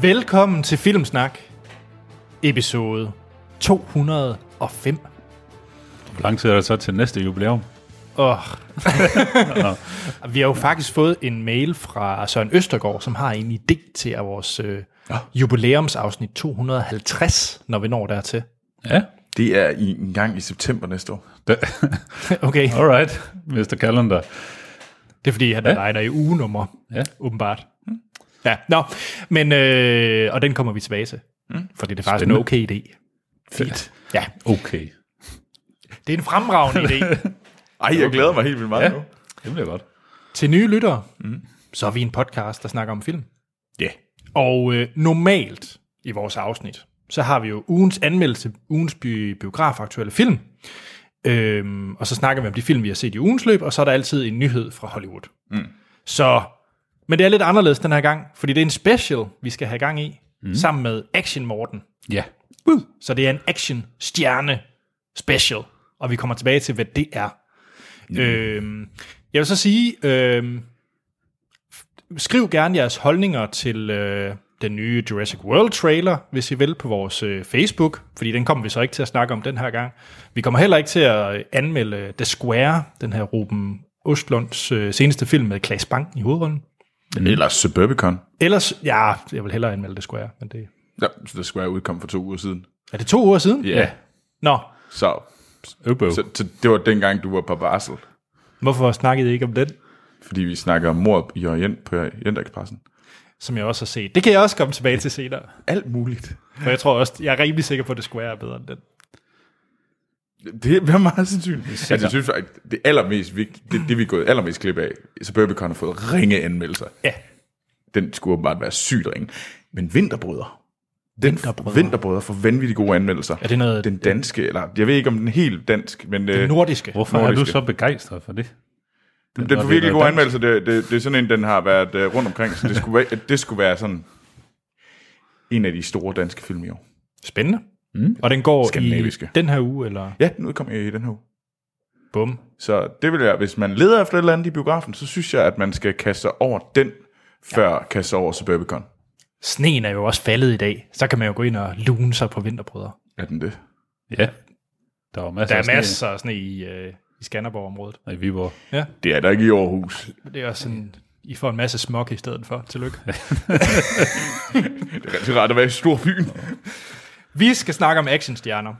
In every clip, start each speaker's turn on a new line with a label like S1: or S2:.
S1: Velkommen til Filmsnak, episode 205.
S2: Hvor lang tid er der så til næste jubilæum?
S1: Oh. vi har jo faktisk fået en mail fra Søren Østergaard, som har en idé til at vores øh, jubilæumsafsnit 250, når vi når dertil.
S2: Ja,
S3: Det er i en gang i september næste år.
S2: det,
S1: okay,
S2: alright, Mr. Calendar.
S1: det er fordi, at der ja. regner i ugenummer,
S2: Ja.
S1: åbenbart. Ja, nå, men, øh, og den kommer vi tilbage til, mm. fordi det er faktisk
S2: Spændende.
S1: en okay idé. Fint. Ja,
S2: Okay.
S1: det er en fremragende idé.
S3: Ej, jeg glæder mig helt vildt meget
S2: Ja,
S3: nu.
S2: det bliver godt.
S1: Til nye lyttere, mm. så er vi en podcast, der snakker om film.
S3: Ja. Yeah.
S1: Og øh, normalt i vores afsnit, så har vi jo ugens anmeldelse, ugens bi- biografaktuelle film. Øhm, og så snakker vi om de film, vi har set i ugens løb, og så er der altid en nyhed fra Hollywood. Mm. Så, men det er lidt anderledes den her gang, fordi det er en special, vi skal have gang i, mm. sammen med Action Morten.
S2: Ja.
S1: Så det er en action-stjerne special, og vi kommer tilbage til, hvad det er. Mm. Øhm, jeg vil så sige, øhm, f- skriv gerne jeres holdninger til øh, den nye Jurassic World trailer, hvis I vil, på vores øh, Facebook, fordi den kommer vi så ikke til at snakke om den her gang. Vi kommer heller ikke til at øh, anmelde The Square, den her Ruben Ostlunds øh, seneste film med Claes Bang i hovedrollen.
S3: Eller Suburbicon.
S1: Ellers, ja, jeg vil hellere anmelde The Square, men det...
S3: Ja, så det skulle jeg udkom for to uger siden.
S1: Er det to uger siden?
S3: Ja. Yeah.
S1: Nå,
S3: Så,
S2: Øbo.
S3: så, så det var dengang, du var på barsel.
S1: hvorfor snakkede I ikke om den?
S3: Fordi vi snakker om mord i Orient på Orientekspressen.
S1: som jeg også har set. Det kan jeg også komme tilbage til senere.
S3: Alt muligt.
S1: For jeg tror også, jeg er rimelig sikker på, at det Square er bedre end den.
S3: Det er meget sandsynligt. Altså, jeg synes faktisk, det allermest vigtige, det, det vi er gået allermest klip af, Suburbicon har fået ringe anmeldelser.
S1: Ja.
S3: Den skulle åbenbart være sygt ringe. Men Vinterbrødre, den
S1: Vinterbrødre.
S3: Vinterbrødre, Vinterbrødre får vanvittigt gode anmeldelser.
S1: Er det noget-
S3: Den danske, eller jeg ved ikke om den er helt dansk, men... øh,
S1: Nordiske.
S2: Hvorfor er
S3: Nordiske.
S2: du så begejstret for det?
S3: Den, den får virkelig god anmeldelse. Det, det, det er sådan en, den har været uh, rundt omkring, så det skulle, være, det skulle være sådan en af de store danske film i år.
S1: Spændende. Mm. Og den går i
S3: Skandinaviske.
S1: den her uge, eller
S3: Ja, den udkom i den her uge.
S1: bum.
S3: Så det vil jeg, hvis man leder efter et eller andet i biografen, så synes jeg, at man skal kaste sig over den, før ja. kaste sig over Suburbicon.
S1: Sneen er jo også faldet i dag. Så kan man jo gå ind og lune sig på vinterbrødder.
S3: Er den det?
S2: Ja. Der var masser
S1: Der
S2: af sne
S1: er masser af sne i, øh, i Skanderborg-området.
S2: i Viborg.
S1: Ja,
S3: Det er der ikke i Aarhus.
S1: men det er også sådan, I får en masse smog i stedet for. Tillykke.
S3: Det er rigtig rart at være i storbyen.
S1: Vi skal snakke om actionstjerner.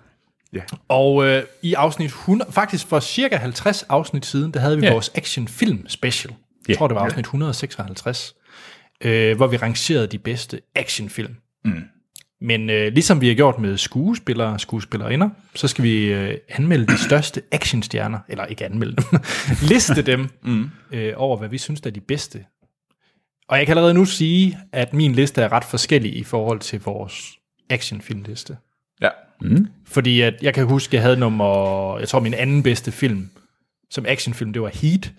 S3: Ja.
S1: Og øh, i afsnit 100, faktisk for cirka 50 afsnit siden, der havde vi
S2: Ja.
S1: yeah. vores actionfilm special. Jeg
S2: Ja.
S1: tror, det var afsnit 156, øh, hvor vi rangerede de bedste actionfilm. Mm. Men øh, ligesom vi har gjort med skuespillere og skuespillerinder, så skal vi øh, anmelde de største actionstjerner, eller ikke anmelde dem, liste dem mm. øh, over, hvad vi synes der er de bedste. Og jeg kan allerede nu sige, at min liste er ret forskellig i forhold til vores actionfilmliste.
S3: Ja.
S1: Fordi at jeg kan huske, jeg havde nummer, jeg tror min anden bedste film, som actionfilm, det var Heat.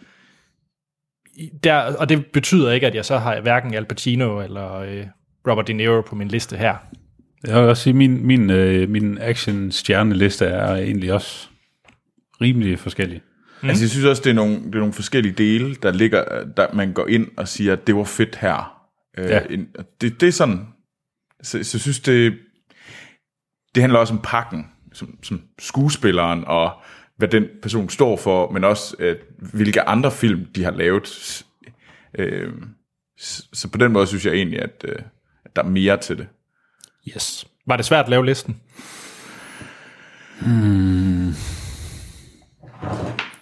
S1: I- Der, og det betyder ikke, at jeg så har hverken Al Pacino eller øh, Robert De Niro på min liste her.
S2: Jeg vil også sige, at min, min, øh, min action-stjerneliste er egentlig også rimelig forskellig.
S3: Mm. Altså, jeg synes også, det er nogle, det er nogle forskellige dele, der ligger, der man går ind og siger, at det var fedt her. Øh,
S2: Ja.
S3: ja. en, det, det er sådan, så, så jeg synes, det, det handler også om pakken, som, som skuespilleren og hvad den person står for, men også øh, hvilke andre film, de har lavet. S- Øh, s- så på den måde synes jeg egentlig, at, øh, at der er mere til det.
S1: Yes. Var det svært at lave listen?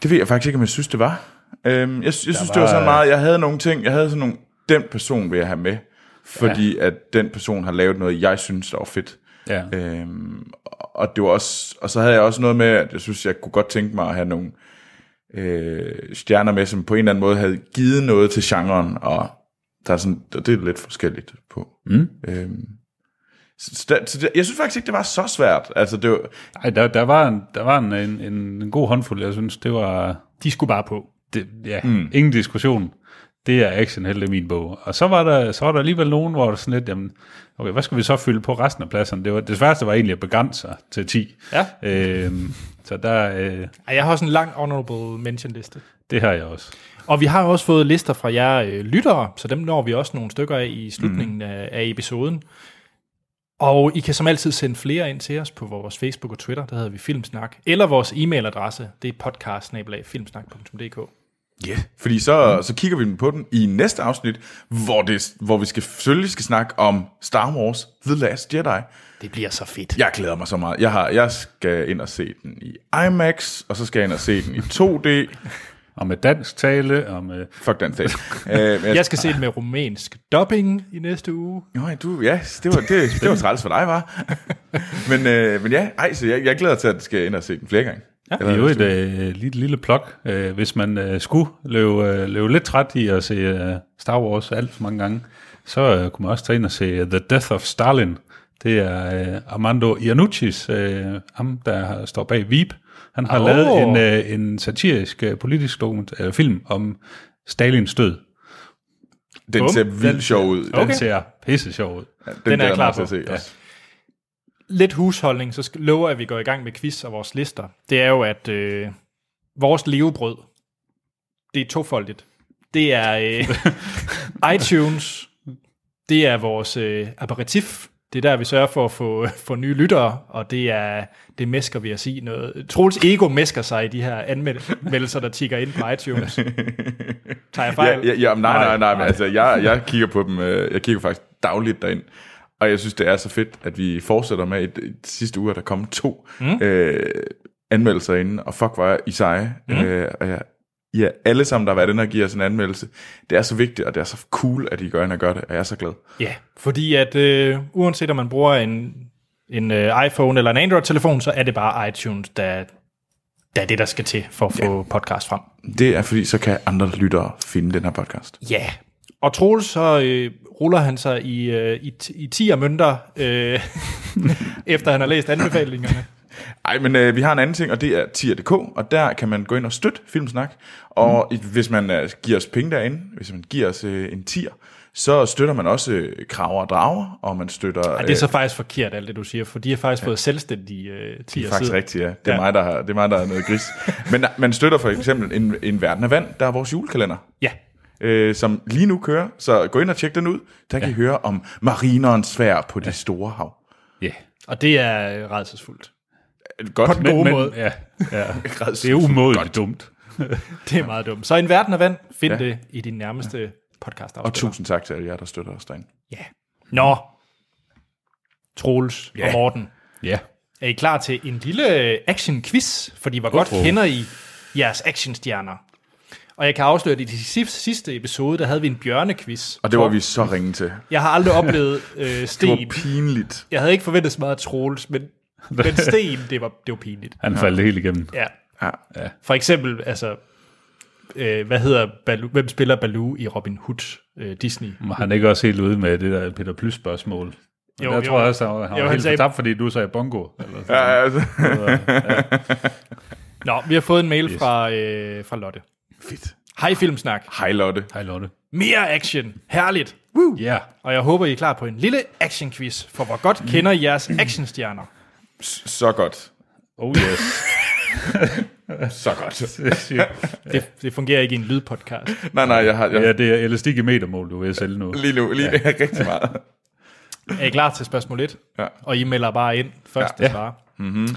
S3: Det ved jeg faktisk ikke, om jeg synes, det var. Øhm, jeg, jeg synes, det
S2: var-
S3: var sådan meget, jeg havde nogle ting, jeg havde sådan nogle, den person vil jeg have med, fordi ja. at den person har lavet noget, jeg synes, der var fedt.
S2: Ja.
S3: Øhm, og det var også, og så havde jeg også noget med, at jeg synes, jeg kunne godt tænke mig at have nogle øh, stjerner med, som på en eller anden måde havde givet noget til genren, og der er sådan, og det er lidt forskelligt på. Mm. Øhm, så, så, der, så der, jeg synes faktisk ikke, det var så svært. Altså, det var,
S2: Ej, der, der var, en, der var en, en, en, en god håndfuld, jeg synes, det var...
S1: De skulle bare på.
S2: Det, ja, mm. ingen diskussion. Det er actionhelte i min bog. Og så var, der, så var der alligevel nogen, hvor der sådan lidt, jamen, okay, hvad skal vi så fylde på resten af pladserne? Det, var, det sværeste var egentlig at begrænse sig til 10.
S1: Ja.
S2: Øhm, så der, øh,
S1: Ej, Jeg har også en lang honorable mention liste.
S2: det har jeg også.
S1: Og vi har også fået lister fra jer øh, lyttere, så dem når vi også nogle stykker af i slutningen mm. af, af episoden. Og I kan som altid sende flere ind til os på vores Facebook og Twitter, der hedder vi Filmsnak, eller vores e-mailadresse, det er podcast-filmsnak.dk.
S3: Ja, yeah. fordi
S1: Mm.
S3: så, så kigger vi dem på den i næste afsnit, hvor, det, hvor vi skal, selvfølgelig skal snakke om Star Wars The Last Jedi.
S1: Det bliver så fedt.
S3: Jeg glæder mig så meget. Jeg, har, jeg skal ind og se den i IMAX, og så skal jeg ind og se den i 2D.
S2: Og med dansk tale, og med...
S3: Fuck den sag. Øh, men-
S1: Jeg skal se den med rumænsk dubbing i næste uge.
S3: Nå, ja, du, ja, det var, det, det var træls for dig, var. men, øh, men ja, ej, så jeg, jeg glæder til, at jeg skal ind og se den flere gange. Ja,
S2: Det er jo et øh, lille, lille plok. Øh, hvis man øh, skulle løbe, øh, løbe lidt træt i at se øh, Star Wars alt for mange gange, så øh, kunne man også tage ind og se The Death of Stalin. Det er øh, Armando Iannucci's, øh, ham der har- står bag Veep. Han har oh.
S1: Åh.
S2: lavet en, øh, en satirisk øh, politisk dokument, øh, film om Stalins død.
S3: Den
S1: Bum.
S3: ser vildt sjov ud.
S2: Den
S1: Okay.
S2: ser pisse sjov ud.
S1: Den er jeg
S3: glæder
S1: klar
S3: mig til
S1: på.
S3: at se
S1: Ja.
S3: også.
S1: lidt husholdning, så skal- lover jeg, at vi går i gang med quiz og vores lister. Det er jo, at øh, vores levebrød, det er tofoldigt. Det er øh, iTunes, det er vores øh, aperitif, det er der, vi sørger for at få, få nye lyttere, og det er, det mesker vi at sige noget. Troels Ego mesker sig i de her anmeldelser, der tigger ind på iTunes. Tager jeg fejl?
S3: Ja, ja, ja, men nej, nej, nej, men
S2: Nej.
S3: altså, jeg, jeg kigger på dem, øh, jeg kigger faktisk dagligt derind, og jeg synes, det er så fedt, at vi fortsætter med, et, et sidste uge, at der kom to mm. øh, anmeldelser inde, og fuck, var I seje, mm. øh, og jeg, ja, alle sammen, der har været inde og give os en anmeldelse, det er så vigtigt, og det er så cool, at I går ind og gør det, og jeg er så glad.
S1: Ja, fordi at øh, uanset om man bruger en, en øh, iPhone eller en Android-telefon, så er det bare iTunes, der, der er det, der skal til for at få podcast frem.
S3: Det er, fordi så kan andre lyttere finde den her podcast.
S1: Ja. Og Troels, så øh, ruller han sig i, øh, i, t- i 10 mønter, øh, efter han har læst anbefalingerne.
S3: Ej, men øh, vi har en anden ting, og det er tier.dk, og der kan man gå ind og støtte Filmsnak. Og mm. hvis man øh, giver os penge derinde, hvis man giver os øh, en tier, så støtter man også øh, kraver og drager, og man støtter...
S1: Ej, det er så faktisk forkert, alt det du siger, for de har faktisk fået selvstændige øh, 10
S3: det er faktisk
S1: siden.
S3: rigtigt, ja. Det
S1: Ja.
S3: er, ja. Mig, der har, det er mig, der har noget gris. men øh, man støtter for eksempel en, en Verden af Vand, der er vores julekalender.
S1: Ja.
S3: Øh, som lige nu kører, så gå ind og tjek den ud. Der kan ja. I høre om marinerens svær på det store hav.
S2: Ja. Yeah.
S1: Og det er øh, redselsfuldt.
S3: Godt,
S1: den gode måde.
S2: Ja, ja.
S3: Græds-
S2: Det er umådeligt dumt.
S1: Det er meget dumt. Så en verden af vand, find ja.
S3: Ja.
S1: det i din nærmeste ja. podcast
S3: Og tusind tak til alle jer, der støtter os derinde.
S1: Ja. Nå. Troels yeah. og Morten.
S2: Ja. Yeah.
S1: Er I klar til en lille øh, action-quiz? Fordi hvor godt
S2: Uh-oh.
S1: kender I jeres actionstjerner? Og jeg kan afsløre, at i de si- sidste episode, der havde vi en bjørnequiz.
S3: Og det var vi så ringe til.
S1: Jeg har aldrig oplevet øh,
S3: Det var
S1: sten.
S3: pinligt.
S1: Jeg havde ikke forventet så meget af Troels, men, men sten, det var, det var pinligt.
S2: Han faldt helt igennem.
S1: Ja.
S3: Ja.
S1: For eksempel, altså, øh, hvad hedder Baloo, hvem spiller Baloo i Robin Hood, øh, Disney?
S3: Mm.
S2: Var han ikke også helt ude med det der Peter Plys spørgsmål?
S1: Jo,
S2: Jo, der
S1: jo.
S2: tror jeg også, at han var
S1: Jo, han
S2: helt
S1: sagde-
S2: sagde... fortabt, fordi du sagde bongo. Eller sådan.
S3: Ja,
S2: Ja.
S3: altså.
S1: Nå, vi har fået en mail fra, øh, fra Lotte.
S3: Fedt.
S1: Hej Filmsnak.
S3: Hej Lotte.
S2: Hej Lotte.
S1: Mere action. Herligt. Woo.
S2: Ja,
S1: Og jeg håber, I er klar på en lille action-quiz, for hvor godt kender I jeres actionstjerner?
S3: Så godt.
S2: oh yes.
S3: Så godt.
S1: Det, det fungerer ikke i en lydpodcast.
S3: Nej, nej, jeg har jeg,
S2: ja, det er elastik i metermål, du vil sælge nu.
S3: lige nu, lige ja. rigtig meget.
S1: Er I klar til spørgsmål 1?
S3: Ja.
S1: Og I melder bare ind først, ja.
S2: Ja.
S1: der svarer. Mm-hmm.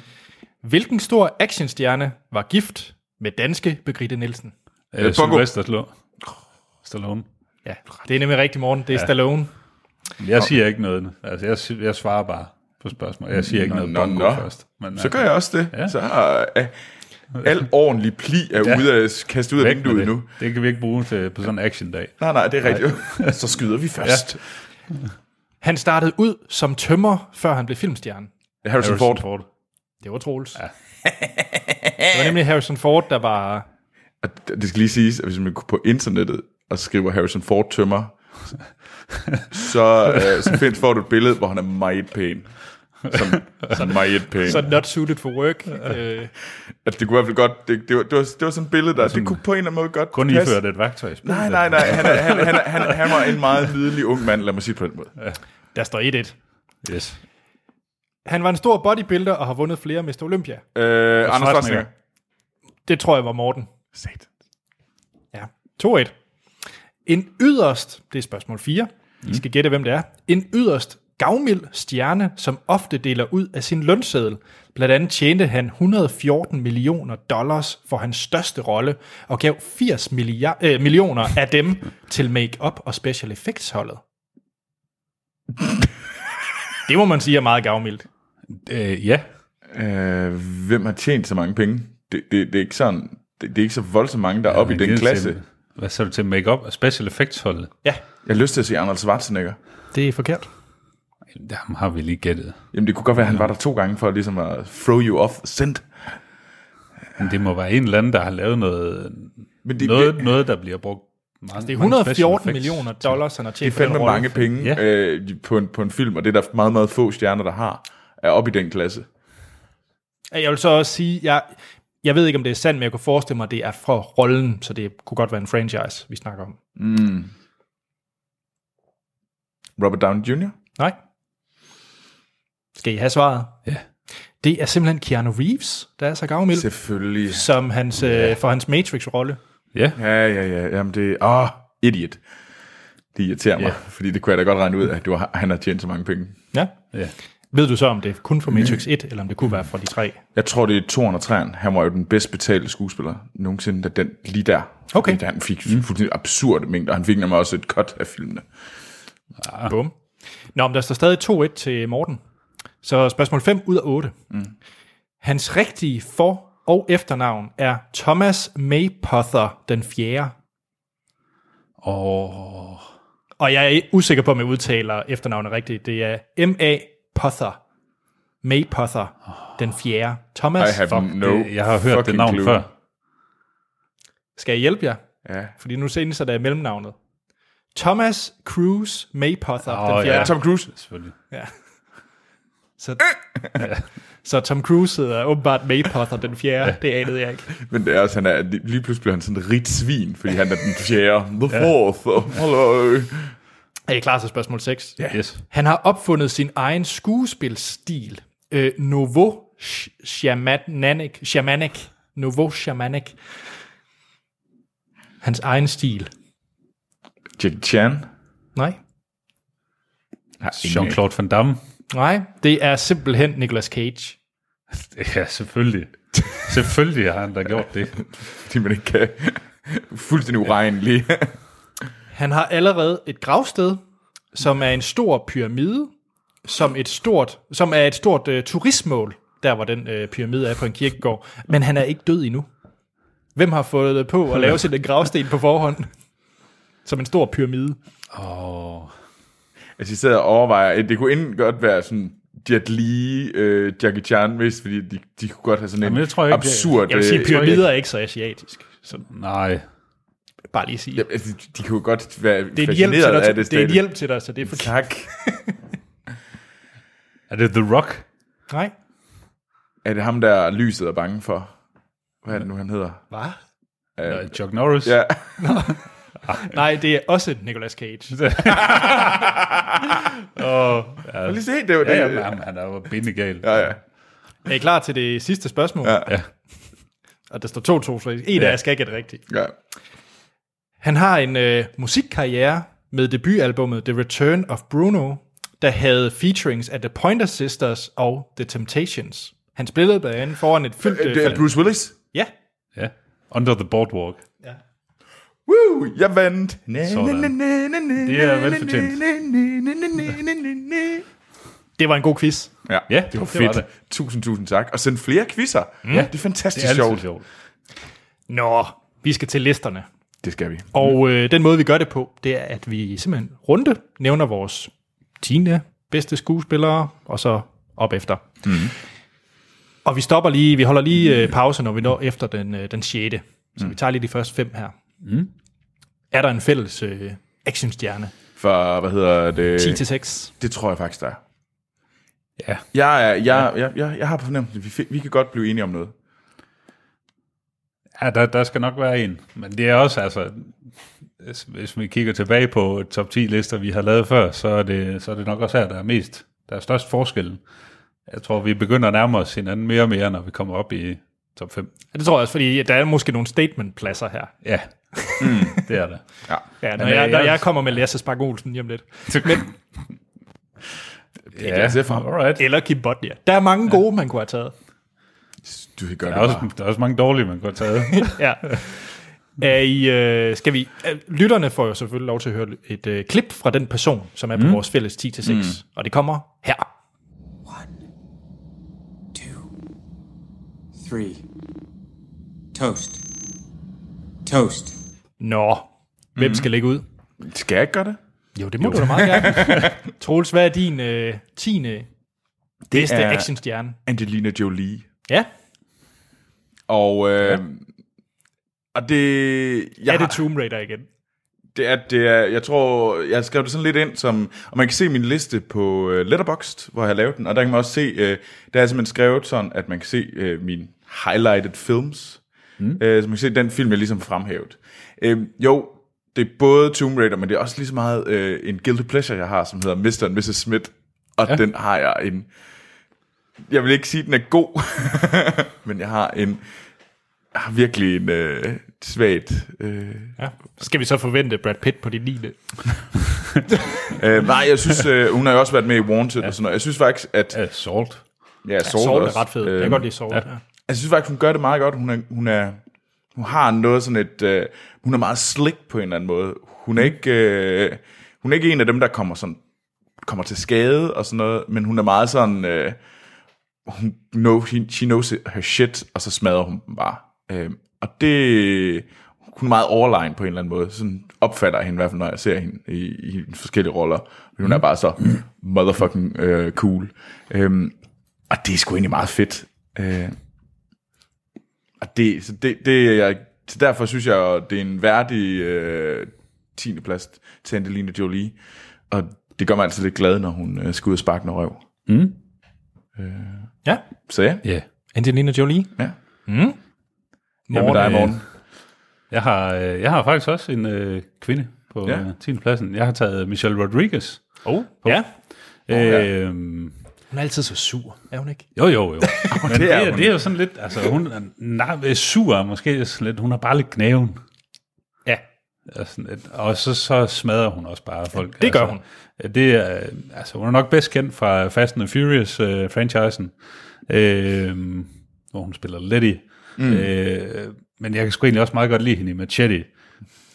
S1: Hvilken stor actionstjerne var gift med danske Birgitte Nielsen?
S2: Øh,
S3: bongo.
S2: Sylvester Stallone. Stallone.
S1: Ja, det er nemlig rigtig morgen. Det er ja. Stallone.
S2: Jeg siger ikke noget. Altså, jeg, si- jeg svarer bare på spørgsmål. Jeg siger ikke noget
S3: nå,
S2: bongo
S3: nå.
S2: først. Men, øh,
S3: Så gør jeg også det. Ja.
S2: Ja.
S3: Så har øh, al ordentlig pli er ja. ude af, kastet ud af vinduet
S2: det.
S3: nu.
S2: Det kan vi ikke bruge til, på sådan en action-dag.
S3: Nej, nej, det er rigtigt. Så skyder vi først.
S1: Han startede ud som tømmer, før han blev filmstjerne.
S3: Ja. Harrison Ford.
S2: Ford.
S1: Det var Troels. Ja. det var nemlig Harrison Ford, der var...
S3: Og Det skal lige siges, at hvis man går på internettet og skriver Harrison Ford tømmer, så, øh, så findes får du et billede, hvor han er meget pæn. som Mariette Payne.
S1: Så not suited for work. Øh,
S3: Altså, det kunne i hvert fald godt, det, det, var, det, var, det var sådan et billede, der, det kunne på en eller anden måde godt
S2: Kun
S3: passe.
S2: iført et værktøj.
S3: Nej, nej, nej, han, er, han, han, han, han var en meget lidelig ung mand, lad mig sige det på den måde. Øh,
S1: der står 1-1.
S2: Yes.
S1: Han var en stor bodybuilder og har vundet flere Mr. Olympia.
S3: Øh, Anders Schwarzenegger.
S2: Schwarzenegger.
S1: Det tror jeg var Morten.
S3: Satan.
S1: Ja. 2-1. En yderst, det er spørgsmål 4, I skal gætte, hvem det er. En yderst gavmild stjerne, som ofte deler ud af sin lønseddel. Blandt andet tjente han 114 millioner dollars for hans største rolle, og gav 80 milliard, øh, millioner af dem til make-up og special effects holdet. Det må man sige er meget gavmildt.
S2: Øh, ja.
S3: Øh, hvem har tjent så mange penge? Det, det, det er ikke sådan, det, det er ikke så voldsomt mange, der er oppe i
S2: Han givet
S3: den klasse.
S2: Til, hvad så du til make-up og special effects holdet?
S1: Ja,
S3: Jeg har lyst til at se Arnold Schwarzenegger.
S1: det er forkert.
S2: Jamen, Ham har vi lige gættet.
S3: Jamen, det kunne godt være, at han var der to gange for ligesom at throw you off the scent.
S2: Men det må være en eller anden, der har lavet noget,
S3: Men det,
S2: det, noget, det, noget der bliver brugt meget,
S1: Det er
S2: mange special
S1: 114
S2: effects.
S1: millioner dollars, han har
S3: det er
S1: tjent på den
S3: fandme
S1: rolle.
S3: mange penge
S2: Ja.
S3: øh, på, en, på en film, og det er der meget, meget få stjerner, der har, er oppe i den klasse.
S1: Jeg vil så også sige, jeg, jeg ved ikke, om det er sandt, men jeg kunne forestille mig, at det er fra rollen, så det kunne godt være en franchise, vi snakker om.
S3: Robert Downey Jr.?
S1: Nej? Skal I have svaret?
S2: Ja.
S1: Det er simpelthen Keanu Reeves, der er så gavmild,
S3: Selvfølgelig.
S1: som hans, øh, for hans Matrix-rolle.
S2: Ja,
S3: Ja, ja, ja. Jamen, det er... Åh, idiot. Det irriterer mig,
S2: Ja.
S3: fordi det kunne jeg da godt regne ud, at du har, han har tjent så mange penge.
S1: Ja.
S2: ja.
S1: Ved du så, om det er kun fra Matrix 1, eller om det kunne være fra de tre?
S3: Jeg tror, det er 203. Han var jo den bedst betalte skuespiller nogensinde, da den lige der.
S1: Okay.
S3: Fordi Han fik en fuldstændig absurd mængde, og han fik nemlig også et cut af filmene.
S1: Ah. Bum. Nå, men der står stadig 2-1 til Morten. Så spørgsmål 5 ud af 8. Mm. Hans rigtige for- og efternavn er Thomas Maypother den 4.
S2: Og
S1: Og jeg er usikker på, om jeg udtaler efternavnet rigtigt. Det er M.A. Pother. May Pother, den fjerde.
S3: I
S1: Thomas,
S3: have
S2: fuck,
S3: no
S2: det, jeg har hørt det
S3: fucking
S2: navn
S3: clue.
S2: før.
S1: skal jeg hjælpe jer?
S3: Ja.
S1: Fordi nu senest er der mellemnavnet. Thomas Cruise May Pother,
S2: Åh,
S1: den
S2: ja.
S1: fjerde.
S3: Tom Cruise.
S2: Selvfølgelig.
S1: Ja. Så, så Tom Cruise hedder åbenbart May Pother, den fjerde. Det anede jeg ikke.
S3: Men det er også, han er, lige pludselig bliver han sådan et rigt svin, fordi han er den fjerde. The fourth. Oh, hello.
S1: Er I klar til spørgsmål 6?
S2: Ja. Yes.
S1: Han har opfundet sin egen skuespilstil, øh, Novo sh- Shamanic, Shamanic, Novo Shamanic. Hans egen stil.
S3: Jackie Chan.
S1: Nej,
S3: Har ingen anelse.
S2: Jean-Claude Van Damme.
S1: nej, det er simpelthen Nicolas Cage.
S2: Ja, selvfølgelig. selvfølgelig har han da gjort det.
S3: Fordi man ikke kan. Fuldstændig uregnelig.
S1: Han har allerede et gravsted, som er en stor pyramide, som, et stort, som er et stort øh, turistmål, der hvor den øh, pyramide er på en kirkegård. Men han er ikke død endnu. Hvem har fået det på at lave sin øh, gravsten på forhånd? Som en stor pyramide.
S2: Og
S3: Altså, jeg sidder og overvejer, at det kunne enten godt være sådan Jet Li, øh, Jackie Chan, hvis, fordi de, de kunne godt have sådan en
S2: Jamen, jeg tror ikke, det-
S3: absurd...
S1: Jeg vil
S3: øh,
S1: sige, pyramider er ikke så asiatisk. Så
S2: nej,
S1: bare lige sige.
S3: Jamen, altså, de kunne godt være
S1: Det er en hjælp til
S3: fascineret af
S1: dig, det,
S3: det
S1: det er en
S3: stadig.
S1: hjælp til dig, så det er for...
S3: Tak.
S2: er det The Rock?
S1: Nej.
S3: Er det ham, der lyset er bange for? Hvad er det nu, han hedder?
S1: Hvad?
S2: Ja. Chuck Norris?
S3: Ja.
S1: Nej, det er også Nicolas Cage.
S3: Jeg lige se, det var det.
S2: Ja, ja, men ham, han er jo bindegal.
S3: ja, ja.
S1: Er I klar til det sidste spørgsmål?
S3: Ja.
S2: Ja.
S1: Og der står 2-2, så en af jer skal gætte rigtigt.
S3: ja.
S1: Han har en øh, musikkarriere med debutalbummet The Return of Bruno, der havde featurings af The Pointer Sisters og The Temptations. Han spillede blandt andet foran et fyldt...
S3: Det er
S1: Øh,
S3: Bruce Willis.
S1: ja.
S2: ja. Under the Boardwalk.
S1: ja.
S3: Woo, jeg vandt.
S2: Sådan. Det er velfortjent.
S1: Det var en god quiz.
S3: Ja,
S2: Ja,
S3: det var
S2: det var
S3: fedt. Tusind, tusind tak. Og send flere quizzer. Ja. Det er
S2: Det
S3: fantastisk
S2: er altid
S3: sjovt.
S2: sjovt. sjovt.
S1: Nå, vi skal til listerne.
S3: Det skal vi.
S1: Og øh, den måde, vi gør det på, det er, at vi simpelthen runde nævner vores 10. bedste skuespillere, og så op efter. Mm. Og vi stopper lige, vi holder lige øh, pause, når vi når efter den, øh, den 6. Så vi tager lige de første fem her. Mm. Er der en fælles øh, actionstjerne? Øh.
S3: For, hvad hedder det?
S1: 10 til 6.
S3: Det tror jeg faktisk, der er.
S2: Ja,
S3: Jeg, er- jeg, jeg, jeg, jeg har på fornemmelsen, at vi, fi- vi kan godt blive enige om noget.
S2: ja der, der skal nok være en. Men det er også, altså, hvis- hvis vi kigger tilbage på top 10 lister, vi har lavet før, så er det, så er det nok også her, der er mest, der er størst forskel. Jeg tror, vi begynder at nærme os hinanden mere og mere, når vi kommer op i top 5.
S1: Ja, det tror jeg også, fordi der er måske nogle statementpladser her.
S2: Ja, mm. det er det.
S3: Ja.
S1: Ja, når,
S2: Men,
S1: jeg,
S2: øh,
S1: når
S2: jeg-
S1: jeg kommer med Lasse Spark Olsen lige om lidt.
S2: Det
S3: er glad til for ham.
S2: Alright.
S1: Eller Kim Bodnia. Der er mange gode, man kunne have taget.
S3: Du kan gøre
S2: Der er,
S3: det bare.
S2: også, der er også mange dårlige, man kunne have taget.
S1: Ja. Er I, øh, skal vi, øh, lytterne får jo selvfølgelig lov til at høre et øh, klip fra den person, som er
S3: Mhm.
S1: på mm. vores fælles 10-6, mm. og det kommer her.
S4: two, three. Toast. Toast.
S1: Nå,
S3: Mhm.
S1: hvem mm. skal lægge ud?
S3: Skal jeg ikke gøre det?
S1: Jo, det må jo. du da meget gerne. Troels, hvad er din øh, 10. Det bedste
S3: er-
S1: er... actionstjerne?
S3: Angelina Jolie.
S1: Ja,
S3: Og, øh, og det... Jeg
S1: er det
S3: har-
S1: Tomb Raider igen?
S3: Det er, det er, jeg tror, jeg skrev det sådan lidt ind, som, og man kan se min liste på øh, Letterboxd, hvor jeg har lavet den, og der kan man også se, øh, der er simpelthen skrevet sådan, at man kan se øh, mine highlighted films, mm. øh, så man kan se den film, jeg ligesom fremhævet. Øh, jo, det er både Tomb Raider, men det er også lige så meget øh, en guilty pleasure, jeg har, som hedder Mr. and Mrs. Smith, og ja. den har jeg en, jeg vil ikke sige, at den er god, men jeg har en, jeg har virkelig en øh, svagt... Øh,
S1: Ja. Skal vi så forvente Brad Pitt på din 9.
S3: Øh, nej, jeg synes, øh, hun har jo også været med i Wanted ja. og sådan noget. Jeg synes faktisk, at...
S2: Ja, Salt.
S3: Ja, Saul,
S1: Soul
S3: også. Øh, Øhm,
S1: er ret fed. Jeg kan godt lide Soul. Ja.
S3: Altså, Jeg synes faktisk, hun gør det meget godt. Hun, er, hun, er, hun har noget sådan et... Øh, hun er meget slick på en eller anden måde. Hun er ikke, øh, hun er ikke en af dem, der kommer, sådan, kommer til skade og sådan noget, men hun er meget sådan... Øh, hun know, he, she knows it, her shit, og så smadrer hun dem bare. Øh, og det... Hun er meget overlegen på en eller anden måde. Sådan opfatter jeg hende i hvert fald, når jeg ser hende i, i forskellige roller. Hun er bare så motherfucking øh, cool. Øhm, og det er sgu egentlig meget fedt. Øh, og det, så det, det er jeg, så derfor synes jeg, det er en værdig øh, 10. plads til Angelina Jolie. Og det gør mig altid lidt glad, når hun øh, skal ud og sparke noget røv.
S1: ja.
S3: Så ja,
S2: Ja. Yeah.
S1: Angelina Jolie. Mhm.
S3: ja.
S2: Jamen,
S3: der er
S2: øh,
S3: morgen.
S2: Jeg har, øh, jeg har faktisk også en øh, kvinde på
S3: Ja.
S2: ja. øh, 10. pladsen. Jeg har taget Michelle Rodriguez.
S1: Oh. Ja.
S3: ja.
S2: Øhm,
S1: Hun er altid så sur, er hun ikke?
S2: jo, jo, jo. Men det,
S3: det er
S2: er,
S3: hun.
S2: det er jo sådan lidt, altså hun er nej, sur, er måske sådan lidt, hun har bare lidt knæven.
S1: Ja.
S2: Og, sådan lidt, og så, så smadrer hun også bare folk.
S1: det gør
S2: altså, hun. Det er, altså, hun er nok bedst kendt fra Fast and the Furious-franchisen, øh, hvor hun spiller Letty. Mm. Øh, men jeg kan sgu egentlig også meget godt lide hende i Machete.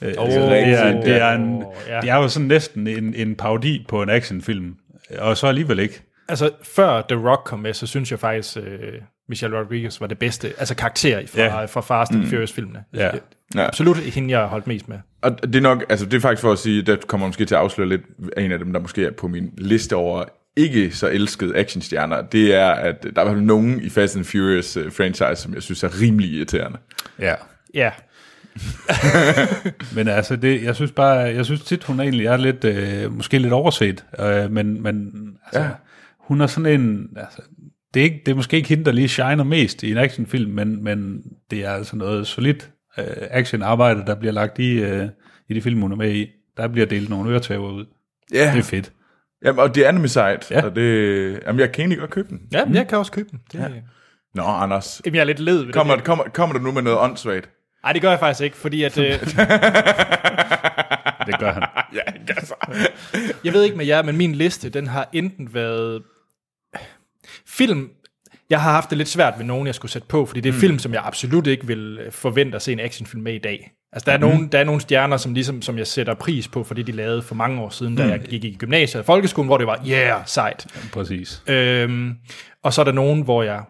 S2: Øh, oh, altså, det, er, det, er en,
S1: ja.
S2: det er jo sådan næsten en, en parodi på en actionfilm, og så alligevel ikke.
S1: Altså, før The Rock kom med, så synes jeg faktisk, øh, Michelle Rodriguez var det bedste, altså karakter fra,
S2: Ja.
S1: ja. fra Fast and mm. Furious-filmene.
S2: Ja.
S3: Ja.
S1: Absolut hende, jeg har holdt mest med.
S3: Og det er nok, altså det er faktisk for at sige, der kommer jeg måske til at afsløre lidt af en af dem, der måske er på min liste over ikke så elskede actionstjerner, det er, at der er i hvert fald nogen i Fast and Furious øh, franchise, som jeg synes er rimelig irriterende.
S2: Ja.
S1: Ja,
S2: Men altså, det, jeg synes bare, jeg synes tit, hun egentlig er lidt, øh, måske lidt overset, øh, men, men altså, ja. hun er sådan en, altså, det er, ikke, det er måske ikke hende, der lige shiner mest i en actionfilm, men, men det er altså noget solidt øh, actionarbejde, der bliver lagt i, øh, i de film, hun er med i. Der bliver delt nogle øretæver ud.
S3: Ja,
S2: Det er fedt.
S3: Jamen, og det er anime site,
S2: Ja.
S3: ja. og det, jamen, jeg kan egentlig godt købe den.
S1: ja mm. jeg kan også købe den. Det, ja.
S3: Nå, Anders,
S1: Jamen, jeg er lidt led ved
S3: kommer,
S1: det.
S3: kommer, kommer du nu med noget åndssvagt?
S1: Nej, det gør jeg faktisk ikke, fordi at, øh,
S2: Det gør han.
S3: Ja, altså.
S1: jeg ved ikke med jer, men min liste, den har enten været film, jeg har haft det lidt svært ved nogen, jeg skulle sætte på, fordi det er mm. film, som jeg absolut ikke vil øh, forvente at se en actionfilm med i dag. Altså, der er, mm. nogle, der er nogle stjerner, som, ligesom, som jeg sætter pris på, fordi de lavede for mange år siden, da jeg gik i gymnasiet og folkeskolen, hvor det var, yeah, sejt.
S2: Præcis.
S1: Øhm, og så er der nogen, hvor jeg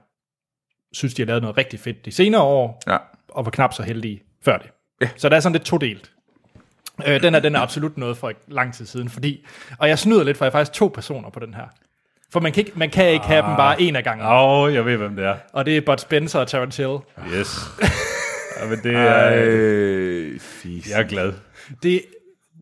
S1: synes, de har lavet noget rigtig fedt de senere år,
S3: Ja.
S1: og var knap så heldige før det. Ja. Så der er sådan lidt todelt. Øh, den er, den er absolut noget for lang tid siden, fordi, og jeg snyder lidt, for jeg er faktisk to personer på den her. For man kan ikke, man kan ikke have dem bare en af gangen.
S2: Åh, oh, jeg ved, hvem det er.
S1: Og det er Bud Spencer og Terrence Hill.
S2: Yes. ja, men det er,
S3: Øh, fisk.
S2: jeg er glad.
S1: Det,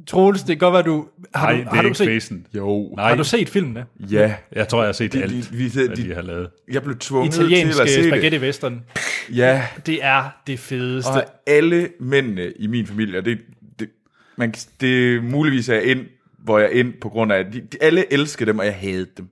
S1: Troels, det kan godt være, du... Har,
S2: Nej,
S1: du,
S2: det
S1: har
S2: er
S1: du
S2: ikke
S1: set,
S2: kvæsen.
S3: Jo,
S2: Nej,
S1: Har du set filmene?
S3: ja.
S2: jeg tror, jeg har set
S3: De-
S2: alt,
S3: de- vi- de-
S2: hvad de har lavet.
S3: Jeg blev tvunget til
S1: Italienske
S3: at se
S1: spaghetti western.
S3: det. Ja,
S1: Det er det fedeste.
S3: og alle mændene i min familie, og det, det, man, kan- det muligvis er ind, hvor jeg er ind på grund af, at de, de, alle elskede dem, og jeg havde dem.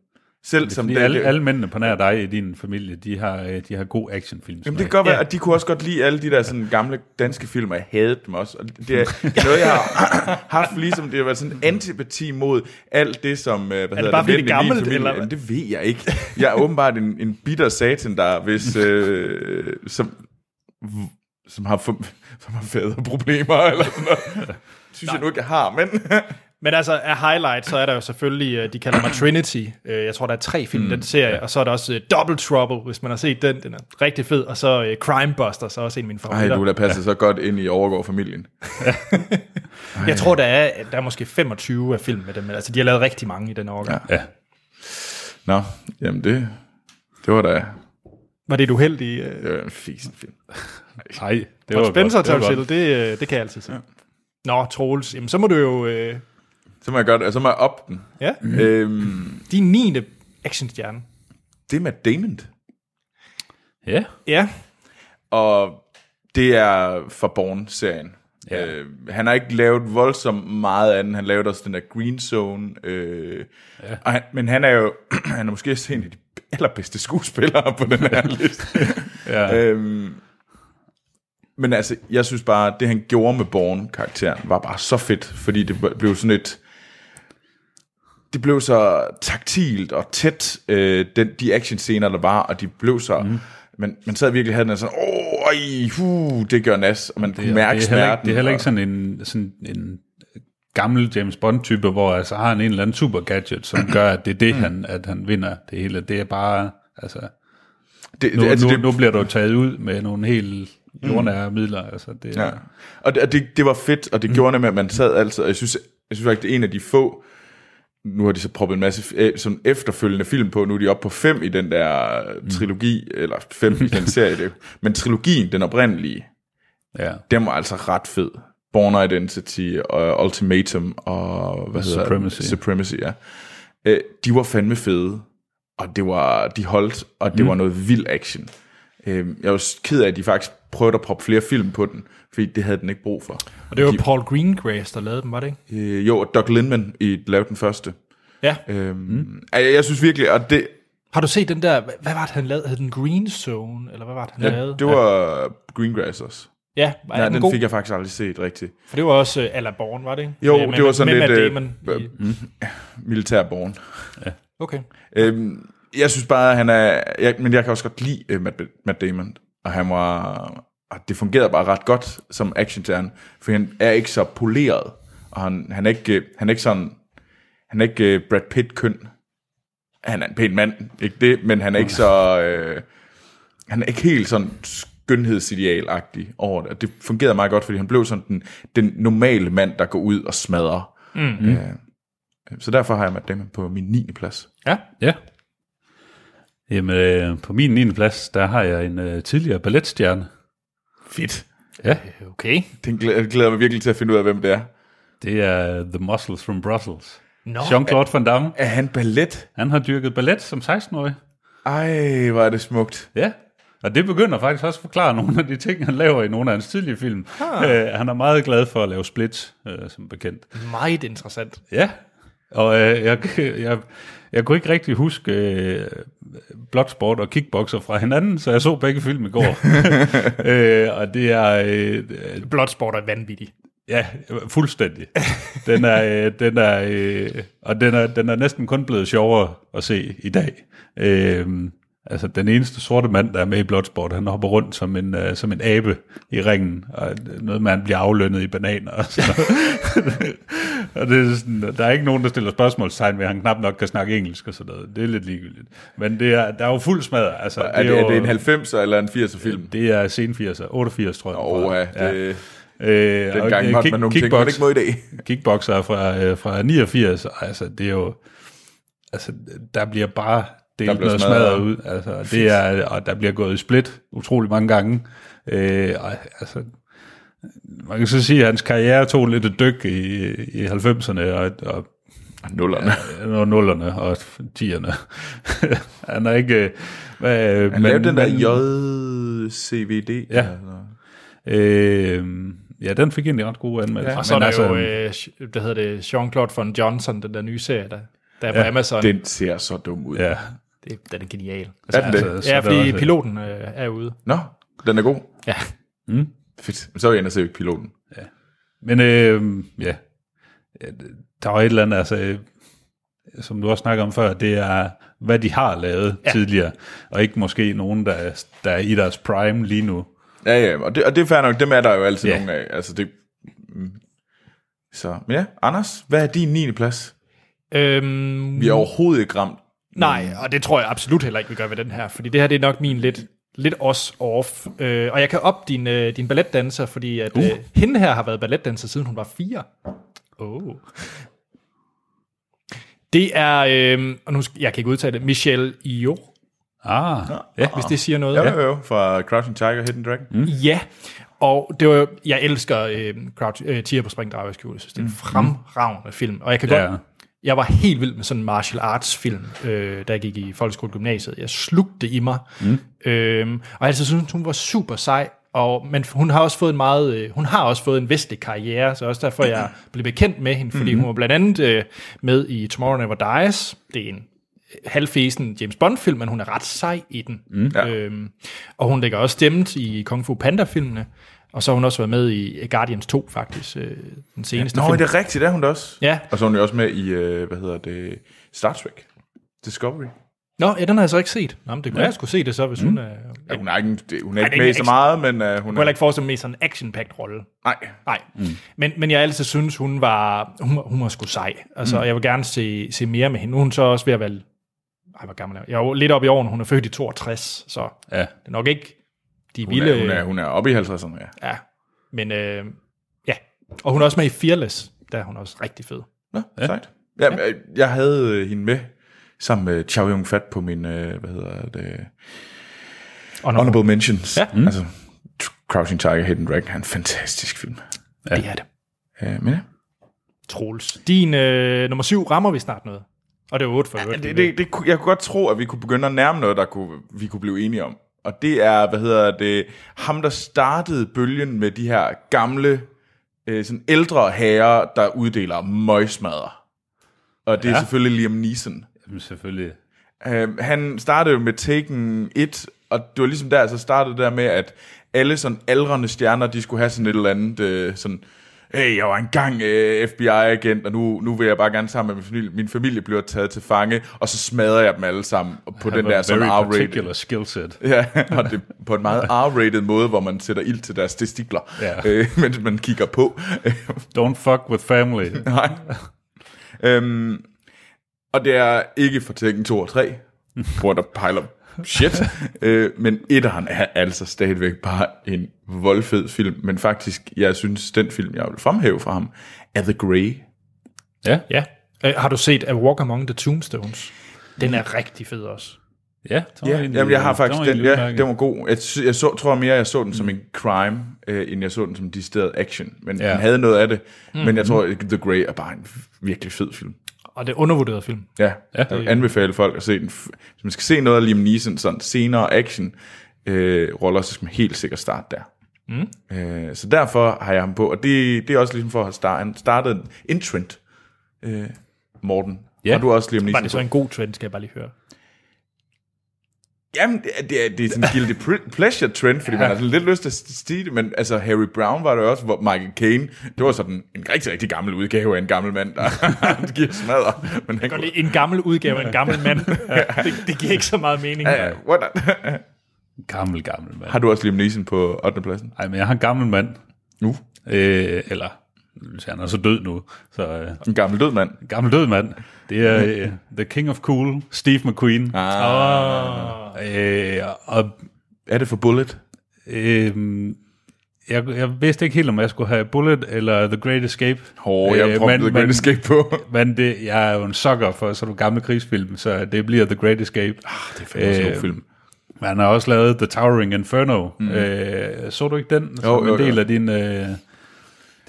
S3: Selv som
S2: Fordi
S3: det,
S2: alle,
S3: det,
S2: alle mændene på nær dig i din familie, de har, øh, de har god actionfilm.
S3: Jamen, det kan godt være,
S1: Ja.
S3: at de kunne også godt lide alle de der sådan, gamle danske film, og jeg havde dem også. Og det er noget, jeg har haft, ligesom det har været sådan en antipati mod alt det, som... øh, Hvad er det
S1: bare, fordi det er
S3: mænd i min
S1: gammelt,
S3: familie-
S1: eller hvad?
S3: Jamen, det ved jeg ikke. Jeg er åbenbart en, en bitter satan, der hvis, øh, som, som, har, fu- som har fædreproblemer, eller sådan noget. Det synes Nej. jeg nu ikke, jeg har, men...
S1: Men altså, af highlight, så er der jo selvfølgelig, øh, de kalder mig Trinity. Øh, Jeg tror, der er tre film i
S2: Mm,
S1: den serie. Og så er der også øh, Double Trouble, hvis man har set den. Den er rigtig fed. Og så øh, Crime Busters, er også en af mine
S3: Ej,
S1: favoritter.
S3: du der passer så godt ind i overgård-familien.
S1: jeg tror, der er, der er måske 25 af film med dem. men Altså, de har lavet rigtig mange i den årgang. Ja.
S3: Ja.
S2: Ja.
S3: Nå, jamen det, det var da...
S1: Var det et uheldigt? Øh,
S3: Det var en fisen film.
S2: Nej, det var
S1: Rod Spencer
S2: godt. Det var
S1: tager til,
S2: godt.
S1: det, øh, det kan jeg altid se. Ja. Nå, Troels, jamen, så må du jo... Øh,
S3: Så må jeg godt, så må jeg op den.
S1: ja,
S3: Øhm,
S1: din 9. actionstjerne.
S3: det er Matt Damon.
S2: Ja,
S1: Ja,
S3: Og det er fra Born-serien.
S2: Ja.
S3: Ja. Øh, han har ikke lavet voldsomt meget andet. Han lavede også den der Green Zone. Øh, ja. og han, men han er jo han er måske også en af de allerbedste skuespillere på den her liste.
S2: Ja.
S3: Øhm, men altså, jeg synes bare, det han gjorde med Born-karakteren var bare så fedt, fordi det blev sådan et... det blev så taktilt og tæt, øh, den, de actionscener, der var, og de blev så...
S2: Mhm.
S3: Mm. Man, man sad virkelig og havde den der sådan, åh, ej, hu, det gør nas, og man det, kunne
S2: det,
S3: mærke
S2: det, er heller ikke,
S3: smerten.
S2: det er heller ikke
S3: og-
S2: sådan en, sådan en øh, gammel James Bond-type, hvor altså, har han en eller anden super gadget, som gør, at det er
S3: Mm.
S2: det, han, at han vinder det hele. Det er bare, altså,
S3: det,
S2: nu,
S3: det, altså,
S2: nu,
S3: det, Mm.
S2: nu bliver du taget ud med nogle helt jordnære midler. Altså, det,
S3: Ja. Og det, og det, det var fedt, og det mm. gjorde nemlig, at man sad altid, og jeg synes, jeg synes faktisk, det er en af de få, nu har de så proppet en masse øh, sådan efterfølgende film på, nu er de oppe på fem i den der øh, trilogi, mm. eller fem i den serie, det, er jo- men trilogien, den oprindelige,
S2: ja.
S3: den var altså ret fed. Born Identity og Ultimatum og hvad hedder den?
S2: Supremacy.
S3: Supremacy, ja. Øh, de var fandme fede, og det var, de holdt, og det mm. var noget vild action. Øh, jeg var ked af, at de faktisk prøvede at proppe flere film på den, fordi det havde den ikke brug for.
S1: og det var Paul Greengrass, der lavede dem, var det ikke?
S3: Øh, jo, og Doug Liman i lavede den første.
S1: Ja.
S3: Øhm, mm. jeg, jeg synes virkelig, at det,
S1: Har du set den der, hvad, hvad var det, han lavede? Hed den Green Zone, eller hvad var det, han lavede?
S3: det var ja. Greengrass også.
S1: ja, var
S3: Ja,
S1: den,
S3: den
S1: god?
S3: fik jeg faktisk aldrig set rigtigt.
S1: For det var også uh, Alla Born, var det ikke?
S3: Jo,
S1: Med-
S3: det var sådan
S1: med
S3: lidt,
S1: Matt Damon
S3: øh,
S1: i-
S3: Militærborn.
S1: Okay.
S3: Øhm, jeg synes bare, at han er... Jeg, men jeg kan også godt lide øh, Matt, Matt Damon. Og han var... Og det fungerede bare ret godt som action for han er ikke så poleret. Og han, han, er, ikke, øh, han er ikke sådan... Han er ikke øh, Brad Pitt-køn. Han er en pæn mand, ikke det? Men han er ikke så... Øh, han er ikke helt sådan skønhedsidealagtig over det. Og det fungerede meget godt, fordi han blev sådan den, den normale mand, der går ud og smadrer. Mm. Øh, så derfor har jeg Matt Damon på min 9. plads.
S1: Ja.
S2: Ja. Jamen, øh, på min 9. plads, der har jeg en øh, tidligere balletstjerne.
S3: Fedt.
S2: Ja,
S1: Okay.
S3: Den glæder, jeg glæder mig virkelig til at finde ud af, hvem det er.
S2: det er The Muscles from Brussels.
S1: Nå.
S2: Jean-Claude Van Damme,
S3: Er han ballet?
S2: han har dyrket ballet som 16-årig.
S3: Ej, hvor er det smukt.
S2: Ja, og det begynder faktisk også at forklare nogle af de ting, han laver i nogle af hans tidlige film. Ah. Øh, han er meget glad for at lave split, øh, som bekendt.
S1: Meget interessant.
S2: Ja, og øh, jeg, jeg, jeg kunne ikke rigtig huske øh, Bloodsport og Kickboxer fra hinanden, så jeg så begge film i går. øh, og det er... Øh,
S1: Bloodsport er vanvittig.
S2: Ja, fuldstændig. Den er, øh, den er, øh, og den er, den er næsten kun blevet sjovere at se i dag. Øh, altså, den eneste sorte mand, der er med i Bloodsport, han hopper rundt som en, øh, som en abe i ringen, og noget med, han bliver aflønnet i bananer og sådan noget. og det er sådan, der er ikke nogen, der stiller spørgsmålstegn ved, at han knap nok kan snakke engelsk og sådan noget. Det er lidt ligegyldigt. Men det er, der er jo fuld smadret. Altså,
S3: Er det,
S2: jo,
S3: er det en 90'er eller en 80'er film?
S2: det er sen 80'er, 88 tror jeg. den
S3: Åh,
S2: var.
S3: ja, det-
S2: Øh, og,
S3: Dengang
S2: øh,
S3: måtte
S2: kick-
S3: man nogle ting, man
S2: kickbox-
S3: ikke må i dag.
S2: kickboxer fra, øh, fra 89, og altså det er jo, altså der bliver bare
S3: Der
S2: delt
S3: bliver
S2: noget
S3: smadret.
S2: smadret ud, altså og det er, og der bliver gået i split utrolig mange gange, øh, og altså man kan så sige, at hans karriere tog lidt et dyk i, i 90'erne og, og
S3: Nullerne.
S2: og nullerne og tierne. han er ikke... øh, Hvad,
S3: Han lavede den der JCVD.
S2: Ja.
S3: eller sådan noget.
S2: Øh, ja, den fik egentlig ret gode anmeldelser.
S1: Og så er
S2: men
S1: der
S2: altså,
S1: jo, øh, hvad hedder det, Jean-Claude von Johnson, den der nye serie, der, der er på Amazon. Det,
S3: Den ser så dum ud.
S2: Ja,
S1: det, den er genial.
S3: Er den det?
S2: altså,
S1: Ja,
S2: der var
S1: fordi
S2: også-
S1: piloten øh, er ude.
S3: Nå, den er god.
S1: Ja.
S3: Fedt. Så er jeg inde og se piloten.
S2: Men øh, ja, der var et eller andet, altså, øh, som du også snakkede om før, det er, hvad de har lavet ja. tidligere, og ikke måske nogen, der, er- der er i deres prime lige nu.
S3: Ja, ja, og det, og det er fair nok. Dem er der jo altid
S2: Ja.
S3: yeah. nogle af. Altså, det, mm. Så, men ja, Anders, hvad er din 9. plads?
S1: Øhm,
S3: Vi er overhovedet ikke ramt.
S1: Nej, og det tror jeg absolut heller ikke, vi gør ved den her, fordi det her det er nok min lidt, lidt os off. Øh, og jeg kan op din, øh, din balletdanser, fordi at, uh. øh, hende her har været balletdanser, siden hun var fire. Oh. Det er, øh, og nu skal, jeg kan ikke udtale det, Michelle Io,
S2: Ah, ja.
S1: hvis det siger noget.
S3: Jo, jo, jo, fra Crouching Tiger, Hidden Dragon. Mm.
S1: Ja, og det var, jo- jeg elsker øh, Crouch, øh, Tiger på Springdrag, jeg synes, det er en fremragende film, og jeg kan
S2: Mm. Ja.
S1: godt, jeg var helt vild med sådan en martial arts film, øh, da jeg gik i folkeskole gymnasiet. Jeg slugte det i mig, mm. øhm, og jeg altså synes, hun var super sej, og, men hun har også fået en meget, øh, hun har også fået en vestlig karriere, så også derfor jeg blev bekendt med hende,
S3: Mm-hmm.
S1: fordi mm. hun var blandt andet øh, med i Tomorrow Never Dies. Det er en øh, halvfesen James Bond-film, men hun er ret sej i den. Mm.
S3: Ja.
S1: Øhm, og hun lægger også stemmet i Kung Fu Panda-filmene, og så har hun også været med i Guardians 2, faktisk, øh, den seneste
S3: Nå,
S1: film.
S3: er det rigtigt? Er hun det også?
S1: Ja.
S3: Og så er hun jo også med i, øh, hvad hedder det, Star Trek Discovery.
S1: Nå, ja, den har jeg så ikke set. Nå, men det kunne ja. jeg skulle se det så, hvis mm. hun er... Jeg
S3: Ja,
S1: kunne
S3: hun er ikke, det- hun er
S1: det er
S3: ikke med
S1: ikke
S3: så meget, men øh, hun er...
S1: heller ikke forestille mig sådan en action-packed rolle.
S3: Nej,
S1: Nej, mm. men, men jeg har altid synes hun var, hun, var- hun var sgu sej. Altså, mm. jeg vil gerne se, se mere med hende. Nu er hun så også ved at være... Ej, hvor gammel er hun? Jeg er jo lidt op i årene. Hun er født i 62, så det
S2: ja.
S1: er nok ikke de
S3: hun
S1: vilde...
S3: er, hun, er, hun er oppe i 50'erne, ja.
S1: Ja, men øh, ja. Og hun er også med i Fearless. Der er hun også rigtig fed.
S3: Nå, ja. sejt. Jamen, ja. Jeg havde øh, hende med sammen med Chow Yun-fat på min, øh, hvad hedder det,
S1: Og når,
S3: Honorable Mentions.
S1: Ja.
S3: Mm. Altså, Crouching Tiger, Hidden Dragon er en fantastisk film.
S1: ja. det er det.
S3: Uh, men ja.
S1: Troels. Din øh, nummer syv rammer vi snart noget. Og det er otte for ja,
S3: det, det, det, kunne- jeg kunne godt tro, at vi kunne begynde at nærme noget, der kunne, vi kunne blive enige om. Og det er, hvad hedder det, ham der startede bølgen med de her gamle, øh, sådan ældre herrer, der uddeler møgsmadder. Og det ja. er selvfølgelig Liam Neeson.
S2: Jamen, selvfølgelig.
S3: Øh, han startede jo med Taken 1, og det var ligesom der, så startede det der med, at alle sådan aldrende stjerner, de skulle have sådan et eller andet øh, sådan, hey, jeg var engang øh, FBI-agent, og nu, nu vil jeg bare gerne sammen med min familie. Min familie bliver taget til fange, og så smadrer jeg dem alle sammen på den der sådan
S2: very
S3: R-rated.
S2: particular skillset.
S3: Ja, og det på en meget R-rated måde, hvor man sætter ild til deres testikler,
S2: Ja.
S3: øh, mens man kigger på.
S2: Don't fuck with family.
S3: Nej. øhm, og det er ikke fra Tekken 2 og 3, hvor der pejler shit, øh, men etteren er altså stadigvæk bare en voldfed film, men faktisk, jeg synes, den film, jeg vil fremhæve fra ham, er The Grey.
S2: ja,
S1: Ja. Øh, har du set A Walk Among the Tombstones? Den er rigtig fed også.
S2: ja. den var
S3: Ja,
S2: egentlig-
S3: jamen, jeg har faktisk
S2: var
S3: den,
S2: egentlig
S3: ja,
S2: udmærket.
S3: den var god. Jeg, sy- jeg så, tror mere, jeg så den som en crime, øh, end jeg så den som decideret action, men
S2: Ja. Mm.
S3: den havde noget af det, men jeg tror, The Grey er bare en virkelig fed film.
S1: Og det er undervurderet film.
S3: Ja, ja. jeg vil anbefale folk at se den. F- Hvis man skal se noget af Liam Neeson, sådan senere action øh, roller, så skal man helt sikkert starte der. Mm. Øh, så derfor har jeg ham på, og det, det er også ligesom for at have start, han startede en, en trend, øh, Morten.
S2: Ja.
S3: Ja. Og du også Liam
S1: Var
S3: Neeson.
S1: det så en god trend, skal jeg bare lige høre.
S3: Jamen, det er, det er, det er sådan en guilty pr- pleasure trend, fordi ja. man har sådan lidt lyst til at stige det, men altså Harry Brown var det også, hvor Michael Caine, det var sådan en rigtig, rigtig gammel udgave af en gammel mand, der giver smadder. Men han
S1: Godt,
S3: kunne-
S1: det er en gammel udgave af en gammel mand. det, det giver ikke så meget mening.
S3: Ja, ja, what the-
S2: Gammel, gammel mand.
S3: Har du også Liam Neeson på 8. pladsen?
S2: Ej, men jeg har en gammel mand.
S3: Nu?
S2: Øh, eller, han er så død nu, så... Øh,
S3: En gammel død mand.
S2: Gammel død mand. Det er øh, The King of Cool, Steve McQueen.
S3: Ah.
S2: Øh, og
S3: Er det for Bullet?
S2: øh, jeg, jeg vidste ikke helt, om jeg skulle have Bullet eller The Great Escape. Øh,
S3: Åh, jeg har
S2: men-
S3: proppet The Great
S2: men-
S3: Escape på.
S2: Men det, jeg er jo en sucker for sådan nogle gamle krigsfilm, så det bliver The Great Escape. Ah, det
S3: Øh, fandme også en god film.
S2: Men han har også lavet The Towering Inferno. Mm. Øh, så du ikke den som
S3: Jo, jo,
S2: en del
S3: jo.
S2: af din, øh,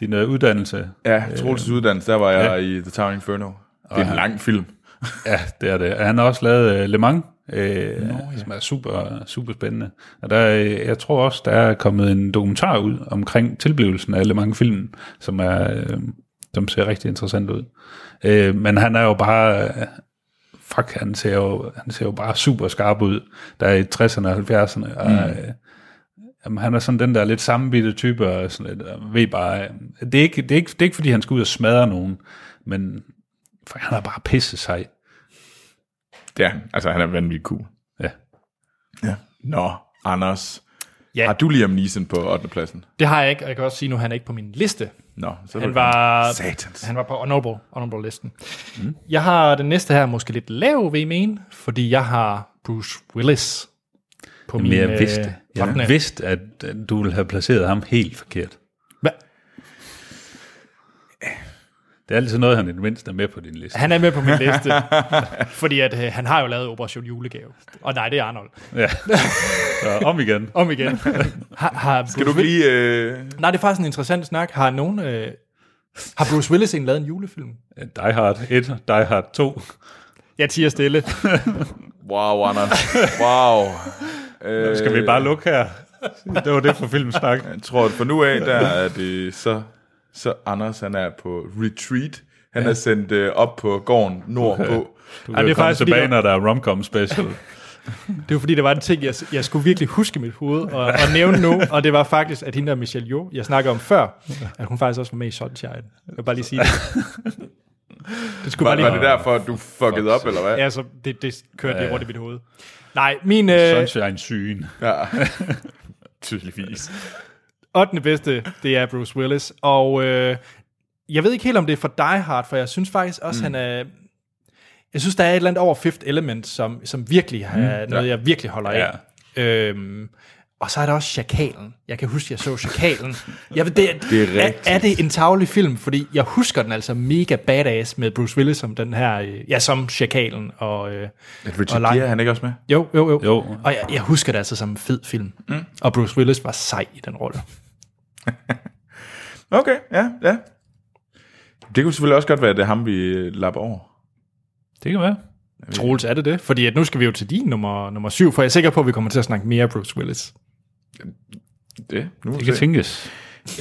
S2: din øh, uddannelse?
S3: Ja, Troels' uddannelse, der var jeg i The Towering Inferno. Det er en lang film.
S2: Ja, det er det. Og Han har også lavet øh, Le Mans, øh, som er super, super spændende. Og der, øh, jeg tror også, der er kommet en dokumentar ud omkring tilblivelsen af Le Mans-filmen, som, er, øh, som ser rigtig interessant ud. Øh, men han er jo bare... Øh, fuck, han ser, jo, han ser jo bare super skarp ud. Der er i 60'erne og 70'erne. Og, øh, Jamen, han er sådan den der lidt sammenbitte type, og sådan lidt, og ved bare, øh, det er, ikke, det, er ikke, det er ikke, fordi han skal ud og smadre nogen, men for han er bare pisse sej.
S3: Ja, altså han er vanvittig cool.
S2: Ja.
S3: Ja. Nå, Anders.
S1: Ja.
S3: Ja. Har du Liam Neeson på 8. pladsen?
S1: Det har jeg ikke, og jeg kan også sige nu, at han er ikke på min liste.
S3: Nå, så
S1: Han var,
S3: Satans.
S1: han var på honorable, honorable listen. Mm. Jeg har den næste her måske lidt lav, vil I mene, fordi jeg har Bruce Willis på min
S2: Men jeg vidste,
S1: øh,
S2: jeg
S1: ottende.
S2: vidste, at øh, du ville have placeret ham helt forkert.
S1: Hva?
S2: Det er altid noget, han i det mindste er med på din liste.
S1: Han er med på min liste, fordi at, øh, han har jo lavet Operation Julegave. Og nej, det er Arnold.
S2: Ja. Så om igen.
S1: Om igen. Har, har
S3: Skal du
S1: Bruce Willis-
S3: lige... Øh...
S1: Nej, det er faktisk en interessant snak. Har nogen... Øh, har Bruce Willis egentlig lavet en julefilm?
S2: Die Hard 1, Die Hard 2.
S1: Jeg tiger stille.
S3: Wow, Anders. Wow. Øh,
S2: Skal vi bare lukke her? Det var det for filmsnak.
S3: Jeg tror, at for nu af, der er det så... Så Anders, han er på retreat. Han ja. er sendt øh, op på gården nordpå.
S2: Du
S1: Ej,
S2: kan
S1: det er
S2: jo komme
S1: faktisk fordi,
S2: tilbage,
S1: det-
S2: når der er romcom special.
S1: Det var fordi, der var en ting, jeg, jeg skulle virkelig huske i mit hoved og, og nævne nu, og det var faktisk, at hende der Michelle Jo, jeg snakker om før, at hun faktisk også var med i Sunshine. Jeg vil bare lige sige det. Det skulle
S3: Var,
S1: bare lige...
S3: var det derfor, du fuckede op, eller hvad?
S1: Ja, så det, det kørte lige rundt i mit hoved. Nej, min øh,
S2: Sunshine syn.
S3: Ja. Tydeligvis.
S1: 8. bedste, det er Bruce Willis, og øh, jeg ved ikke helt, om det er for Die Hard, for jeg synes faktisk også, mm. han er... Jeg synes, der er et eller andet over Fifth Element, som, som virkelig er mm, noget, jeg virkelig holder af. Øhm, og så er der også Chakalen. Jeg kan huske, jeg så Chakalen. Jeg ved, det,
S3: Det er
S1: er,
S3: rigtigt.
S1: er det en tavlig film? Fordi jeg husker den altså mega badass med Bruce Willis som den her, øh, ja, som Chakalen. Og, øh,
S3: At
S1: Og
S3: Richard
S1: lang-
S3: Gere, han er ikke også med?
S1: jo, jo, jo,
S2: Jo.
S1: Og jeg, jeg husker det altså som en fed film. Mm. Og Bruce Willis var sej i den rolle.
S3: Okay, ja, ja. Det kunne selvfølgelig også godt være, at det er ham, vi øh, lapper over.
S2: Det kan være.
S1: Øh, Troels, er det det? Fordi at nu skal vi jo til din nummer, nummer syv, for jeg er sikker på, at vi kommer til at snakke mere Bruce Willis.
S3: Det, nu må
S2: Det
S3: vi
S2: kan
S3: se.
S2: tænkes.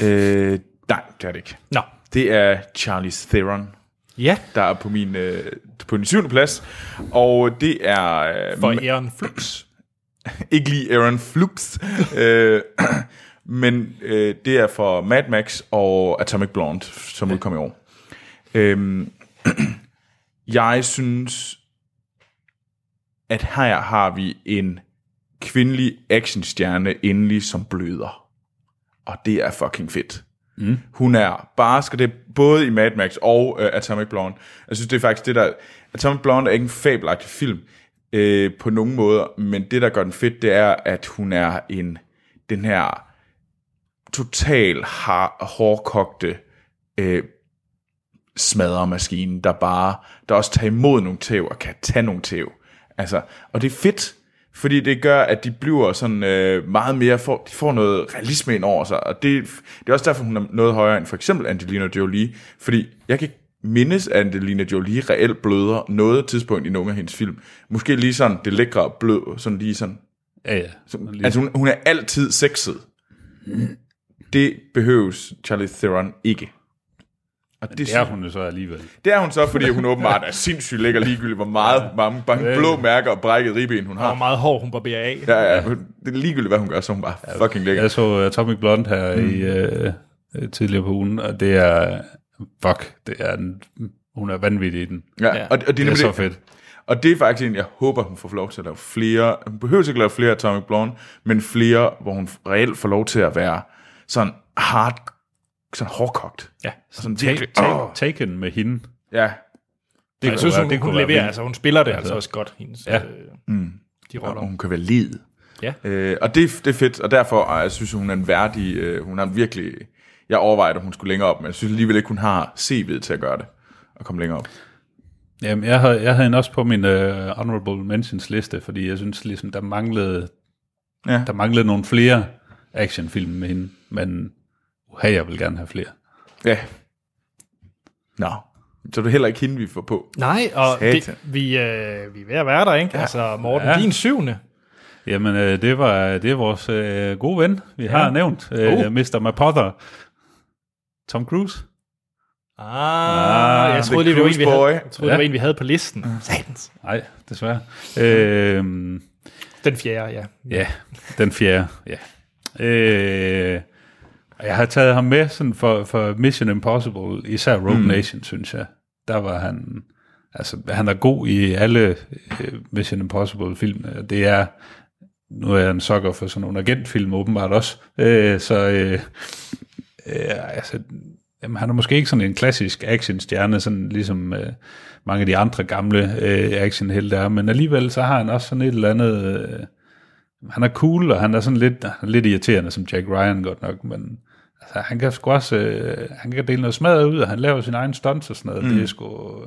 S3: Øh, nej, det er det ikke.
S1: Nå,
S3: Det er Charlize Theron,
S1: ja,
S3: der er på min, øh, på min syvende plads. Og det er... Øh,
S1: for
S3: ma-
S1: Aaron Flux.
S3: ikke lige Aaron Flux. øh, men øh, det er for Mad Max og Atomic Blonde, som udkom i år. Øhm, jeg synes, at her har vi en kvindelig actionstjerne endelig som bløder. Og det er fucking fedt. Mm. Hun er barsk, og det er både i Mad Max og øh, Atomic Blonde. Jeg synes, det er faktisk det, der... Atomic Blonde er ikke en fabelagtig film øh, på nogen måder, men det, der gør den fedt, det er, at hun er en den her total har, hårdkogte øh, smadremaskine, der bare, der også tager imod nogle tæv og kan tage nogle tæv. Altså, og det er fedt, fordi det gør, at de bliver sådan øh, meget mere, for, de får noget realisme ind over sig, og det, det er også derfor, hun er noget højere end for eksempel Angelina Jolie, fordi jeg kan ikke mindes, at Angelina Jolie reelt bløder noget tidspunkt i nogle af hendes film. Måske lige sådan det lækre blød, sådan lige sådan
S2: Ja, ja. Lige-
S3: Altså, hun, hun er altid sexet. Det behøves Charlize Theron ikke. Og det,
S2: Det er hun jo så alligevel.
S3: det er hun så, fordi hun åbenbart er sindssygt lækker ligegyldigt, hvor meget mange, mange blå mærker og brækket ribben hun
S1: Hvor
S3: har.
S1: meget hår hun barberer af.
S3: Ja, ja, hun- det er ligegyldigt, hvad hun gør, så hun bare fucking lækker.
S2: Jeg så uh, Atomic Blonde her mm. i øh, øh, tidligere på ugen, og det er, fuck, det er en, hun er vanvittig i den.
S3: Ja, og, og det, er
S2: Det er
S3: nemlig
S2: så fedt.
S3: Og det er faktisk en, jeg håber, hun får lov til at lave flere. Hun behøver ikke lave flere Atomic Blonde, men flere, hvor hun reelt får lov til at være sådan hard, sådan hårdkogt.
S1: Ja.
S3: Sådan
S2: Take,
S3: virkelig.
S2: take,
S3: Åh,
S2: taken med hende. Det
S1: Det
S3: Ja,
S1: jeg
S2: kunne
S1: synes,
S2: være-
S1: hun,
S2: det
S1: det
S2: kunne
S1: hun leverer,
S2: være vildt.
S1: altså hun spiller det altså også godt, hendes, ja. øh, de
S3: og
S1: roller.
S3: hun kan være led.
S1: Ja.
S3: Øh, og det, det er fedt, og derfor og jeg synes hun er en værdig, øh, hun har virkelig, jeg overvejede, at hun skulle længere op, men jeg synes alligevel ikke, hun har CV'et til at gøre det, og komme længere op.
S2: øh, Jamen, jeg havde, jeg havde hende også på min uh, honorable mentions liste, fordi jeg synes ligesom, der manglede
S3: Ja.
S2: Der manglede nogle flere actionfilm med hende, men uha, jeg vil gerne have flere.
S3: Ja. Nå. Så er det heller ikke hende, vi får på.
S1: Nej, og det,
S3: Satan.
S1: vi, øh, vi er ved at være der, ikke? Ja. Altså, Morten, ja.
S2: Ja.
S1: din syvende.
S2: Jamen, øh, det, var, det er vores øh, gode ven, vi ja. har nævnt, øh,
S3: Uh.
S1: Oh.
S2: Mr. Mapother. Tom Cruise.
S1: Ah, jeg troede lige, det var en, vi
S3: Cruise
S1: havde,
S3: Boy.
S1: jeg troede, det var
S2: Ja.
S1: en, vi havde på listen. Satans.
S2: Nej, desværre. Øh,
S1: Den fjerde, ja.
S2: Ja, den fjerde, ja. Øh, og jeg har taget ham med sådan for, for Mission Impossible, især Rogue mm. Nation, synes jeg. Der var han, altså han er god i alle øh, Mission Impossible-filmene. Det er, nu er jeg en sokker for sådan nogle agentfilm åbenbart også, øh, så øh, øh, altså, jamen, han er måske ikke sådan en klassisk actionstjerne, sådan ligesom øh, mange af de andre gamle øh, actionhelte er, men alligevel så har han også sådan et eller andet... Øh, han er cool, og han er sådan lidt, han er lidt irriterende som Jack Ryan godt nok, men altså, han kan sgu også, øh, han kan dele noget smadret ud, og han laver sin egen stunts og sådan noget. Mm. Det er sgu,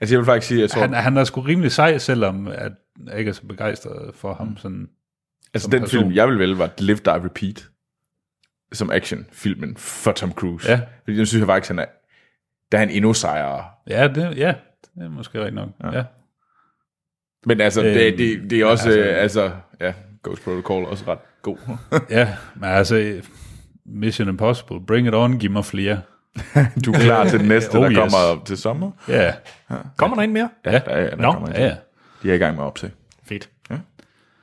S3: Altså, jeg vil faktisk sige, jeg tror,
S2: han, han er sgu rimelig sej, selvom at jeg ikke er så begejstret for ham. Sådan.
S3: altså
S2: som
S3: den
S2: person.
S3: film, jeg ville vælge, var Live, Die, Repeat. Som actionfilmen for Tom Cruise.
S2: Ja.
S3: Fordi jeg synes jeg faktisk, han er, der er en endnu sejere.
S2: Ja, det, ja, det er måske rigtigt nok. Ja. Ja.
S3: Men altså, øh,
S2: Øhm,
S3: det, det, det, er også,
S2: altså-
S3: altså, altså, ja, Ghost Protocol er også ret god.
S2: ja, men altså, Mission Impossible, bring it on, giv mig flere.
S3: du er klar til den næste,
S2: Oh,
S3: oh, der
S2: yes.
S3: yes. kommer til sommer?
S2: Ja,
S1: Kommer der en mere?
S2: ja,
S3: Ja, ja, der
S1: Nå,
S3: kommer en
S2: ja.
S3: til.
S2: ja.
S3: De er i gang med at optage.
S1: Fedt.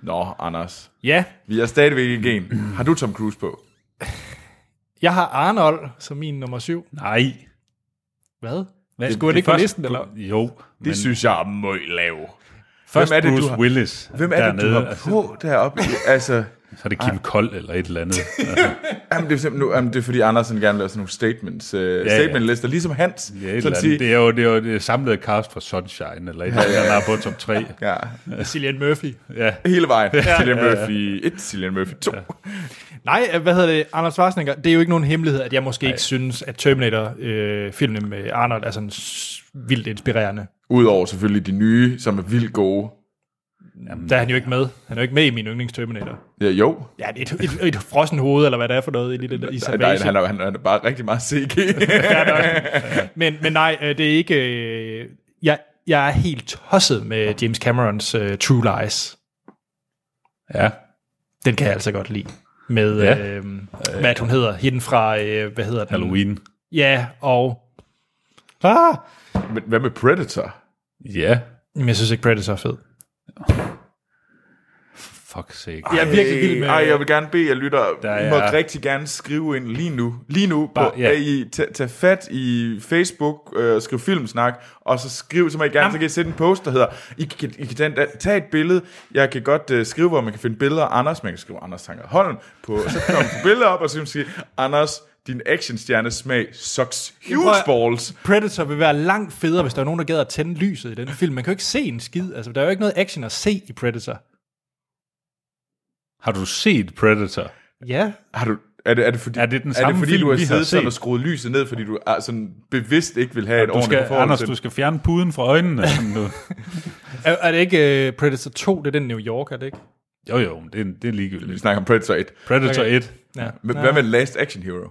S3: Nå, Anders.
S1: Ja,
S3: Vi er stadigvæk i gen. Har du Tom Cruise på?
S1: jeg har Arnold som min nummer syv.
S2: Nej.
S1: Hvad?
S2: Hvad,
S1: Skulle det ikke på
S2: første-
S1: listen, eller?
S2: Jo,
S3: Det Men, synes jeg er møg lav.
S2: først
S3: hvem er det, du
S2: Bruce
S3: har-
S2: Willis
S3: Hvem er det, du
S2: dernede,
S3: har på deroppe? altså,
S2: Så er det Kim Kold eller et eller andet.
S3: jamen, det, er simpelthen, nu, jamen, det er fordi, Andersen gerne laver sådan nogle statements, uh, ja,
S2: ja.
S3: statementlister, ligesom Hans.
S2: Ja, et
S3: Sådan
S2: eller
S3: at
S2: andet.
S3: sige,
S2: Det er jo det, er jo det samlede cast fra Sunshine, eller et eller andet, han er på top 3.
S3: ja,
S1: Cillian Murphy.
S2: Ja,
S3: hele vejen. Cillian Murphy 1, Cillian Murphy 2. Ja.
S1: Nej, øh, hvad hedder det? Anders Schwarzenegger. Det er jo ikke nogen hemmelighed, at jeg måske ikke synes, at Terminator-filmen med Arnold er sådan s- vildt inspirerende.
S3: Udover selvfølgelig de nye, som er vildt gode.
S1: Jamen, der er han jo ikke med. Han er jo ikke med i min yndlings-Terminator.
S3: Ja, jo.
S1: Ja, det er et, et, et frossen hoved, eller hvad det er for noget i, det der, i
S3: Nej, nej,
S1: Salvation.
S3: han er, han er bare rigtig meget CG.
S1: Men, men nej, øh, det er ikke... øh, Jeg, jeg er helt tosset med James Camerons uh, True Lies.
S2: ja.
S1: Den kan jeg altså godt lide. Med,
S2: Ja.
S1: ja. øh, hvad er det, hun hedder, hende fra, øh, hvad hedder den?
S2: Halloween.
S1: Ja, og... Ah!
S3: Men hvad med Predator?
S2: Ja,
S1: Jamen, jeg synes ikke, Predator er fed.
S2: fuck sake.
S1: Jeg er virkelig vild med...
S3: Ej, jeg vil gerne bede jer lytter,
S2: øh, Der
S3: I må
S2: er-
S3: rigtig gerne skrive ind lige nu, lige nu,
S2: Bare-
S3: Bare,
S2: ja.
S3: ja. I, tag, tag fat i Facebook, øh, skriv filmsnak, og så skriv, så må I gerne, så kan I sætte en post, der hedder, I kan, I kan tage, en- tage et billede, jeg kan godt øh, skrive, hvor man kan finde billeder af Anders, man kan skrive Anders Tanker Holm, på, så kan man få billeder op, og så kan man sige, Anders, din actionstjerne smag sucks huge
S1: prøv
S3: balls.
S1: Predator vil være langt federe, hvis der var nogen, der gad at tænde lyset i den film. Man kan jo ikke se en skid. Altså, der er jo ikke noget action at se i Predator.
S2: Har du set Predator?
S1: Ja.
S3: Har du, er det, er det fordi,
S2: Er det den samme
S3: fordi
S2: film,
S3: du har
S2: vi har
S3: siddet sådan
S2: set?
S3: og skruet lyset ned, fordi du er sådan bevidst ikke vil have et
S2: Du
S3: ordentligt
S2: skal,
S3: forhold
S2: Anders,
S3: til
S2: du skal fjerne puden fra øjnene. sådan nu.
S1: Er, er det ikke uh, Predator 2, det er den New York, er det ikke?
S2: Jo, jo, men det, er- det er
S3: Vi
S2: ligegyldigt.
S3: snakker om Predator 1.
S2: Predator
S1: Okay.
S2: 1.
S1: Ja.
S3: Men hvad med Last Action Hero?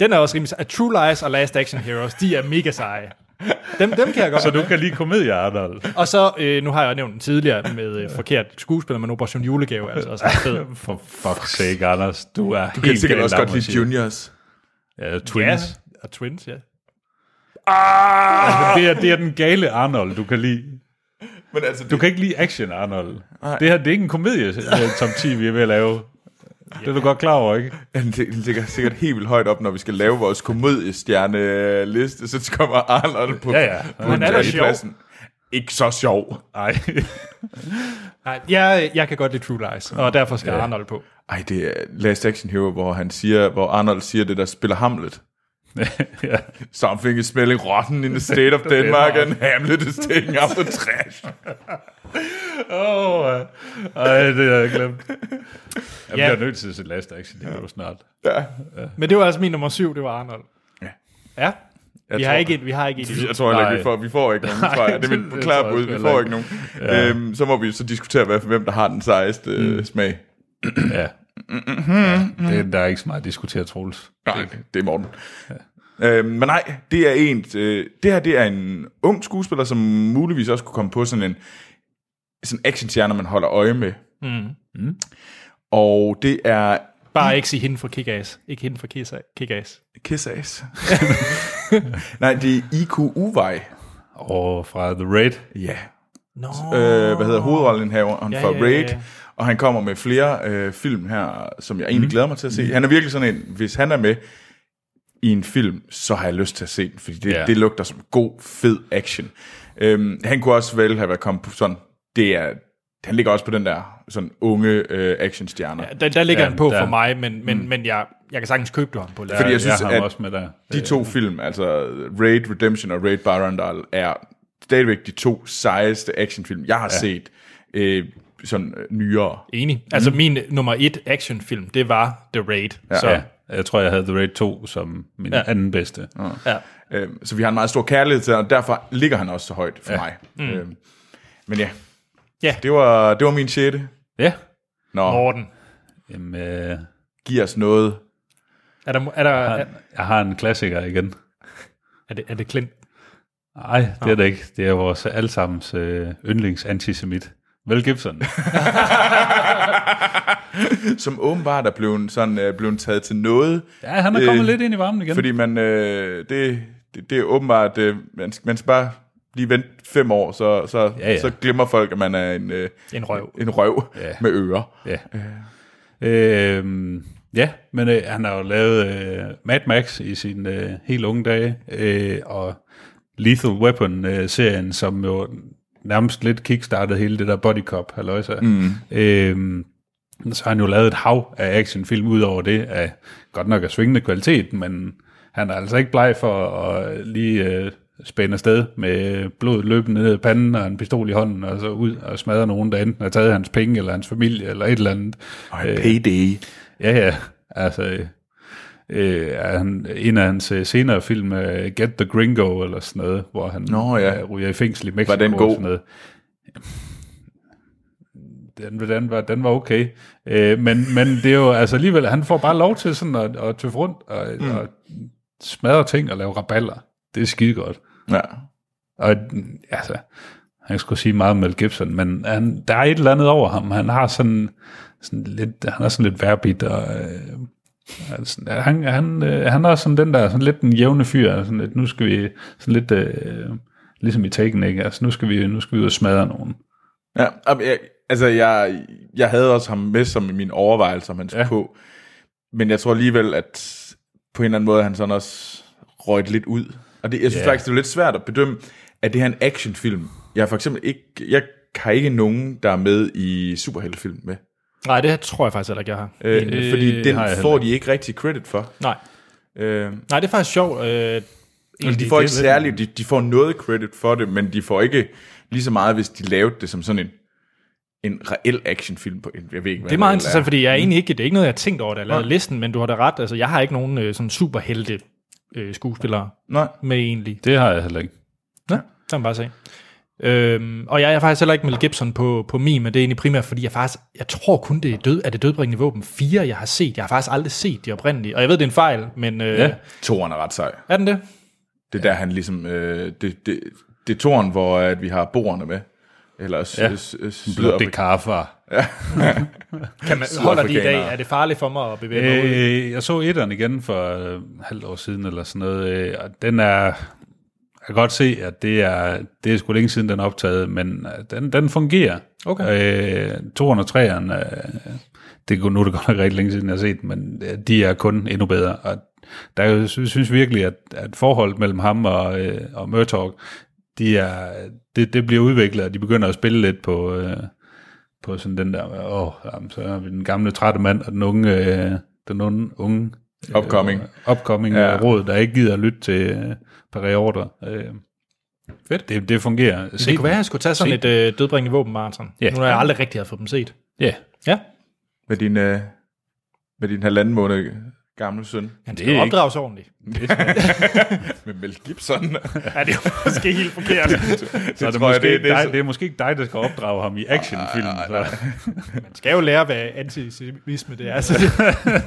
S1: Den er også rimelig sej. True Lies og Last Action Heroes, de er mega seje. Dem, dem kan jeg godt
S2: Så du kan lide komedier, Arnold.
S1: Og så, øh, nu har jeg jo nævnt den tidligere med øh, forkert skuespiller, men Operation Julegave er altså også ret fed.
S2: For fuck sake, Anders. Du er
S3: Du kan
S2: helt
S3: sikkert
S2: galt
S3: også
S2: om
S3: godt
S2: at
S3: lide
S2: sige.
S3: Juniors.
S2: Ja,
S1: Ja,
S2: Twins.
S1: og Twins, ja.
S2: Altså, det, er, det er den gale Arnold, du kan lide.
S3: Men altså,
S2: Du kan ikke lide action, Arnold. Det her, det er ikke en komedie, øh, Tom T, vi er ved at lave. Det er du godt klar over, ikke?
S3: den lig- ligger sikkert helt vildt højt op, når vi skal lave vores komediestjerneliste, så kommer Arnold på,
S2: Ja, ja.
S3: på
S1: Han er da
S3: andenpladsen. Ikke så sjov.
S2: Nej.
S1: Nej, jeg, jeg kan godt lide True Lies, og derfor skal
S2: Ja.
S1: Arnold på.
S3: Ej, det er Last Action Hero, hvor, han siger, hvor Arnold siger det, der spiller Hamlet.
S2: ja.
S3: Something is smelling rotten in the state of Denmark, and Hamlet is taking out the trash.
S2: Åh, oh, ej, det har jeg glemt. Jeg
S1: Ja.
S2: bliver nødt til at se Last Action Hero snart.
S3: Ja.
S1: Men det var altså min nummer syv, det var Arnold.
S3: Ja.
S1: Ja, vi har,
S3: tror-
S1: ikke, et- vi har ikke et endnu.
S3: Jeg tror heller ikke, vi
S2: Nej.
S3: får, vi får ikke nogen, tror jeg. Det er
S2: det-
S3: mit
S2: det
S3: klare
S2: tror jeg
S3: bud,
S2: sgu
S3: vi
S2: heller Mm.
S3: får ikke nogen. Ja. Øhm, så må vi så diskutere, hvad, hvem der har den sejeste øh, smag.
S2: ja. ja det, der er ikke så meget at diskutere, Troels.
S3: Nej, det er Morten. Ja. Øhm, men nej, det er en, øh, det her det er en ung skuespiller, som muligvis også kunne komme på sådan en sådan actionstjerne, man holder øje med. Mm. Mm. Og det er
S1: Bare ikke sige hende fra Kick-Ass. Ikke hende fra Kiss- Kick-Ass.
S3: Kissass. nej, det er IQ Uvej.
S2: Og fra The Raid.
S3: Ja.
S1: Nå,
S3: Øh, hvad hedder hovedrollenhaveren ja,
S1: Ja,
S3: for
S1: ja, ja,
S3: Raid.
S1: ja.
S3: Og han kommer med flere øh, film her, som jeg egentlig mm. glæder mig til at se. Han er virkelig sådan en, hvis han er med i en film, så har jeg lyst til at se den, fordi det,
S2: Ja.
S3: yeah. det lugter som god, fed action. Øhm, han kunne også vel have været kommet på sådan, det er, han ligger også på den der sådan unge øh, actionstjerner.
S1: der, der ligger
S2: Ja,
S1: han på
S2: der-
S1: for mig, men, men, men jeg, jeg kan sagtens købe du ham på.
S3: Fordi
S1: Fordi,
S2: Ja,
S3: jeg synes,
S2: jeg har ham
S3: at
S2: også med der.
S3: De to film, altså Raid Redemption og Raid Barandal, er stadigvæk de to sejeste actionfilm, jeg har ja. set øh, sådan øh, nyere.
S1: Enig. Altså min nummer et actionfilm, det var The Raid. Ja. Så,
S2: Ja,
S1: ja.
S2: jeg tror, jeg havde The Raid 2 som min ja. anden bedste. Ja.
S3: Øh, så vi har en meget stor kærlighed til, ham, og derfor ligger han også så højt for ja. mig. Mm. Øh, men ja,
S1: Ja.
S3: Det, var, det var min sjette.
S2: ja.
S3: Nå,
S1: Morten.
S2: Jamen, øh,
S3: giv os noget.
S1: Er, der, er, der, er,
S2: jeg har en klassiker igen.
S1: er, det, er det Clint?
S2: Nej, det er det ikke. Det er vores allesammens øh, yndlingsantisemit. Mel Gibson.
S3: Som åbenbart er blevet, sådan, øh, blevet taget til noget.
S2: Ja, han er kommet øh, lidt ind i varmen igen.
S3: Fordi man, øh, det, det, det er åbenbart, øh, man, skal, man skal bare lige vente fem år, så, så, ja,
S2: Ja,
S3: ja.
S2: ja.
S3: så glemmer folk, at man er en, øh,
S1: En røv.
S3: en røv ja.
S2: Ja.
S3: med ører.
S2: Ja. Øhm, ja, men øh, han har jo lavet øh, Mad Max i sine øh, helt unge dage, øh, og Lethal Weapon-serien, øh, serien, som jo nærmest lidt kickstartede hele det der Body Cop, halløjsa. Mm. Øhm, så har han jo lavet et hav af actionfilm ud over det, af godt nok af svingende kvalitet, men han er altså ikke bleg for at lige øh, spænde afsted med blod løbende ned ad panden og en pistol i hånden, og så ud og smadre nogen, der enten har taget hans penge, eller hans familie, eller et eller andet. Øh,
S3: Og en payday.
S2: Ja, ja. Altså, øh, øh, er han, en af hans øh, senere film, øh, Get the Gringo, eller sådan noget, hvor han
S3: Nå, ja.
S2: øh, ryger i fængsel i Mexico.
S3: Var den
S2: og
S3: god?
S2: Sådan noget. Den, den, var, den var okay. Øh, men, men det er jo altså alligevel, han får bare lov til sådan at, at tøffe rundt og, mm. og smadre ting og lave raballer. Det er skide godt.
S3: Ja.
S2: Og mm, altså, han skulle sige meget om Mel Gibson, men han, der er et eller andet over ham. Han har sådan, sådan lidt, han er sådan lidt værbit, og øh, altså, han, han, øh, han er sådan den der, sådan lidt den jævne fyr, og sådan lidt, nu skal vi, sådan lidt, øh, ligesom i Taken, ikke? Altså, nu skal vi, nu skal vi ud og smadre nogen.
S3: ja. Jamen, jeg- Altså, jeg, jeg havde også ham med som i mine overvejelser, om han skulle ja.
S2: Ja.
S3: på. Men jeg tror alligevel, at på en eller anden måde, han sådan også røget lidt ud. Og det, jeg synes
S2: Ja.
S3: faktisk, det er lidt svært at bedømme, at det her er en actionfilm. Jeg er for eksempel ikke, jeg har ikke nogen, der er med i superheltefilm med.
S1: Nej, det tror jeg faktisk heller ikke, jeg har.
S3: Øh,
S2: Øh,
S3: fordi den
S2: har jeg
S3: får
S2: heller
S3: de ikke rigtig credit for.
S1: Nej.
S3: Øh,
S1: Nej, det er faktisk sjovt. Øh,
S3: de får ikke særligt, de, de får noget credit for det, men de får ikke lige så meget, hvis de lavede det som sådan en, en reel actionfilm. På, en- jeg ved ikke, hvad
S1: Det er
S3: en
S1: meget
S3: reel
S1: interessant, fordi jeg er egentlig ikke, det er ikke noget, jeg har tænkt over, da jeg lavede listen, men du har da ret. Altså, jeg har ikke nogen øh, sådan superhelte øh, skuespillere
S3: Nej,
S1: med egentlig.
S2: Det har jeg heller ikke.
S1: Ja, det kan man bare sige. Øhm, og jeg er faktisk heller ikke Mel Gibson på, på min, men det er egentlig primært, fordi jeg faktisk, jeg tror kun, det er, død, er det dødbringende våben 4, jeg har set. Jeg har faktisk aldrig set de oprindelige, og jeg ved, det er en fejl, men øh, ja.
S2: Ja.
S3: toren er ret sej.
S1: er den det?
S3: Det er der, han ligesom... Øh, det, det, det er toren, hvor øh, at vi har borerne med. Eller s-
S2: Ja.
S3: s- s-
S2: Blod,
S3: Sydafrika.
S2: det kaffer.
S1: Kan man, holder de i dag?
S3: Sydafrikanere.
S1: Er det farligt for mig at bevæge mig ud?
S2: Øh, jeg så etteren igen for øh, halvt år siden eller sådan noget, øh, og den er... Jeg kan godt se, at det er, det er sgu længe siden, den er optaget, men øh, den, den fungerer. Okay. Øh, 203'eren, øh, det går nu er det godt nok rigtig længe siden, jeg har set den, men øh, de er kun endnu bedre. Og der er jo- sy- synes virkelig, at, at forholdet mellem ham og, øh, og Murtaugh, de er, det, det bliver udviklet, og de begynder at spille lidt på, øh, på sådan den der, åh, jamen, så er vi den gamle trætte mand og den unge, øh, den unge, unge
S3: Upcoming.
S2: Øh, upcoming
S3: Ja.
S2: ja. råd, der ikke gider at lytte til øh, Paris Ordre. Øh, Fedt. Det, det fungerer.
S1: Det kunne være, at jeg skulle tage sådan
S2: Se
S1: et øh, dødbringende våbenmarathon.
S2: Ja.
S1: Nu har jeg aldrig rigtig har fået dem set.
S2: Ja.
S1: Ja.
S3: Med din, øh, med din halvanden måned gamle søn
S1: Han
S2: Det
S1: skal
S2: er ikke-
S1: opdrages ordentligt.
S3: med Mel Gibson. det,
S1: Ja, det er måske helt forkert.
S2: Så Ah, er det, måske ikke dig, det er måske ikke dig, der skal opdrage ham i actionfilm. Så.
S1: Man skal jo lære, hvad antisemitisme det er. altså. Så det,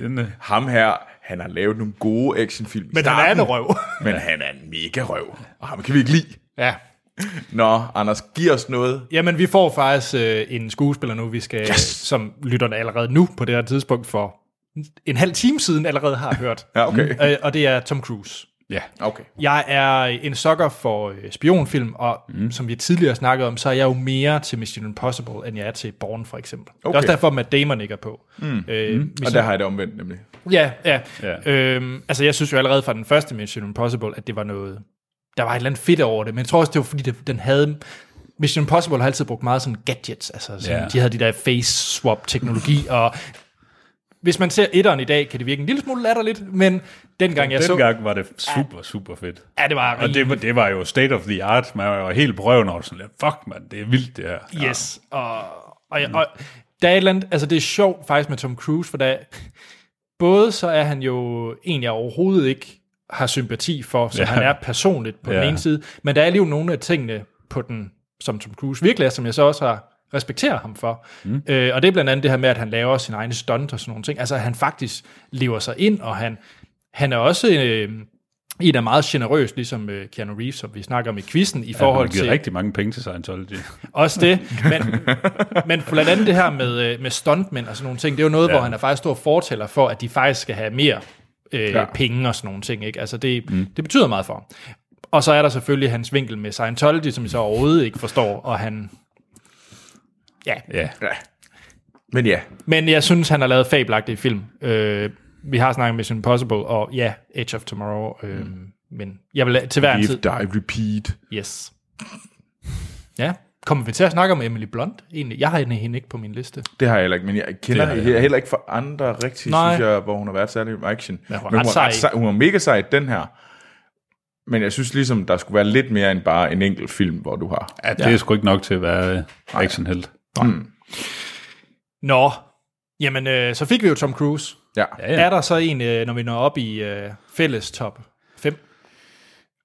S2: Den, øh,
S3: Ham her, han har lavet nogle gode actionfilm i
S1: men han er
S3: starten,
S1: en røv.
S3: Men han er en mega røv, og ham kan vi ikke lide.
S1: Ja.
S3: Nå, Anders, giv os noget.
S1: Jamen, vi får faktisk øh, en skuespiller nu, vi skal, yes! som lytterne allerede nu på det her tidspunkt for en halv time siden allerede har hørt.
S3: Ja, okay.
S1: øh, og det er Tom Cruise.
S2: ja.
S3: Okay.
S1: Jeg er en sokker for øh, spionfilm, og mm. som vi tidligere snakkede om, så er jeg jo mere til Mission Impossible, end jeg er til Bourne, for eksempel. Okay. Det er
S3: Okay.
S1: også derfor, Matt Damon ikke er på. Mm. Øh,
S3: Og der har jeg det omvendt, nemlig.
S1: Ja, ja.
S2: Ja.
S1: Øhm, altså, jeg synes jo allerede fra den første Mission Impossible, at det var noget... Der var et eller andet fedt over det, men jeg tror også, det var fordi, det, den havde... Mission Impossible har altid brugt meget sådan gadgets, altså sådan,
S2: Ja.
S1: de havde de der face-swap-teknologi, og hvis man ser etteren i dag, kan det virke en lille smule latterligt, men dengang jeg så...
S2: Dengang var det super, super fedt.
S1: Ja, det var
S2: Og det, var- det var jo state of the art. Man var jo helt på røven over sådan lidt, fuck mand, det er vildt det her.
S1: Yes, og, og, jeg, og der er et eller andet, altså det er sjovt faktisk med Tom Cruise, for der, både så er han jo en, jeg overhovedet ikke har sympati for, som
S2: Ja.
S1: ja. han er personligt på ja.
S2: Ja.
S1: den ene side, men der er alligevel nogle af tingene på den, som Tom Cruise virkelig er, som jeg så også har respekterer ham for. Mm. Øh, og det er blandt andet det her med, at han laver sin egen stunt og sådan nogle ting. Altså han faktisk lever sig ind, og han, han er også øh, en, der er meget generøs, ligesom øh, Keanu Reeves, som vi snakker om i quizzen, i
S2: Og
S1: forhold
S2: han givet
S1: til...
S2: rigtig mange penge til Scientology.
S1: Også det, men, men blandt andet det her med, øh, med stuntmænd og sådan nogle ting, det er jo noget, ja. hvor han er faktisk stor fortæller for, at de faktisk skal have mere øh, ja. penge og sådan nogle ting. Ikke? Altså det, mm. det betyder meget for ham. Og så er der selvfølgelig hans vinkel med Scientology, som jeg så overhovedet ikke forstår, og han... Ja,
S2: Ja.
S3: Ja. Men ja,
S1: men jeg synes, han har lavet fabelagtige film. Øh, vi har snakket om Mission Impossible, og ja, Edge of Tomorrow, øh, mm. men jeg vil til hver en
S3: If
S1: tid...
S3: Die Repeat.
S1: Yes. Ja, kommer vi til at snakke om Emily Blunt egentlig? Jeg har hende ikke på min liste.
S3: Det har jeg heller ikke, men jeg kender
S2: Det har
S3: jeg.
S2: jeg.
S3: jeg heller ikke for andre rigtige,
S1: Nej.
S3: Nej. synes jeg, hvor hun har været særlig i action.
S1: Men hun er
S3: Men
S1: ret
S3: hun,
S1: sej.
S3: hun var mega sej i den her. Men jeg synes ligesom, der skulle være lidt mere end bare en enkelt film, hvor du har.
S2: ja. Det er sgu ikke nok til at være øh, actionhelt.
S1: Nå, jamen øh, så fik vi jo Tom Cruise.
S3: Ja.
S1: Ja. Er der så en, øh, når vi når op i øh, fælles top 5?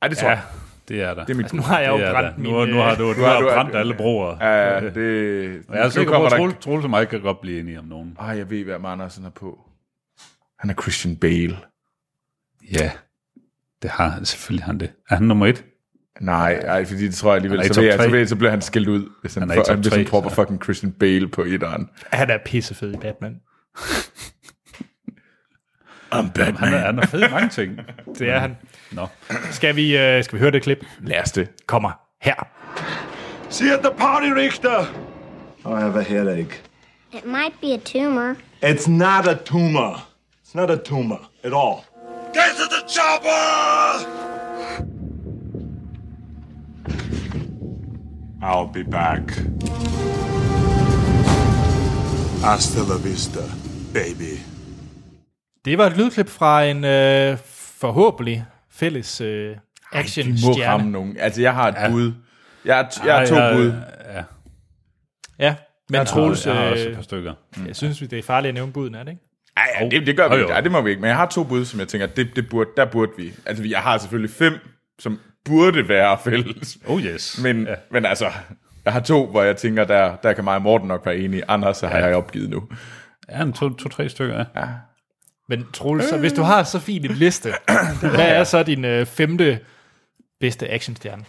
S3: Ej, det tror ja. jeg.
S2: Det er der.
S3: Det er mit
S1: Nu har jeg jo
S2: det er
S1: brændt
S2: der.
S1: min... øh,
S2: Nu, nu har du, du,
S3: har-
S2: har
S3: du har-
S2: brændt alle broer. Ja.
S3: Ja, det...
S2: Jeg er
S3: nu
S2: sikker på, at
S3: der-
S2: Troel- Troels og mig kan godt blive enige om nogen.
S3: Ej, jeg ved, hvad Arne Andersen er på. Han er Christian Bale.
S2: Ja, det har selvfølgelig han det. Er han nummer et?
S3: Nej, ej, fordi det tror jeg alligevel,
S2: Han er i
S3: så, ved
S2: top
S3: jeg, så,
S2: tre.
S3: ved jeg, så bliver han skældt ud, hvis han,
S2: Han
S3: han,
S2: er i
S3: for,
S2: top
S3: hvis han
S2: tre,
S3: propper
S2: så-
S3: fucking Christian Bale på etteren.
S1: Han er pissefed i Batman.
S3: I'm
S2: Han er,
S3: Batman.
S2: han er fed i mange ting.
S1: Det
S2: Mm.
S1: er han.
S2: Nå.
S1: Skal vi, øh, skal vi høre det klip?
S3: Lad os det.
S1: Kommer her.
S5: See you at the party, Richter.
S6: I have a headache.
S7: It might be a tumor.
S6: It's not a tumor. It's not a tumor at all.
S5: Get to the chopper! I'll be back. Hasta la vista, baby.
S1: Det var et lydklip fra en øh, forhåbentlig fælles øh,
S3: De må ramme
S1: action-stjerne.
S3: nogen. Altså, jeg har et bud. Jeg har, t- jeg har to
S2: Ej, jeg-
S3: bud.
S2: Ja,
S1: Ja, men Troels,
S2: jeg har også et
S1: øh,
S2: par stykker.
S1: jeg synes, det er farligt at nævne buden, er det ikke?
S3: Ej, ja, det, det gør vi
S2: Jo,
S3: ikke.
S2: jo.
S3: Ej, det må vi ikke. Men jeg har to bud, som jeg tænker, det, det burde, der burde vi. Altså, jeg har selvfølgelig fem, som burde være fælles.
S2: Oh yes.
S3: Men, ja. men altså, jeg har to, hvor jeg tænker, der, der kan mig og Morten nok være enige. Anders har ja. jeg opgivet nu.
S2: Ja, en to, to, tre stykker, ja.
S1: Men Troels, så hvis du har så fin en liste, hvad er så din øh, femte bedste actionstjerne?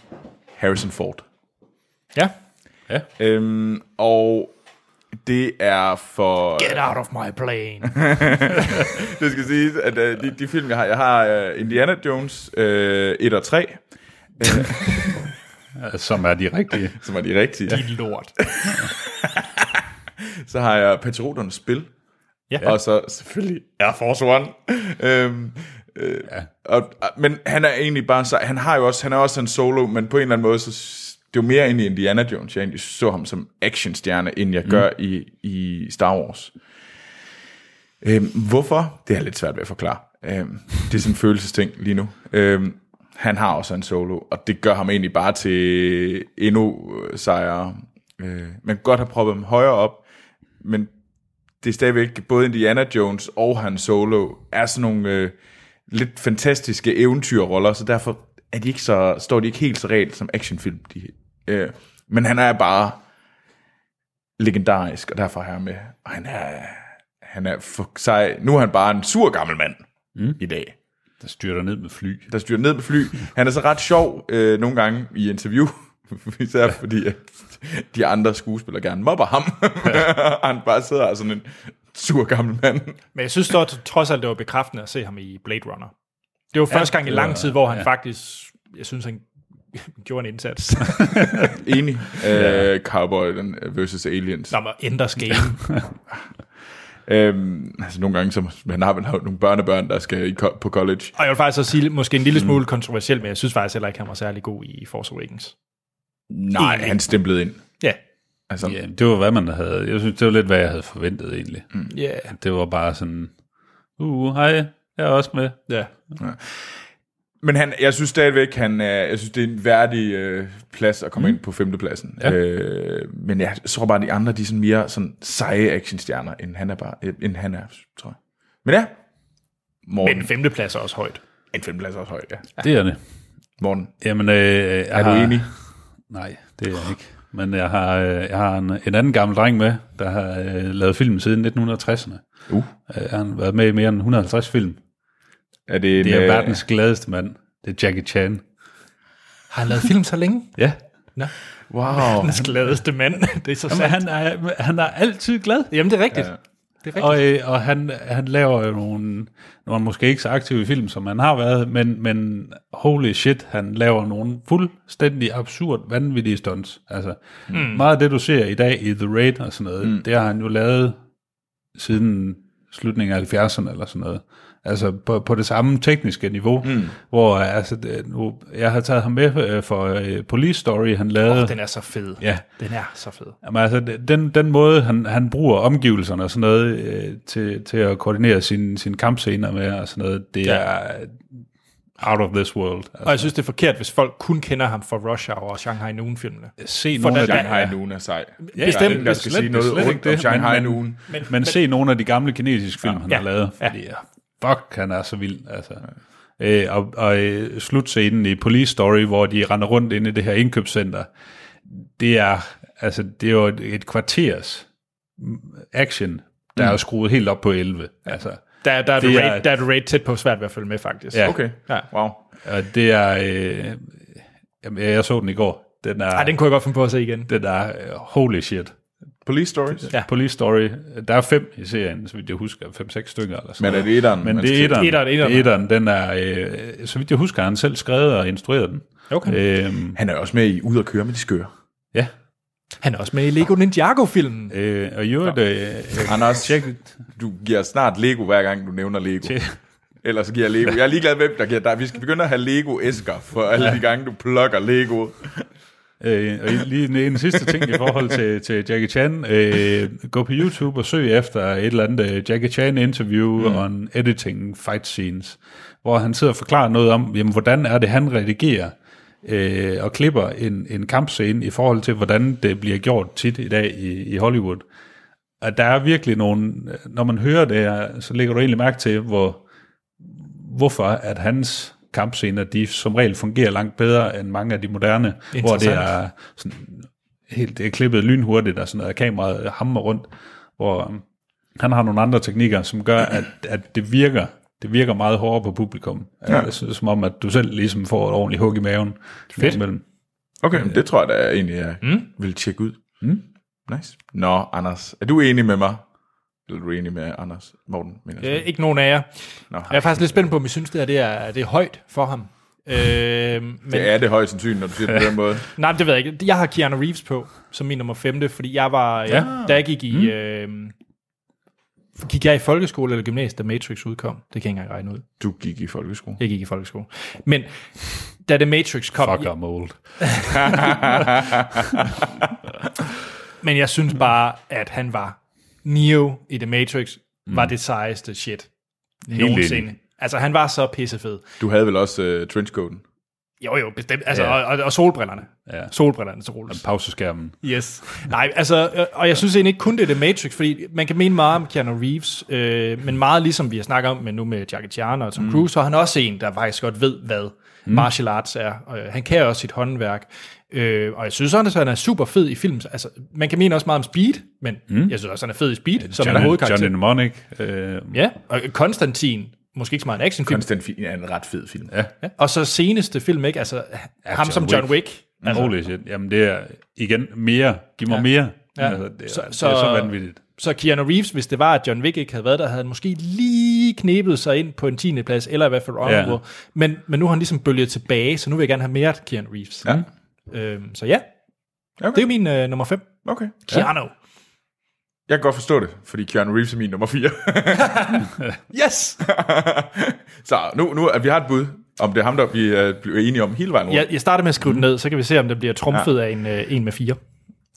S3: Harrison Ford.
S1: Ja.
S2: ja.
S3: Øhm, og det er for...
S1: Get out of my plane.
S3: Det skal siges, at øh, de, de film, jeg har, jeg har uh, Indiana Jones øh, 1 og 3,
S2: Som er de rigtige.
S3: som er de rigtige.
S1: Din lort.
S3: Så har jeg Patrioternes Spil.
S1: Ja.
S3: Og så selvfølgelig Air Force One. øhm, øh, ja. og, men han er egentlig bare så han har jo også han er også en solo, men på en eller anden måde så s- det er jo mere egentlig Indiana Jones. Jeg egentlig så ham som actionstjerne, end jeg gør i, i Star Wars. Øhm, hvorfor? Det er lidt svært ved at forklare. Øhm, det er sådan en følelsesting lige nu. Øhm, han har også en solo, og det gør ham egentlig bare til endnu øh, sejere. Øh, man kan godt have proppet ham højere op, men det er stadigvæk både Indiana Jones og Han Solo er sådan nogle øh, lidt fantastiske eventyrroller, så derfor er de ikke så, står de ikke helt så reelt som actionfilm. De, øh, men han er bare legendarisk, og derfor er jeg med. Og han er, han er for sej. Nu er han bare en sur gammel mand mm. i dag
S2: Der styrter ned med fly.
S3: der styrer ned med fly. Han er så ret sjov øh, nogle gange i interview, især fordi at de andre skuespillere gerne mobber ham. Og han bare sidder og er sådan en sur gammel mand.
S1: Men jeg synes dog, trods alt, det var bekræftende at se ham i Blade Runner. Det var første gang i lang tid, hvor han ja. faktisk, jeg synes, han gjorde en indsats.
S3: Enig. Øh, Cowboy versus Aliens.
S1: Nå, men Enders Game.
S3: Øhm, altså nogle gange, som han har vel nogle børnebørn, der skal i, ko- på college.
S1: Og jeg vil faktisk også sige, måske en lille smule kontroversiel, men jeg synes faktisk heller ikke, han var særlig god i Force Awakens.
S3: Nej,
S1: Enig.
S3: han stemplede ind.
S1: Ja.
S3: Altså,
S2: Ja, det var, hvad man havde. Jeg synes, det var lidt, hvad jeg havde forventet egentlig. Mm.
S1: Ja.
S2: Det var bare sådan, uh, hej, jeg er også med.
S1: Ja.
S3: Men han, jeg synes stadigvæk, han er, jeg synes, det er en værdig øh, plads at komme mm. ind på femtepladsen. Ja. Øh, men jeg tror bare, de andre, de er sådan mere sådan seje actionstjerner, end han er, bare, øh, end han er tror jeg. Men ja, Morten.
S1: Men
S3: Men,
S1: femteplads er også højt.
S3: en femteplads er også højt, ja.
S2: Det er det.
S3: Morten,
S2: Jamen, øh, jeg
S3: er du
S2: har-
S3: enig?
S2: Nej, det er jeg ikke. Men jeg har, øh, jeg har en, en anden gammel dreng med, der har øh, lavet film siden 1960'erne.
S3: Uh.
S2: Øh, han har været med i mere end 150 film.
S3: Er det en,
S2: Det er
S3: øh,
S2: verdens gladeste mand. Det er Jackie Chan.
S1: Har han lavet film så længe?
S2: Ja.
S1: Nå.
S3: Wow.
S1: Hans gladeste mand. Det er så sandt.
S2: Han er, han er altid glad.
S1: Jamen, det er rigtigt. Ja. Det er rigtigt.
S2: Og, øh, og han, han laver jo nogle, nu er han måske ikke så aktiv i film, som han har været, men, men holy shit, han laver nogle fuldstændig absurd, vanvittige stunts. Altså, mm. meget af det, du ser i dag i The Raid og sådan noget, mm. det har han jo lavet siden slutningen af 70'erne eller sådan noget. Altså på, på det samme tekniske niveau, mm. hvor øh, altså, det- nu, jeg har taget ham med øh, for øh, Police Story, han lavede.
S1: Og den er så fed.
S2: Ja.
S1: Den er så fed.
S2: Jamen, altså, den, den måde, han, han bruger omgivelserne og sådan noget øh, til, til at koordinere sine sin kampscener med og sådan noget, det ja. er out of this world.
S1: Og
S2: Altså,
S1: jeg synes, det er forkert, hvis folk kun kender ham for Rush Hour og Shanghai Noon-filmene.
S2: se
S1: for
S2: nogle af
S1: den-
S2: de,
S3: Shanghai Noon er sej. Ja,
S1: bestemt.
S3: der er ingen, der skal
S2: Slet-
S3: sige noget
S2: slet ikke
S3: ondt om
S2: det,
S3: Shanghai
S2: men-
S3: Noon.
S1: Men,
S2: men se nogle af de gamle kinesiske film, ja, han
S1: Ja.
S2: har lavet,
S1: Ja.
S2: fordi ja. fuck, han er så vild. Altså. Øh, og og øh, slutscenen i Police Story, hvor de render rundt inde i det her indkøbscenter, det er, altså, det er jo et, et kvarters action, der
S1: Mm.
S2: er skruet helt op på 11. Altså,
S1: der, der, er
S2: det
S1: det
S2: er-
S1: rate, der er det rate tæt på svært ved at følge med, faktisk.
S2: Ja.
S3: Okay,
S1: Ja.
S3: wow.
S2: Og det er... Øh, jamen, jeg jeg så den i går. Den er,
S1: Ej, den kunne jeg godt finde på at se igen.
S2: den er øh, holy shit.
S3: Police Stories.
S1: Ja.
S2: Ja. Police Story. Der er fem i serien, så vidt jeg husker. Fem-seks stykker eller sådan
S3: Men er
S2: noget.
S3: det etteren?
S2: Men
S3: man
S2: det
S3: skal
S2: er
S3: se?
S2: etteren.
S1: Etteren, etteren.
S2: Det er etteren. Den er, øh, så vidt jeg husker, har han selv skrevet og instrueret den.
S1: Okay.
S2: Øhm,
S3: Han er også med i Ud og køre med de skøre.
S2: ja.
S1: Han er også med i Lego Ninjago-filmen.
S2: Øh, og i øvrigt, øh, øh,
S3: Anders,
S2: tjek,
S3: du giver snart Lego, hver gang du nævner Lego. Ellers så giver jeg Lego. Jeg er ligeglad, hvem der giver dig. Vi skal begynde at have Lego-æsker for alle de gange, du plukker Lego.
S2: Øh, og lige en, en sidste ting i forhold til, til Jackie Chan. Øh, gå på YouTube og søg efter et eller andet øh, Jackie Chan interview mm. on editing fight scenes, hvor han sidder og forklarer noget om, jamen, hvordan er det, han redigerer øh, og klipper en, en kampscene i forhold til, hvordan det bliver gjort tit i dag i, i Hollywood. Og der er virkelig nogle, når man hører det her, så lægger du egentlig mærke til, hvor, hvorfor at hans kampscener, de som regel fungerer langt bedre end mange af de moderne, hvor det er sådan, helt det er klippet lynhurtigt, og sådan noget, og kameraet hammer rundt, hvor øhm, han har nogle andre teknikker, som gør, at, at det virker det virker meget hårdere på publikum. Ja. Det er som om, at du selv ligesom får et ordentligt hug i maven. Fedt. Imellem.
S3: Okay, det tror jeg da egentlig, jeg mm. vil tjekke ud. Mm. Nice. Nå, Anders, er du enig med mig? Eller er du enig med Anders? Morten, mener jeg.
S1: Øh, ikke nogen af jer.
S3: Nå,
S1: Jeg er faktisk lidt spændt på, om I synes, det her det er, det er højt for ham. Øh, men,
S3: Det er det højst sandsynligt, når du siger det på den måde.
S1: Nej, men det ved jeg ikke. Jeg har Keanu Reeves på, som min nummer femte, fordi jeg var, ja. da jeg gik i, mm. øh, gik jeg i folkeskole eller gymnasiet, da Matrix udkom. Det kan jeg ikke engang regne ud.
S3: Du gik i folkeskole.
S1: Jeg gik i folkeskole. Men da The Matrix kom,
S2: Fuck, I'm old.
S1: Men jeg synes bare, at han var Neo i The Matrix, mm. var det sejeste shit nogensinde.
S2: enig.
S1: Altså, han var så pissefed.
S3: Du havde vel også uh, øh, trenchcoaten?
S1: Jo, jo, bestemt. Altså,
S2: Ja.
S1: ja. og, og, og solbrillerne.
S2: Ja.
S1: Solbrillerne til Rolls.
S2: Pauseskærmen.
S1: Yes. Nej, altså, øh, og jeg synes egentlig ikke kun det er The Matrix, fordi man kan mene meget om Keanu Reeves, øh, men meget ligesom vi har snakket om men nu med Jackie Chan og Tom mm. Cruise, så er han også en, der faktisk godt ved, hvad mm. martial arts er. Og, øh, han kan også sit håndværk. Øh, og jeg synes også, at han er super fed i film. Altså, man kan mene også meget om Speed, men mm. jeg synes også, han er fed i Speed, som han er
S2: John,
S1: hovedkarakter.
S2: John Mnemonic. Øh,
S1: Ja, og Konstantin, måske ikke så meget en actionfilm,
S3: Konstantin er en ret fed film.
S2: ja.
S1: Ja. Og så seneste film, ikke? Altså, ham
S2: John
S1: som John
S2: Wick.
S1: Wick. Altså,
S2: Mm. Holy shit. Jamen det er, igen, mere. Giv mig ja. mere.
S1: Ja.
S2: Altså, det, er, så,
S1: Så-
S2: det er
S1: så-
S2: så vanvittigt.
S1: Så Keanu Reeves, hvis det var, at John Wick ikke havde været der, havde han måske lige knebet sig ind på en 10. plads, eller i hvert fald honorable.
S2: Ja.
S1: Ja. Men, men nu har han ligesom bølget tilbage, så nu vil jeg gerne have mere af Keanu Reeves.
S3: Ja.
S1: Øhm, så ja,
S3: Okay.
S1: det er min øh, nummer 5.
S3: Okay.
S1: Keanu.
S3: Jeg kan godt forstå det, fordi Keanu Reeves er min nummer 4.
S1: Yes!
S3: så nu, nu at vi har et bud, om det er ham, der vi øh, bliver enige om hele vejen rundt.
S1: Jeg, jeg starter med at skrive den ned, så kan vi se, om det bliver trumfet ja. af en, øh, en med 4.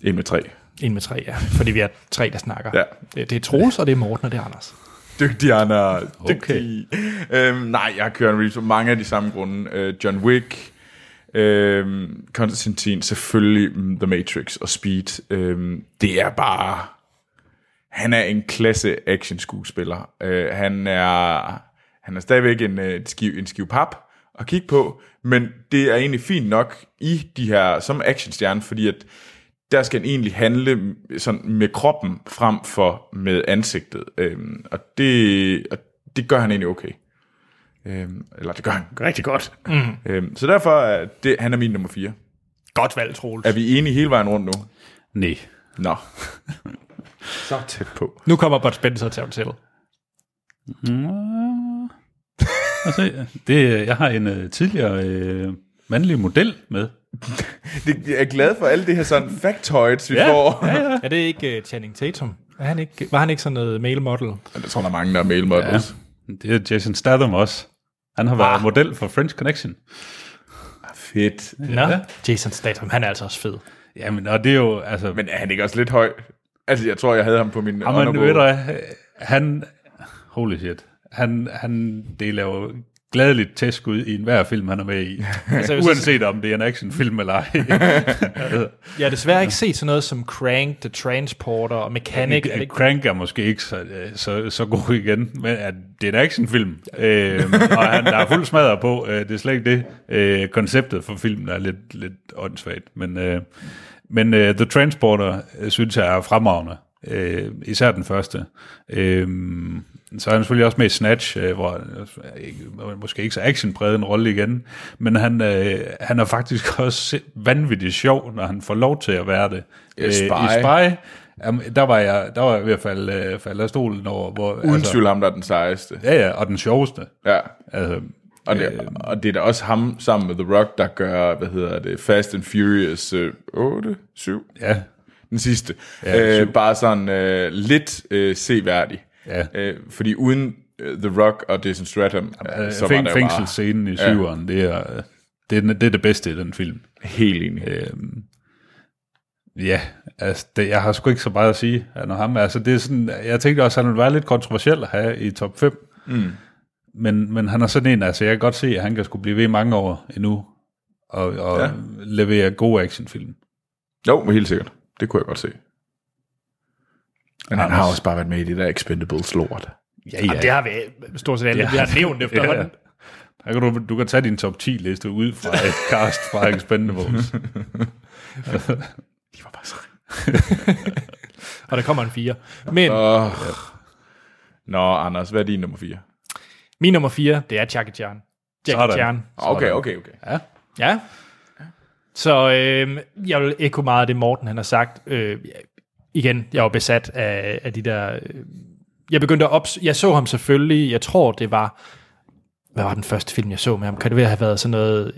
S3: En med tre.
S1: En med 3, ja. Fordi vi er tre, der snakker.
S3: Ja.
S1: Det, det er Troels, og det er Morten, og det er Anders.
S3: Dygtig, Anna. Dygtig. Okay. Øhm, nej, jeg har Keanu Reeves for mange af de samme grunde. Øh, John Wick, øhm, Konstantin, selvfølgelig mm, The Matrix og Speed. Øhm, det er bare... Han er en klasse action-skuespiller. Øh, han, er, han er stadigvæk en, øh, skiv, en skiv pap at kigge på, men det er egentlig fint nok i de her, som actionstjerne, fordi at der skal han egentlig handle sådan med kroppen frem for med ansigtet. Øhm, og, det, og det gør han egentlig okay. Øhm, eller det gør han rigtig godt. Mm. Øhm, så derfor er det, han er min nummer 4.
S1: Godt valg, Troels.
S3: Er vi enige hele vejen rundt nu?
S2: Nej.
S3: Nå. så tæt på.
S1: Nu kommer Bud Spencer til at fortælle.
S2: Altså, det, jeg har en øh, tidligere øh, mandlig model med.
S3: Det, jeg er glad for alle det her sådan factoids, vi
S2: Ja,
S3: får.
S2: ja, ja.
S1: Er det ikke uh, Channing Tatum? Er han ikke, var han ikke sådan noget male model?
S3: Jeg tror, der er mange, der er male models. Ja.
S2: Det er Jason Statham også. Han har været ah. model for French Connection.
S3: Fedt.
S1: Nå, Jason Statham, han er altså også fed.
S2: Jamen, og det er jo, altså...
S3: Men er han ikke også lidt høj? Altså, jeg tror, jeg havde ham på min
S2: Jamen,
S3: honorable.
S2: ved du hvad, han, holy shit, han, han deler jo gladeligt tæskud i enhver film, han er med i. altså,
S1: jeg vil så
S2: Uanset om det er en actionfilm eller ej.
S1: Jeg har desværre ikke set sådan noget som Crank, The Transporter og Mechanic. Er det ikke-
S2: Crank er måske ikke så, øh, så, så god igen, men at det er en actionfilm, øh, og han, der er fuld smadret på. Øh, det er slet ikke det. Øh, konceptet for filmen er lidt, lidt åndssvagt, men, øh, men øh, The Transporter øh, synes jeg er fremragende. Øh, især den første. Øh, så er han selvfølgelig også med i Snatch, øh, hvor han også er ikke- måske ikke så actionpræget en rolle igen, men han, øh, han er faktisk også si- vanvittigt sjov, når han får lov til at være det.
S3: Ja,
S2: Øh, I
S3: Spy.
S2: Spy, jamen, der, var jeg, der var jeg ved at falde, øh, falde af stolen over. Hvor, altså,
S3: Uden tvivl ham, der er den sejeste.
S2: ja, ja, og den sjoveste.
S3: Ja.
S2: Altså,
S3: Og det, og det er da også ham sammen med The Rock, der gør, hvad hedder det, Fast and Furious øh, 8, 7,
S2: ja,
S3: den sidste. Ja, øh, bare sådan øh, lidt øh, seværdig.
S2: Ja.
S3: Øh, fordi uden øh, The Rock og Jason Stratham, Jamen,
S2: øh,
S3: så var
S2: fæng,
S3: der bare
S2: fængselsscenen i syveren, det er, øh, det, er, den- det er det bedste i den film.
S3: helt enig. Øh,
S2: Øhm, ja, altså, det, jeg har sgu ikke så meget at sige af noget ham. Altså, det er sådan, jeg tænkte også, at han ville være lidt kontroversiel at have i top 5. Mm. Men, men han er sådan en, altså jeg kan godt se, at han kan skulle blive ved i mange år endnu, og, og
S3: Ja.
S2: ja. levere gode actionfilm.
S3: jo, helt sikkert. Det kunne jeg godt se. Men han har
S2: Anders.
S3: også bare været med i det der Expendables lort.
S2: Ja, ja.
S1: Jamen, det har vi stort set alle,
S2: Ja.
S1: vi har nævnt efterhånden.
S2: Der kan du, du kan tage din top 10 liste ud fra et cast fra Expendables.
S3: De var bare så
S1: Og der kommer en fire. Men
S3: oh. Nå, Anders, hvad er din nummer 4?
S1: min nummer fire, det er Jackie Chan. Jackie
S2: Sådan.
S1: Chan.
S3: Okay, okay, okay.
S2: Ja.
S1: Ja. Så øh, jeg vil ikke meget af det, Morten han har sagt. Øh, igen, jeg var besat af, af de der... Øh, jeg begyndte at ops- Jeg så ham selvfølgelig, jeg tror det var... Hvad var den første film, jeg så med ham? Kan det være, have været sådan noget... øh,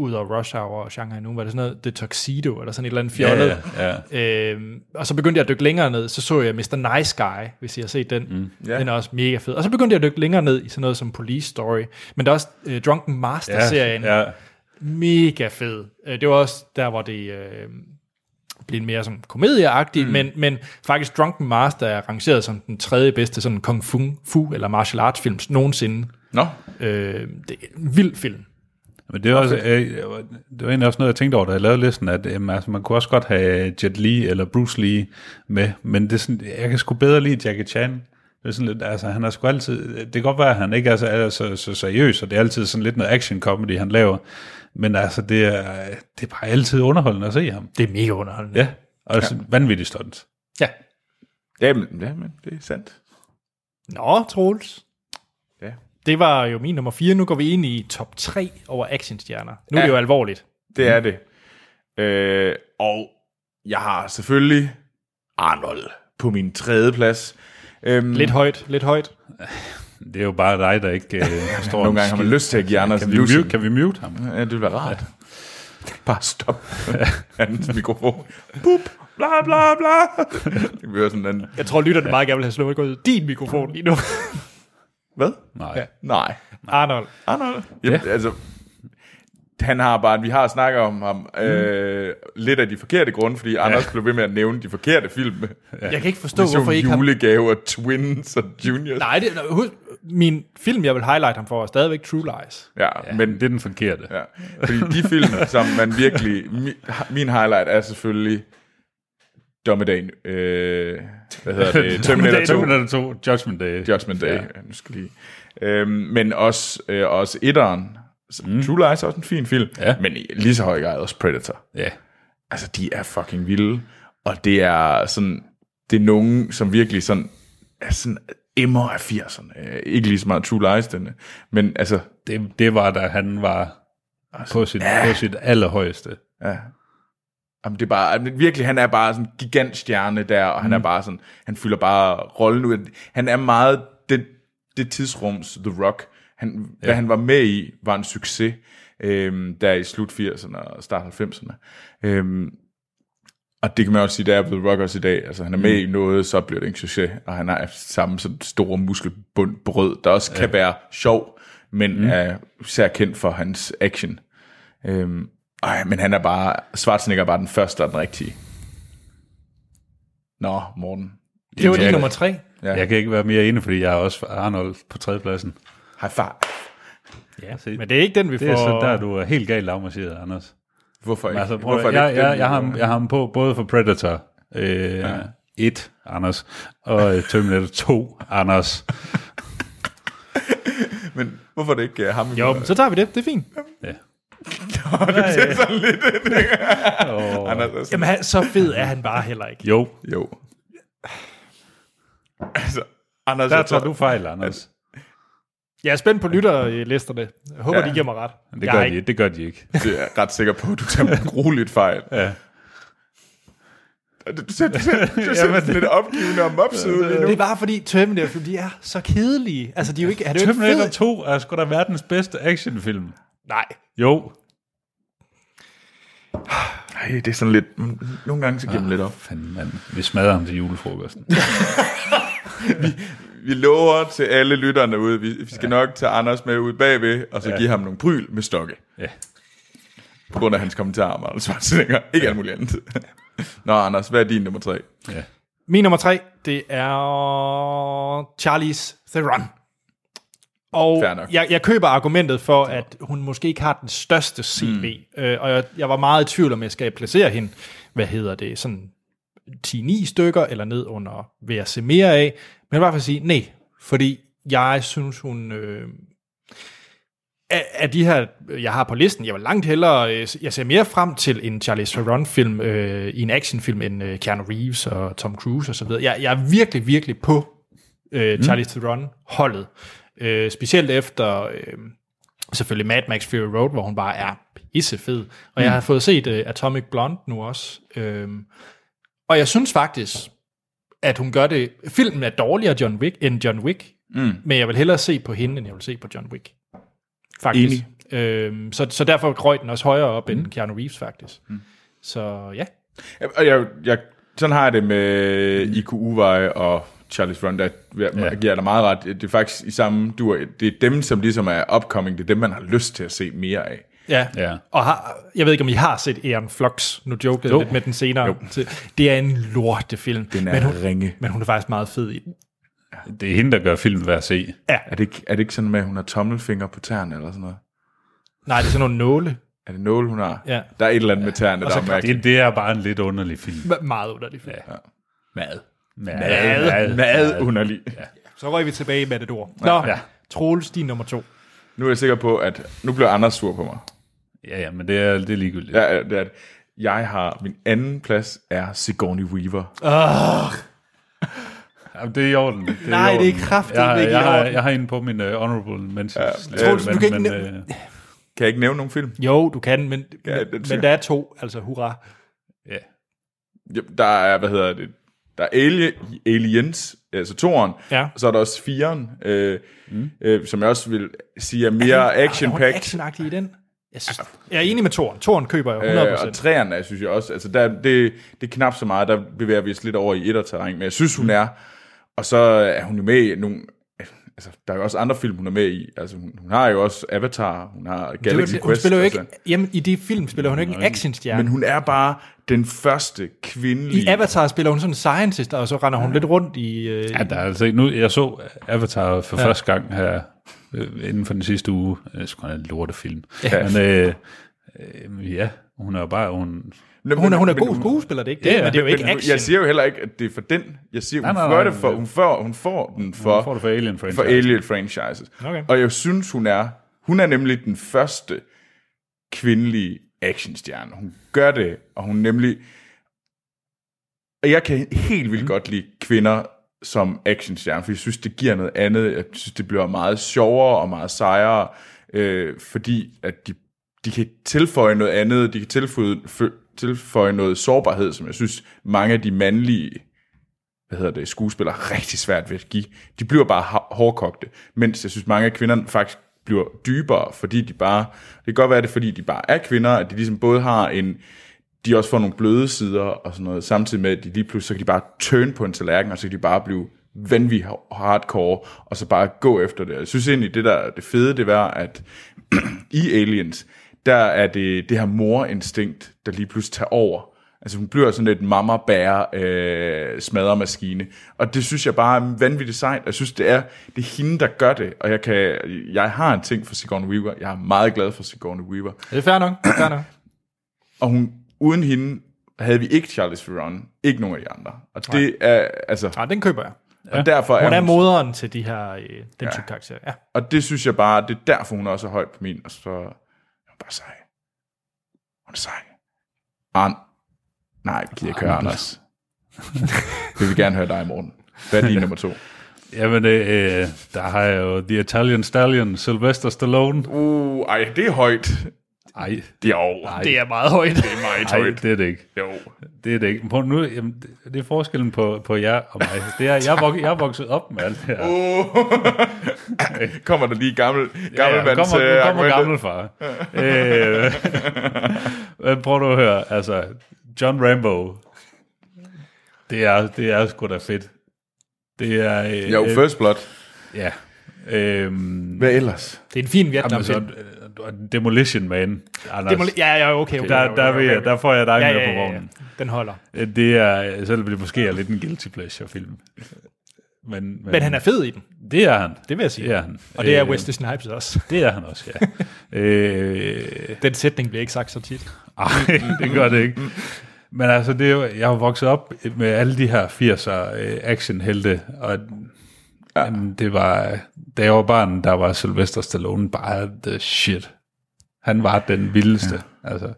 S1: Ud af Rush Hour og Shanghai nu, var det sådan noget The Tuxedo, eller sådan et eller andet fjollet.
S2: Ja, ja, ja.
S1: Øhm, og så begyndte jeg at dykke længere ned, så så jeg Mr. Nice Guy, hvis I har set den. Mm.
S3: Ja.
S1: Yeah. Den er også mega fed. Og så begyndte jeg at dykke længere ned i sådan noget som Police Story. Men der er også øh, Drunken Master-serien.
S2: Ja, ja.
S1: Mega fed. Øh, det var også der, hvor det øh, blev mere sådan komedieagtigt, mm. men, men faktisk Drunken Master er rangeret som den tredje bedste sådan kung fu, fu eller martial arts film nogensinde.
S3: Nå,
S1: Øh, det er en vild film.
S2: Men det, er også, øh, det var egentlig også noget, jeg tænkte over, da jeg lavede listen, at øh, altså, man kunne også godt have Jet Li eller Bruce Lee med, men det er sådan, jeg kan sgu bedre lide Jackie Chan. Det er sådan lidt, altså, han er sgu altid, det kan godt være, at han ikke er så, er så, så seriøs, og det er altid sådan lidt noget action-comedy, han laver, men altså, det er, det er bare altid underholdende at se ham.
S1: Det er mega underholdende.
S2: Ja, og ja. vanvittigt stunt.
S1: ja.
S3: Jamen, jamen, det er sandt.
S1: Nå, Troels.
S3: Ja.
S1: Det var jo min nummer 4. Nu går vi ind i top 3 over actionstjerner. Nu ja. er det
S3: Ja.
S1: jo alvorligt.
S3: Det er det. Øh, og jeg har selvfølgelig Arnold på min tredje plads. Øhm,
S1: Lidt højt, lidt højt.
S2: Det er jo bare dig, der ikke øh, forstår
S3: Nogle gange
S2: en
S3: har man
S2: skid.
S3: lyst til at give Anders
S2: kan vi,
S3: lussing.
S2: mute, kan vi mute ham?
S3: Ja, det ville være rart. Bare stop hans mikrofon. Boop, bla bla bla. Det kan vi høre sådan en...
S1: Jeg tror, lytterne meget gerne vil have slået gået din mikrofon lige nu.
S3: Hvad?
S2: Nej.
S3: Nej.
S1: Arnold.
S3: Arnold. Jamen, ja. altså, han har bare, vi har snakket om ham
S2: Mm.
S3: øh, lidt af de forkerte grunde, fordi Anders blev ved med at nævne de forkerte film. Ja.
S1: Jeg kan ikke forstå, hvorfor
S3: Hvorfor
S1: I ikke har...
S3: julegave og Twins og Juniors.
S1: Nej, det, nej, husk, min film, jeg vil highlight ham for, er stadigvæk True Lies.
S3: Ja, ja,
S2: Men
S3: men
S2: det er den forkerte.
S3: ja. Fordi de film, som man virkelig... Mi, min highlight er selvfølgelig Dommedagen... Øh, hvad hedder det? Terminator 2.
S2: Terminator 2, Judgment Day.
S3: Judgment Day. Ja. Nu skal jeg lige. Øhm, men også, øh, også etteren. Mm. True Lies er også en fin film.
S2: Ja.
S3: Men i lige så høj grad også Predator.
S2: Ja.
S3: Altså, de er fucking vilde. Og det er sådan... Det er nogen, som virkelig sådan... Er sådan emmer af 80'erne. Øh, Ikke lige så meget True Lies, denne. Men altså...
S2: Det, det var, da han var på sit, ja. på sit allerhøjeste.
S3: Jamen, det er bare, jamen, virkelig, han er bare sådan en gigantstjerne der, og han er bare sådan, han fylder bare rollen ud. Han er meget det, det tidsrums The Rock. Han, ja. Hvad han var med i, var en succes, øhm, der i slut 80'erne og start 90'erne. Øhm, og det kan man også sige, der er The Rock også i dag. Altså, han er med mm. i noget, så bliver det en succes, og han har samme sådan store muskelbund brød, der også kan være sjov, men mm. er især kendt for hans action. Øhm, ej, men han er bare, Schwarzenegger er bare den første og den rigtige. Nå, Morten.
S1: Det var
S2: jeg-
S1: din nummer 3.
S2: Ja. Jeg kan ikke være mere enig, fordi jeg er også Arnold på tredjepladsen.
S3: Hej far.
S1: Ja, men det er ikke den, vi
S2: Det er
S1: får.
S2: så der, du er helt galt afmarcheret, Anders.
S3: Hvorfor ikke?
S2: Altså, prøv,
S3: Hvorfor
S2: Hvorfor
S3: er
S2: jeg,
S3: ikke
S2: jeg,
S3: den,
S2: jeg, har,
S3: vi-
S2: ham- jeg har ham på både for Predator øh, ja. 1, Anders, og øh, Terminator 2, Anders.
S3: Men hvorfor er det ikke uh, ham?
S1: Jo, men så tager vi det. Det er fint.
S2: Ja.
S3: Anders, altså,
S1: Jamen, han, så fed er han bare heller ikke.
S2: Jo,
S3: jo. Altså, Anders,
S2: der
S3: jeg
S2: tager
S3: tror,
S2: du fejl, Anders.
S1: Jeg er spændt på lytterlisterne. Jeg håber, ja.
S3: Ja.
S1: de giver mig ret.
S2: Det
S1: jeg
S2: gør,
S1: er
S2: de, ikke. det gør de ikke.
S3: det er jeg ret sikker på, at du tager grueligt fejl.
S2: Ja.
S3: Du ser, du ser, du ser
S2: Jamen,
S3: sådan lidt opgivende og mopset ud lige nu.
S1: Det er bare fordi Terminator, fordi de er så kedelige. Altså, de er jo ikke... Er det jo ikke
S2: Terminator
S1: fed?
S2: 2 er sgu da verdens bedste actionfilm.
S1: Nej.
S2: Jo.
S3: Ej, det er sådan lidt, mm, nogle gange så giver man lidt op.
S2: Fanden, mand. Vi smadrer ham til julefrokosten.
S3: Vi lover til alle lytterne ude, vi, vi skal nok tage Anders med ud bagved, og så give ham nogle bryl med stokke.
S2: ja.
S3: På grund af hans kommentar om Arnold Schwarzenegger. Ikke alt muligt andet. Nå, Anders, hvad er din nummer tre?
S2: ja.
S1: Min nummer tre, det er Charlize Theron. Og
S3: Fair nok.
S1: jeg, jeg køber argumentet for, at hun måske ikke har den største CV, mm. øh, og jeg, jeg var meget i tvivl om, jeg skal placere hende, hvad hedder det, sådan 10-9 stykker, eller ned under, vil jeg se mere af. Men jeg vil i hvert fald sige, nej, fordi jeg synes, hun... Øh, af, af de her, øh, jeg har på listen, jeg vil langt hellere, øh, jeg ser mere frem til en Charlize Theron-film, øh, i en actionfilm, end øh, Keanu Reeves og Tom Cruise osv. Jeg, jeg er virkelig, virkelig på øh, Charlize Theron-holdet. Øh, specielt efter øh, selvfølgelig Mad Max Fury Road, hvor hun bare er pissefed. Og mm. jeg har fået set øh, Atomic Blonde nu også. Øh, og jeg synes faktisk, at hun gør det... Filmen er dårligere John Wick, end John Wick, mm. men jeg vil hellere se på hende, end jeg vil se på John Wick. Faktisk. Øhm, så, så derfor røg den også højere op mm. end Keanu Reeves, faktisk. Mm. Så ja.
S3: Og jeg, jeg, sådan har jeg det med IQ Uveje og Charles Front, der ja. giver dig meget ret. Det er faktisk i samme dur. Det er dem, som ligesom er upcoming. Det er dem, man har lyst til at se mere af.
S1: Ja.
S2: Ja.
S1: Og har, jeg ved ikke, om I har set Aaron Flux. Nu jokede jeg lidt med den senere. Til- Det er en lortefilm.
S3: Den er
S1: men, hun,
S3: ringe.
S1: men hun er faktisk meget fed i den.
S2: Det er hende, der gør filmen værd at se.
S3: Er det, ikke, er det ikke sådan med, at hun har tommelfinger på tæerne eller sådan noget?
S1: Nej, det er sådan nogle nåle.
S3: Er det nåle, hun har?
S1: Ja.
S3: Der er et eller andet med tæerne, der er mærkeligt.
S2: Det, det er bare en lidt underlig film.
S1: Me- Meget underligt. Ja.
S3: Mad.
S2: Mad.
S3: Mad. Mad underlig. Ja.
S1: Så røg vi tilbage med det ord. Nå, ja. Troels, din nummer to.
S3: Nu er jeg sikker på, at nu bliver Anders sur på mig.
S2: Ja, ja, men det er, det er ligegyldigt.
S3: Ja, ja, det er det. Jeg har, min anden plads er Sigourney Weaver.
S2: Jamen, det er i orden. Det er
S1: Nej,
S2: i
S1: det er
S2: orden.
S1: kraftedeme
S2: jeg,
S1: ikke i
S2: jeg, har,
S1: orden.
S2: jeg har en på min uh, honorable mentions. Ja,
S1: Troels, du kan ikke nævne-
S2: øh,
S3: Kan jeg ikke nævne nogen film?
S1: Jo, du kan, men,
S3: Ja,
S1: ja,
S3: det
S1: men,
S3: siger-
S1: men der er to, altså hurra.
S2: ja.
S3: Ja, Der er, hvad hedder det, der er Alien, Aliens, altså toren,
S1: Ja.
S3: og så er der også firen, øh, mm. øh, som jeg også vil sige er mere
S1: pack.
S3: action-packed.
S1: actionagtig i den. Jeg, synes, jeg er enig med Toren. Toren køber jeg 100%.
S3: Øh, og træerne, synes jeg også. Altså, der, det, det er knap så meget. Der bevæger vi os lidt over i etterterræn, men jeg synes,
S1: Mm.
S3: hun er. Og så er hun jo med i nogle... Altså, der er jo også andre film, hun er med i. Altså, hun, hun har jo også Avatar, hun har
S1: Det er jo-
S3: Galaxy
S1: hun
S3: Quest.
S1: spiller jo ikke,
S3: altså.
S1: jamen, I de film spiller hun jo ikke en actionstjerne.
S3: Men hun er bare den første kvindelige...
S1: I Avatar spiller hun sådan en scientist, og så render hun lidt rundt i... Øh,
S2: ja, der er altså ikke- nu, jeg så Avatar for ja. første gang her øh, inden for den sidste uge. Det er sgu en lortefilm. Ja. Men øh, øh, ja, hun er jo bare... Hun,
S3: Men,
S1: hun, er, hun er
S3: men-
S1: god
S3: men-
S1: skuespiller, det er ikke det,
S2: Ja, ja,
S1: men det er jo
S3: men
S1: ikke
S3: hun-
S1: action.
S3: Jeg siger jo heller ikke, at det er for den. Jeg siger, hun,
S2: Nej, nej,
S3: får
S2: nej,
S3: det
S2: nej.
S3: for, hun, får, hun får den for...
S2: hun får det for Alien
S3: for
S2: Franchise.
S3: Alien franchises.
S1: Okay.
S3: Og jeg synes, hun er, hun er nemlig den første kvindelige actionstjerne. Hun gør det, og hun nemlig... Og jeg kan helt vildt godt lide kvinder som actionstjerne, for jeg synes, det giver noget andet. Jeg synes, det bliver meget sjovere og meget sejere, øh, fordi at de, de kan tilføje noget andet, de kan tilføje, fø- tilføje noget sårbarhed, som jeg synes, mange af de mandlige hvad hedder det, skuespillere rigtig svært ved at give. De bliver bare ha- hårdkogte, mens jeg synes, mange af kvinderne faktisk bliver dybere, fordi de bare, det kan godt være, det er, fordi de bare er kvinder, at de ligesom både har en, de også får nogle bløde sider og sådan noget, samtidig med, at de lige pludselig, så kan de bare turn på en tallerken, og så kan de bare blive vanvittigt hard- hardcore, og så bare gå efter det. Jeg synes egentlig, det der er det fede, det var, at i Aliens, der er det det her morinstinkt, der lige pludselig tager over. Altså hun bliver sådan lidt mamma bærer øh, smadremaskine. Og det synes jeg bare er vanvittigt sejt. Jeg synes, det er, det er hende, der gør det. Og jeg, kan, jeg har en ting for Sigourney Weaver. Jeg er meget glad for Sigourney Weaver.
S1: Det er fair nok, det er fair nok.
S3: Og hun, uden hende havde vi ikke Charlize Theron. Ikke nogen af de andre. Og det er, altså,
S1: Nej, den køber jeg.
S3: og derfor er
S1: Hun er
S3: hun-
S1: moderen til de her, øh, den ja. type karakterer. Ja.
S3: Og det synes jeg bare, det er derfor, hun også er højt på min. Og så er hun bare sej. Hun er sej. Arn. Nej, vi gider ikke høre Anders. vi vil gerne høre dig, Morten. Hvad er din nummer to?
S2: Jamen, øh, der har jeg jo The Italian Stallion, Sylvester Stallone.
S3: Uh, ej, det er højt.
S2: Ej,
S3: Det er over.
S1: Det er meget højt.
S3: meget
S2: ej, det er det ikke.
S3: Jo.
S2: Det er det ikke. Prøv nu, jamen, det, det er forskellen på, på jer og mig. Det er, jeg, er vok, jeg er vokset op med alt det her. Uh,
S3: Kommer der lige gammel, gammel
S2: nu
S3: mands,
S2: kommer,
S3: øh,
S2: nu kommer
S3: argumenter?
S2: gammel far. øh, men prøv nu at høre, altså, John Rambo, det er, det er sgu da fedt. Det er... Øh,
S3: Jo, first blood.
S2: Ja. Øhm,
S3: Hvad ellers?
S1: Det er en fin
S2: jamen, så,
S1: Vietnam-film.
S2: øh, og Demolition Man, Anders.
S1: Det må- Ja, ja, okay. okay,
S2: der,
S1: okay,
S2: der,
S1: okay,
S2: vil jeg,
S1: okay.
S2: der får jeg dig
S1: ja, ja,
S2: med på
S1: ja, ja.
S2: vognen.
S1: Den holder.
S2: Øh, Det er, selvom det måske er lidt en guilty pleasure film. Men, men,
S1: Men han er fed i den,
S2: Det er han.
S1: det vil jeg sige.
S2: Det er han.
S1: Og det er
S2: Øh,
S1: Wesley Snipes også.
S2: Det er han også, ja. øh,
S1: Den sætning bliver ikke sagt så tit.
S2: ej, det gør det ikke. Men altså, det er jo, jeg har vokset op med alle de her 80'er øh, actionhelte, og ja. jamen, det var, da jeg var barn, der var Sylvester Stallone bare the shit. Han var den vildeste. Ja. Altså,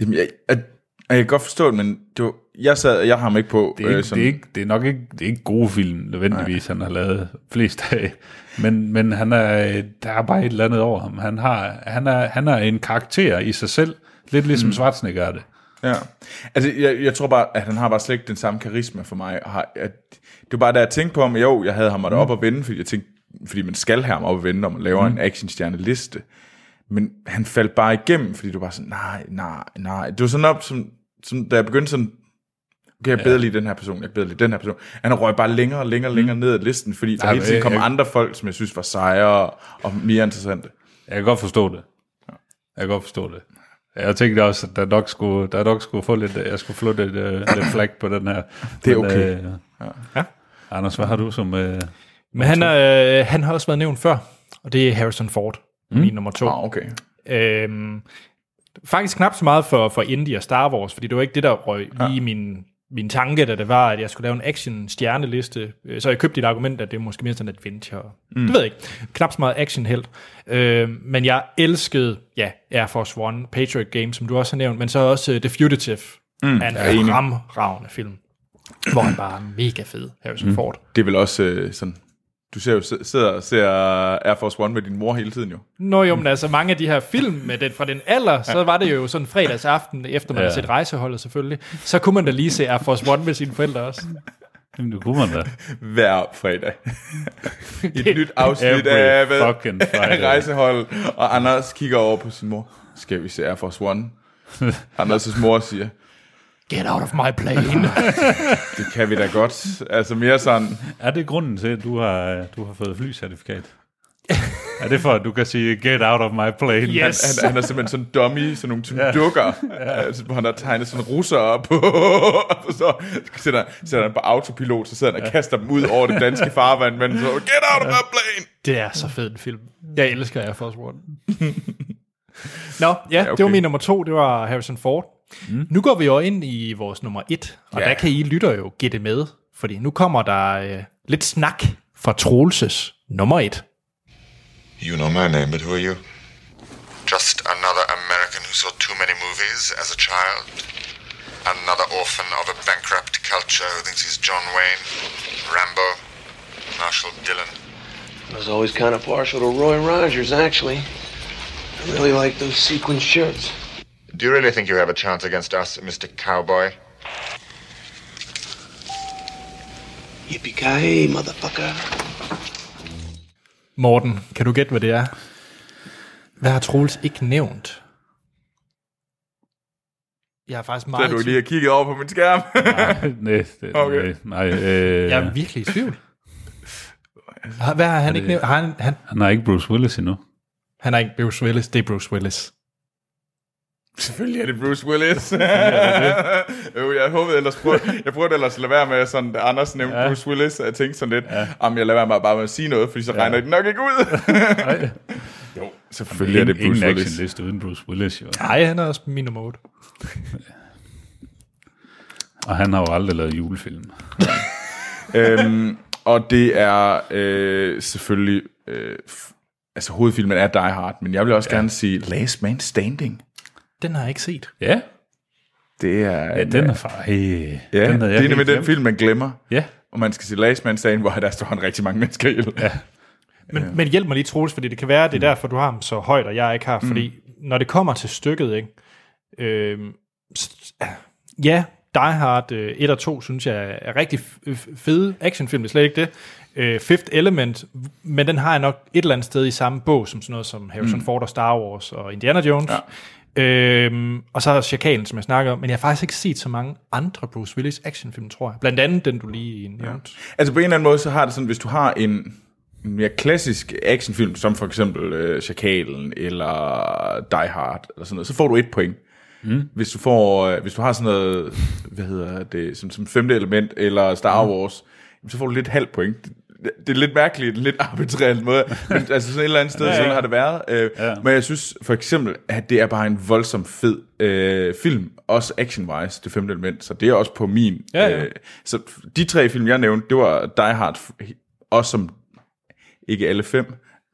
S3: Jamen, jeg, jeg, jeg kan godt forstå det, men det var, jeg sad, jeg har ham ikke på.
S2: det, er ikke,
S3: øh,
S2: det, er ikke, det er nok ikke, det er ikke gode film, nødvendigvis, han har lavet flest af. Men, men han er, øh, der er bare et eller andet over ham. Han, har, han, er, han er en karakter i sig selv, lidt ligesom mm. Schwarzenegger er det.
S3: Ja. Altså, jeg, jeg tror bare, at han har bare slet ikke den samme karisma for mig. Og har, at, det var bare, da jeg tænkte på ham, jo, jeg havde ham op og vende, fordi jeg tænkte, fordi man skal have ham op og vende, når man laver mm. en actionstjerne-liste. Men han faldt bare igennem, fordi du var sådan, nej, nej, nej. Det var sådan op, som, som da jeg begyndte sådan, okay, jeg kan bedre lide den her person, jeg kan bedre lide den her person. Han røg bare længere og længere og længere ned ad listen, fordi der
S2: Ja,
S3: hele tiden
S2: men
S3: kom
S2: jeg-
S3: andre folk, som Mm. jeg synes var sejere og mere interessante.
S2: Jeg kan godt forstå det. Jeg kan godt forstå det. Jeg tænkte også, at der nok skulle, der nok skulle få lidt, jeg skulle få lidt, øh, lidt flag på den her.
S3: Det er
S2: Men,
S3: okay.
S2: øh, ja. Anders, hvad har du som... Øh,
S1: Men han, er, øh, han har også været nævnt før, og det er Harrison Ford, mm. min nummer to.
S3: Ah, okay.
S1: Øhm, faktisk knap så meget for, for Indie og Star Wars, fordi det var ikke det, der røg lige ja. i min, min tanke, da det var, at jeg skulle lave en action-stjerneliste. Øh, Så jeg købte et argument, at det er måske mere sådan en adventure. Mm. Det ved jeg ikke. Knap så meget action held. Øh, men jeg elskede, ja, Air Force One, Patriot Game, som du også har nævnt, men så også øh, The Fugitive. Mm, er en fremragende film, hvor han bare er mega fed, Harrison mm. Ford.
S3: Det er vel også øh, sådan... Du ser jo s- sidder og ser Air Force One med din mor hele tiden jo.
S1: Nå jo, men altså mange af de her film med den, fra den alder, så var det jo sådan fredagsaften, efter man ja.
S2: Ja.
S1: havde set rejseholdet selvfølgelig. Så kunne man da lige se Air Force One med sine forældre også.
S2: Jamen, det kunne man da.
S3: Hver fredag. Et nyt afsnit
S2: Every
S3: af, hvad,
S2: fucking
S3: af
S2: Friday.
S3: rejsehold. Og Anders kigger over på sin mor. Skal vi se Air Force One? Anders' mor siger,
S1: Get out of my plane.
S3: det kan vi da godt. Altså mere sådan,
S2: Er det grunden til, at du har, du har fået flycertifikat? er det for, at du kan sige, get out of my plane?
S1: Yes.
S3: han, han er simpelthen sådan en dummy, sådan nogle ja. dukker, altså, hvor han har tegnet sådan russer op, og så sætter, sætter han på autopilot, så sidder han og kaster dem ud over det danske farvand, men så, get out of my plane!
S1: det er så fed en film. Jeg elsker Air Force One. Nå, ja, okay.
S3: okay.
S1: det var min nummer to, det var Harrison Ford. Mm. Nu går vi jo ind i vores nummer et, og
S3: Ja.
S1: der kan I lytter jo gætte med, fordi nu kommer der øh, lidt snak fra Troelses nummer et.
S8: You know my name, but who are you? Just another American who saw too many movies as a child. Another orphan of a bankrupt culture who thinks he's John Wayne, Rambo, Marshall Dillon.
S9: I was always kind of partial to Roy Rogers, actually. I really like those sequin shirts.
S8: Do you really think you have a chance against us, Mr. Cowboy?
S9: Yippee-ki-yay, motherfucker.
S1: Morten, kan du gætte, hvad det er? Hvad har Troels ikke nævnt? Jeg er faktisk
S3: Så
S1: meget...
S3: du
S1: i
S3: lige har kigget over på min skærm.
S2: nej, det,
S3: Okay.
S2: okay. nej, nej øh,
S1: tvivl. Jeg er virkelig i tvivl. Har- Hvad har han ikke nævnt? Har han, han,
S2: han er ikke Bruce Willis endnu.
S1: han er ikke Bruce Willis. Det er Bruce Willis.
S3: Selvfølgelig er det Bruce Willis. jo, jeg håbede ellers, prøv, jeg prøvede ellers at lade være med, sådan, da Anders nævnte ja. Bruce Willis, og jeg tænkte sådan lidt, ja. om jeg lader være med at bare med at sige noget, fordi så regner det nok ikke ud.
S2: Nej,
S3: Selvfølgelig er det
S2: ingen
S3: Bruce Willis.
S2: actionliste uden Bruce Willis, jo.
S1: Nej, han er også min nummer 8.
S2: Og han har jo aldrig lavet julefilm.
S3: øhm, og det er øh, selvfølgelig... Øh, f- altså hovedfilmen er Die Hard, men jeg vil også ja. gerne sige Last Man Standing.
S1: Den har jeg ikke set.
S2: Ja,
S3: Det er...
S2: ja den er far. Hey,
S3: ja,
S2: den havde jeg
S3: det er nemlig
S2: helt
S3: den
S2: glemt.
S3: film, man glemmer.
S2: Ja,
S3: Og man skal sige Last Man Standing, hvor der står han rigtig mange mennesker ihjel. Ja.
S1: Men, men hjælp mig lige, Troels, fordi det kan være, at det er derfor, du har ham så højt, og jeg ikke har. Fordi når det kommer til stykket, ikke? Øhm, s- ja, Die Hard øh, 1 og 2, synes jeg, er rigtig f- f- fede actionfilm, det er slet ikke det. Øh, Fifth Element, men den har jeg nok et eller andet sted i samme bog, som sådan noget som Harrison mm. Ford og Star Wars og Indiana Jones. Ja. Øhm, og så er Chakalen, som jeg snakker om, men jeg har faktisk ikke set så mange andre Bruce Willis actionfilm, tror jeg. Blandt andet den, du lige nævnte.
S3: Altså på en eller anden måde, så har det sådan, hvis du har en en mere klassisk actionfilm, som for eksempel øh, Chakalen eller Die Hard, eller sådan noget, så får du et point. Mm. Hvis, du får, øh, hvis du har sådan noget, hvad hedder det, som, som femte element, eller Star mm. Wars, jamen, så får du lidt halv point. Det, det er lidt mærkeligt, en lidt arbitrært måde, men altså sådan et eller andet sted, ja, ja. sådan har det været. Øh, ja. Men jeg synes for eksempel, at det er bare en voldsom fed øh, film, også action-wise, det femte element, så det er også på min.
S1: Ja, ja.
S3: Øh, så de tre film, jeg nævnte, det var Die Hard, også som ikke alle fem,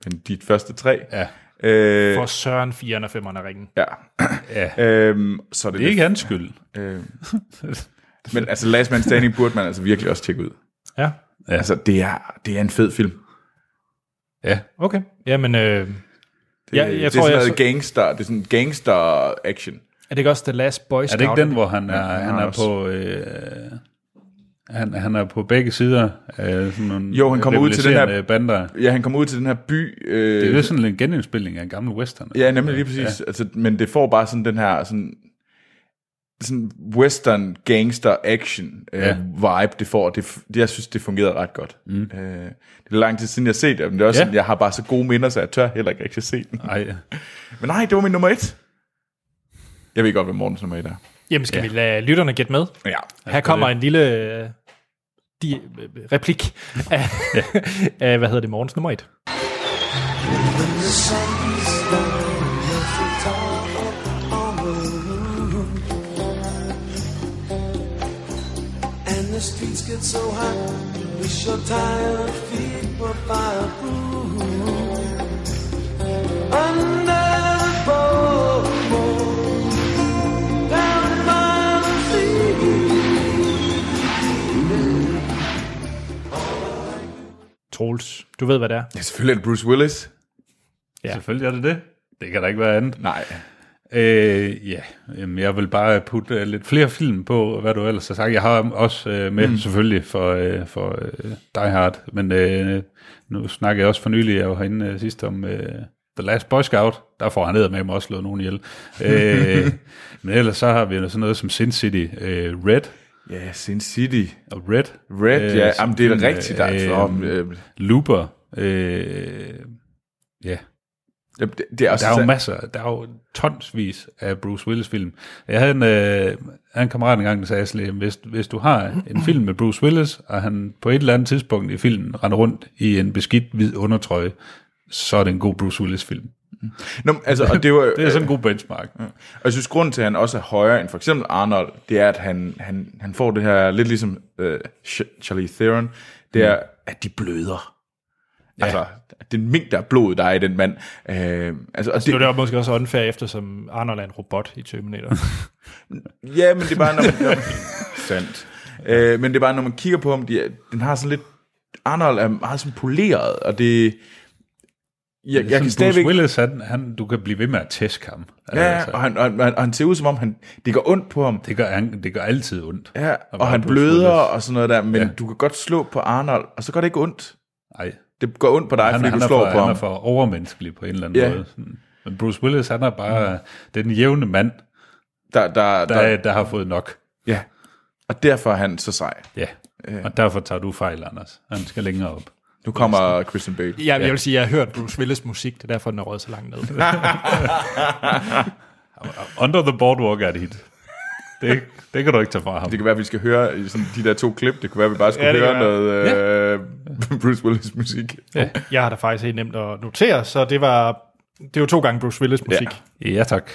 S3: men de første tre.
S2: ja.
S3: Øh,
S1: For Søren 4'eren og 5'eren er ringen.
S3: ja.
S2: ja.
S3: Øhm, så det,
S2: Det er ikke hans skyld.
S3: Øh, men altså Last Man Standing burde man altså virkelig også tjekke ud.
S1: Ja.
S3: Altså det er, det er en fed film. Det,
S2: Ja,
S1: Okay. Jamen, øh,
S3: ja,
S1: jeg
S3: det
S1: tror,
S3: er sådan
S1: jeg
S3: noget
S1: så-
S3: gangster, det er sådan gangster action.
S1: er det ikke også The Last Boy
S2: Er
S1: Scout?
S2: det ikke den, hvor han er, han
S3: har
S2: er
S3: også-
S2: på... Øh, han, han er på begge sider af sådan nogle
S3: Jo, han kommer ud til den her-
S2: rivaliserende bander.
S3: Ja, han kommer ud til den her by. Øh,
S2: Det er jo sådan en genindspilning af en gammel western.
S3: Ja, nemlig lige præcis. Ja. Altså, men det får bare sådan den her sådan, sådan western gangster action øh, ja.
S2: Ja.
S3: vibe, det får. Det, f- det, jeg synes, det fungerede ret godt. Mm. Øh, det er lang tid siden, jeg har set det, men det er også ja.
S2: Ja.
S3: sådan, jeg har bare så gode minder, så jeg tør heller ikke rigtig se den.
S2: Ej,
S3: Men nej, det var min nummer et. Jeg ved godt, hvad morgens nummer et er.
S1: Jamen, skal ja. vi lade lytterne gætte med?
S3: Ja.
S1: Her kommer en lille øh, di, øh, replik af, af, hvad hedder det, morgens nummer et.
S9: When the sun's down, you'll
S10: so hot, wish your tired feet were fireproof. Under the full moon, down by the sea.
S1: Trolls. Du ved, hvad det er.
S3: Ja, selvfølgelig er det Bruce Willis.
S1: Ja.
S2: Selvfølgelig er det det. Det kan da ikke være andet.
S3: Nej.
S2: Øh, ja, Jamen, jeg vil bare putte øh, lidt flere film på, hvad du ellers har sagt. Jeg har dem også øh, med, mm. selvfølgelig, for, øh, for øh, Die Hard. Men øh, nu snakker jeg også for nylig, jeg var herinde øh, sidst om øh, The Last Boy Scout. Der får han ned med mig også slået nogen ihjel. Øh, men ellers så har vi jo sådan noget som Sin City øh, Red.
S3: Ja, Sin City.
S2: Og Red.
S3: Red, øh, ja.
S2: som
S3: Jamen, det er
S2: film,
S3: da rigtigt, der er
S2: øh,
S3: flot.
S2: øh,
S3: Øh,
S2: Looper. Øh, ja,
S3: jamen, det, det er også
S2: der er jo masser, der er jo tonsvis af Bruce Willis-film. Jeg havde en, øh, havde en kammerat engang, der sagde, Asle, hvis, hvis du har en film med Bruce Willis, og han på et eller andet tidspunkt i filmen render rundt i en beskidt hvid undertrøje, så er det en god Bruce Willis-film.
S3: Nå, men, altså, og det, var,
S2: Det er sådan en god benchmark.
S3: Og jeg synes, grunden til, at han også er højere end for eksempel Arnold, det er, at han, han, han får det her, lidt ligesom øh, Ch- Charlie Theron, det er,
S2: Mm.
S3: at de bløder. Ja. Altså, den mængde af blod, der er i den mand. Øh, altså, og
S1: Nu er
S3: det,
S1: det jo måske også unfair, eftersom Arnold er en robot i Terminator.
S3: ja, men det er bare, når man... Når man sandt. Øh, men det er bare, når man kigger på ham, de, er- den har sådan lidt... Arnold er meget sådan poleret, og det... Jeg,
S2: Jeg
S3: jeg kan
S2: Bruce stadigvæk...
S3: stadigvæk...
S2: Willis, han, han, du kan blive ved med at tæske ham. Altså,
S3: Ja, og han, og, han, og han ser ud som om, han, det går ondt på ham.
S2: det, gør, han, det gør altid ondt.
S3: Ja,
S2: være
S3: og han
S2: Bruce
S3: bløder
S2: Willis.
S3: og sådan noget der, men
S2: Ja.
S3: ja. du kan godt slå på Arnold, og så gør det ikke ondt.
S2: Ej,
S3: Det går ondt på dig, han,
S2: han,
S3: fordi
S2: han,
S3: du
S2: er
S3: slår
S2: for,
S3: på
S2: han er
S3: ham.
S2: for overmenneskelig på en eller anden
S3: Ja. Mm.
S2: måde. Sådan. Men Bruce Willis, han er bare den jævne mand,
S3: Der, der, der,
S2: der, der,
S3: der,
S2: der har fået nok.
S3: ja. Og derfor er han så sej.
S2: Ja, Øh. og derfor tager du fejl, Anders. Han skal længere op.
S3: Nu kommer Christian Bale.
S1: Jeg, jeg vil sige, jeg har hørt Bruce Willis musik, det er derfor, den er røget så langt ned.
S2: Under the Boardwalk er det hit. Det, det kan du ikke tage fra ham.
S3: Det kan være, at vi skal høre i sådan, de der to klip. Det kunne være, at vi bare skulle
S1: Ja,
S3: ja,
S1: det
S3: høre
S1: kan være.
S3: noget øh, Bruce Willis musik. Ja.
S1: Jeg har da faktisk helt nemt at notere, så det var det var to gange Bruce Willis musik. Ja.
S2: Ja, tak.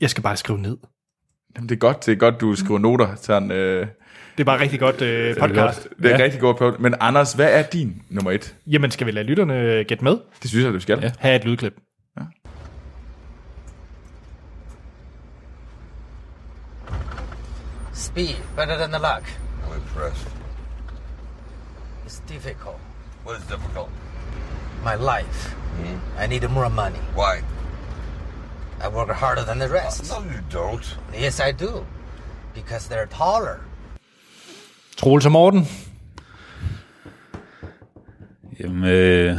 S1: Jeg skal bare skrive ned.
S3: Jamen, det er godt, det er godt, du skriver noter. Sådan, øh,
S1: Det er bare rigtig godt øh, podcast.
S3: det er ja. rigtig godt. på- Men Anders, hvad er din nummer et?
S1: Jamen, skal vi lade lytterne gætte med?
S3: Det synes jeg, du skal.
S2: Ja.
S3: Ja.
S1: Have et lydklip.
S10: Speed, better than the luck.
S8: I'm impressed.
S10: It's difficult.
S8: What is difficult? Hmm?
S10: My life. I need more money.
S8: Why? Uh,
S10: I work harder than the rest.
S8: No, you don't.
S10: Yes, I do. Because they're taller.
S1: Troels og Morten.
S2: Jamen, øh,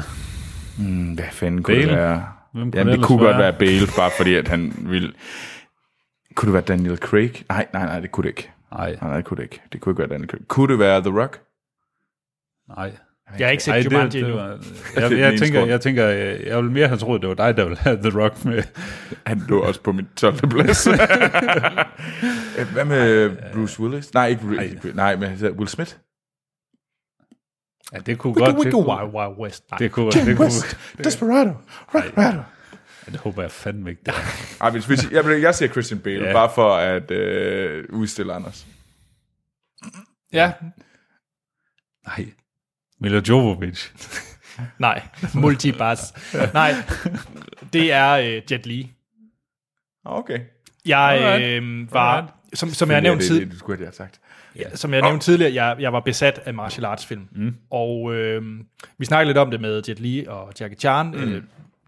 S3: Mm, Hvad fanden kunne
S2: Bale?
S3: det være?
S2: Hvem kunne
S3: Jamen,
S2: det
S3: det
S2: ellers
S3: kunne godt
S2: være?
S3: være Bale, bare fordi at han ville... Kunne det være Daniel Craig? Nej, nej, nej, det kunne det ikke.
S2: nej,
S3: Nej, nej, det kunne det ikke. Det kunne ikke være Daniel Craig. Kunne det være The Rock?
S2: nej.
S1: Jeg har ikke set
S2: Ej,
S1: Ej,
S2: det,
S1: Jumanji
S2: det,
S1: endnu.
S2: var, jeg, jeg, tænker, jeg tænker, øh, jeg, jeg ville mere have troet, det var dig, der ville have The Rock med.
S3: Han lå også på min 12. plads. Øh, Hvad med Bruce Willis? Nej, ikke Bruce, nej, men Will Smith.
S2: Ja, det kunne
S1: Wicked,
S2: godt. det,
S1: wicked, wild,
S2: kunne,
S1: wild west. Nej.
S2: det kunne, det kunne,
S3: Desperado. Desperado.
S2: ja, det håber jeg fandme ikke. Det. er.
S3: Ej, men hvis, jeg, jeg siger Christian Bale,
S2: Ja.
S3: yeah. bare for at øh, udstille Anders.
S1: Ja,
S2: Nej. Milo Jovovich.
S1: nej. Multibass. nej, det er øh, Jet Li.
S3: Ah, Okay.
S1: Jeg
S2: Alright.
S1: øh, var, som, som jeg
S3: Ja,
S1: nævnte
S3: det,
S1: tid,
S3: det, det, skulle jeg have sagt.
S1: som jeg nævnte tidligere, jeg, jeg var besat af martial arts film. Mm. Og øh, vi snakkede lidt om det med Jet Li og Jackie Chan. Mm. Øh,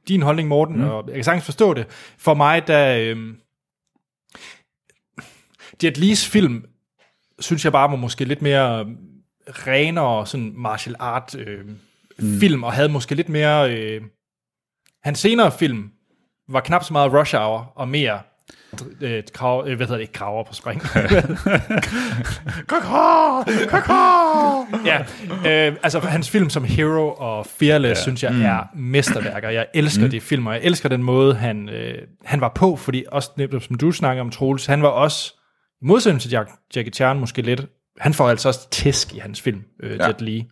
S1: din holdning, Morten, mm. og jeg kan sagtens forstå det. For mig, der... Øh, Jet Lis film, synes jeg bare var måske lidt mere øh, renere sådan martial art øh, mm. film, og havde måske lidt mere... Øh, hans senere film var knap så meget Rush Hour, og mere øh, krav, øh, hvad hedder det, ikke kraver på spring. ja, øh, altså hans film som Hero og Fearless, ja. synes jeg er mesterværker. Jeg elsker mm. de film, og jeg elsker den måde, han, øh, han var på, fordi også netop som du snakker om, Troels, han var også, i modsætning til Jack, Jackie Chan måske lidt, han får altså også tæsk i hans film, øh, ja.
S3: Ja.
S1: Jet Li.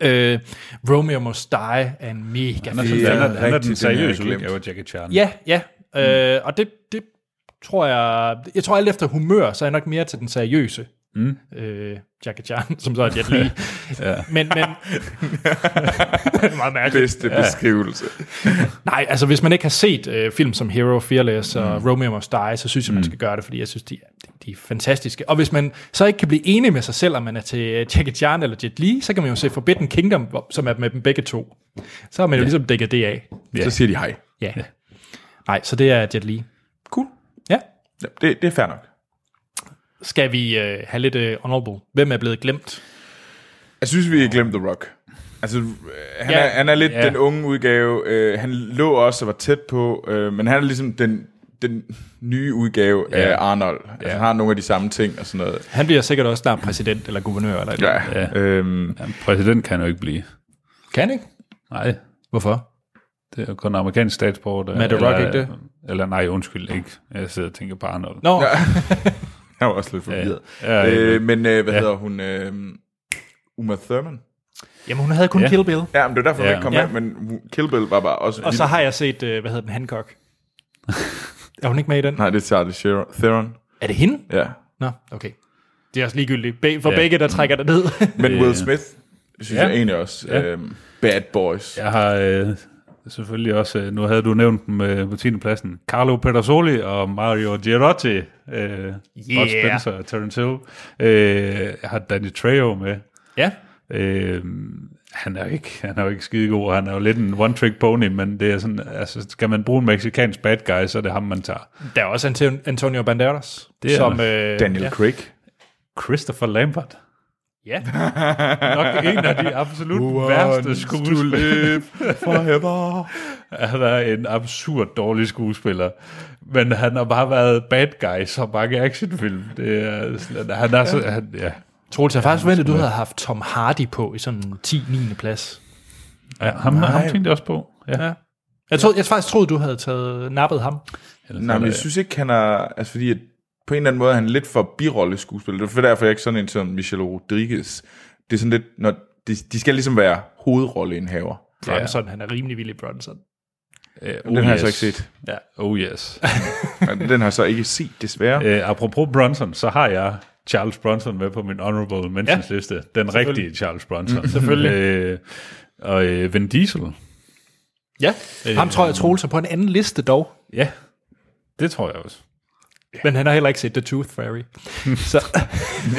S1: Øh, Romeo Must Die er en mega
S2: Han er,
S1: fed
S2: sådan,
S3: er
S2: han er, han er
S3: rigtigt,
S2: den
S3: den har jeg
S2: seriøse
S3: glemt.
S2: udgave af Jackie Chan.
S1: Ja, ja. Øh, og det, det tror jeg... Jeg tror alt efter humør, så er jeg nok mere til den seriøse Mm. Øh, Jackie Chan, som så er Jet Li. ja. Men, men... meget mærkeligt.
S3: Bedste beskrivelse.
S1: Nej, altså hvis man ikke har set øh, film som Hero, Fearless og mm. Romeo Must Die, så synes jeg, man skal gøre det, fordi jeg synes, de er, de er fantastiske. Og hvis man så ikke kan blive enig med sig selv, om man er til øh, Jackie Chan eller Jet Li, så kan man jo se Forbidden Kingdom, hvor- som er med dem begge to. Så har man jo ligesom dækket det af.
S3: Så siger de hej.
S1: Ja. Nej, så det er Jet Li. Cool. Ja.
S3: Ja, det, det er fair nok.
S1: Skal vi øh, have lidt øh, honorable? Hvem er blevet glemt?
S3: Jeg synes, vi har glemt The Rock. Altså, øh, han,
S1: Ja.
S3: er, han er lidt
S2: Ja.
S3: den unge udgave. Øh, han lå også og var tæt på, øh, men han er ligesom den, den nye udgave
S2: Ja.
S3: af Arnold. Altså, Han har nogle af de samme ting og sådan noget.
S1: Han bliver sikkert også snart præsident eller guvernør. Eller et eller andet.
S3: Ja. ja. Øhm,
S2: Jamen, præsident kan han jo ikke blive.
S1: Kan ikke?
S2: Nej,
S1: Hvorfor?
S2: det er jo kun amerikansk statsborger. der-
S1: Men er The Rock
S2: eller-
S1: ikke det?
S2: Eller nej, undskyld, ikke. Jeg sidder og tænker bare noget.
S1: Nå, ja.
S3: jeg var også lidt forvirret.
S2: Ja, ja,
S3: Øh, men øh, hvad ja. hedder hun? Øh, Uma Thurman?
S1: jamen hun havde kun
S2: Ja.
S1: ja. Kill Bill.
S3: Ja, men det var derfor, ja.
S2: Ja.
S3: vi ikke kom
S1: Ja.
S3: ja. med, men Kill Bill var bare også...
S1: Og så har jeg set, øh, hvad hedder den, Hancock. er hun ikke med i den?
S3: Nej, det er Charlie Sheron- Theron.
S1: Er det hende?
S3: Ja.
S1: Nå, okay. Det er også ligegyldigt. Be- for
S2: Ja.
S1: ja. begge, der trækker det ned.
S3: Men
S1: Øh,
S3: Will Smith, synes
S2: Ja.
S3: jeg egentlig også.
S2: Ja.
S3: Øhm, bad Boys.
S2: Jeg har øh, selvfølgelig også, øh, nu havde du nævnt dem øh, på 10. pladsen, Carlo Pedersoli og Mario Girotti, øh, Bud Spencer og Terence Hill. Øh, jeg har Danny Trejo med.
S1: ja.
S2: Øh, han er jo ikke, han er jo ikke skide god, han er jo lidt en one-trick pony, men det er sådan, altså, skal man bruge en mexicansk bad guy, så er det ham, man tager.
S1: Der er også Anto- Antonio Banderas,
S2: Det er
S1: som...
S2: der.
S1: Øh,
S3: Daniel
S1: Ja.
S3: Craig.
S2: Christopher Lambert.
S1: ja.
S2: Nok en af de absolut værste skuespillere.
S3: Forever.
S2: Han er en absurd dårlig skuespiller, men han har bare været bad guy i så mange actionfilm. Det er, sådan- han er så, han, ja.
S1: Troels, jeg har faktisk forventet, at du havde haft Tom Hardy på i sådan en 10-9. plads.
S2: ja ham, ham tænkte jeg også på. Ja. Ja.
S1: Jeg, troede, jeg faktisk troede, du havde taget nappet ham.
S3: Nej, men jeg synes ikke, han er... Altså, fordi at på en eller anden måde er han lidt for birolle skuespiller. Det er derfor, jeg ikke er sådan en som Michelle Rodriguez. Det er sådan lidt... Når de, de skal ligesom være hovedrolleindehaver.
S1: Bronson, han er rimelig vild i Bronson.
S2: uh,
S3: den har jeg så ikke set.
S2: Ja. Oh yes.
S3: Men Den har jeg så ikke set, desværre.
S2: uh, apropos Bronson, så har jeg Charles Bronson med på min honorable mentions ja. liste. Den rigtige Charles
S3: Mm,
S2: Bronson. Selvfølgelig. Uh, og uh, Vin Diesel.
S1: Ja, øh, ham tror jeg, Troels er på en anden liste dog.
S2: Ja, det tror jeg også.
S1: Men han har heller ikke set The Tooth Fairy. Så,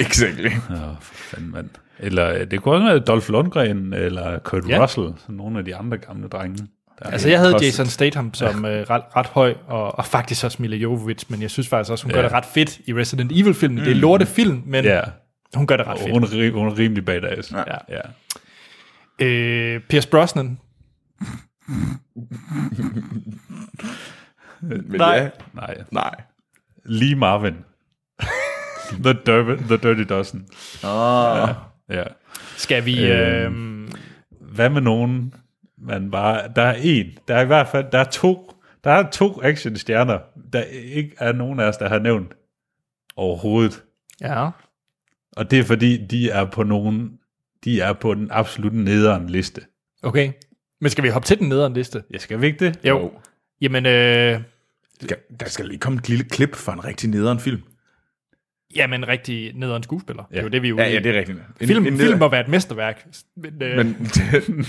S3: Exactly.
S2: Åh, for fanden, mand. Eller øh, det kunne også være Dolph Lundgren, eller Kurt
S1: Ja.
S2: ja. Russell, sådan nogle af de andre gamle drenge. Der
S1: Altså, jeg havde
S2: Kostet.
S1: Jason Statham som øh, ret, ret høj, og, og faktisk også Mila Jovovich, men jeg synes faktisk også, hun gør
S2: Ja.
S1: det ret fedt i Resident Evil-filmen. Det er lorte film, men
S2: Ja,
S1: hun gør det ret
S2: og
S1: fedt.
S2: hun, er ri- hun er rimelig badass. Ja. ja.
S1: Øh, Pierce Brosnan.
S3: Men
S1: Nej.
S3: Ja,
S2: Nej.
S3: nej.
S2: Lee Marvin. the, Dirty, the Dirty Dozen. Oh. Ja. ja.
S1: Skal vi... Øh,
S2: Hvad med nogen, man bare... Der er en, der er i hvert fald, der er to, der er to actionstjerner, der ikke er nogen af os, der har nævnt overhovedet.
S1: ja.
S2: Og det er fordi, de er på nogen, de er på den absolut nederen liste.
S1: Okay. Men skal vi hoppe til den nederen liste?
S2: Jeg skal vi ikke det?
S1: Jo. Jamen, øh,
S3: Skal, der skal lige komme et lille klip fra en rigtig nederen film.
S1: jamen rigtig nederen skuespiller. Ja. Det er jo det, vi er ude
S3: Ja,
S1: i.
S3: ja, det er rigtigt. En,
S1: Film, film
S3: en nederen-
S1: må være et mesterværk. Men, øh, men.
S3: Men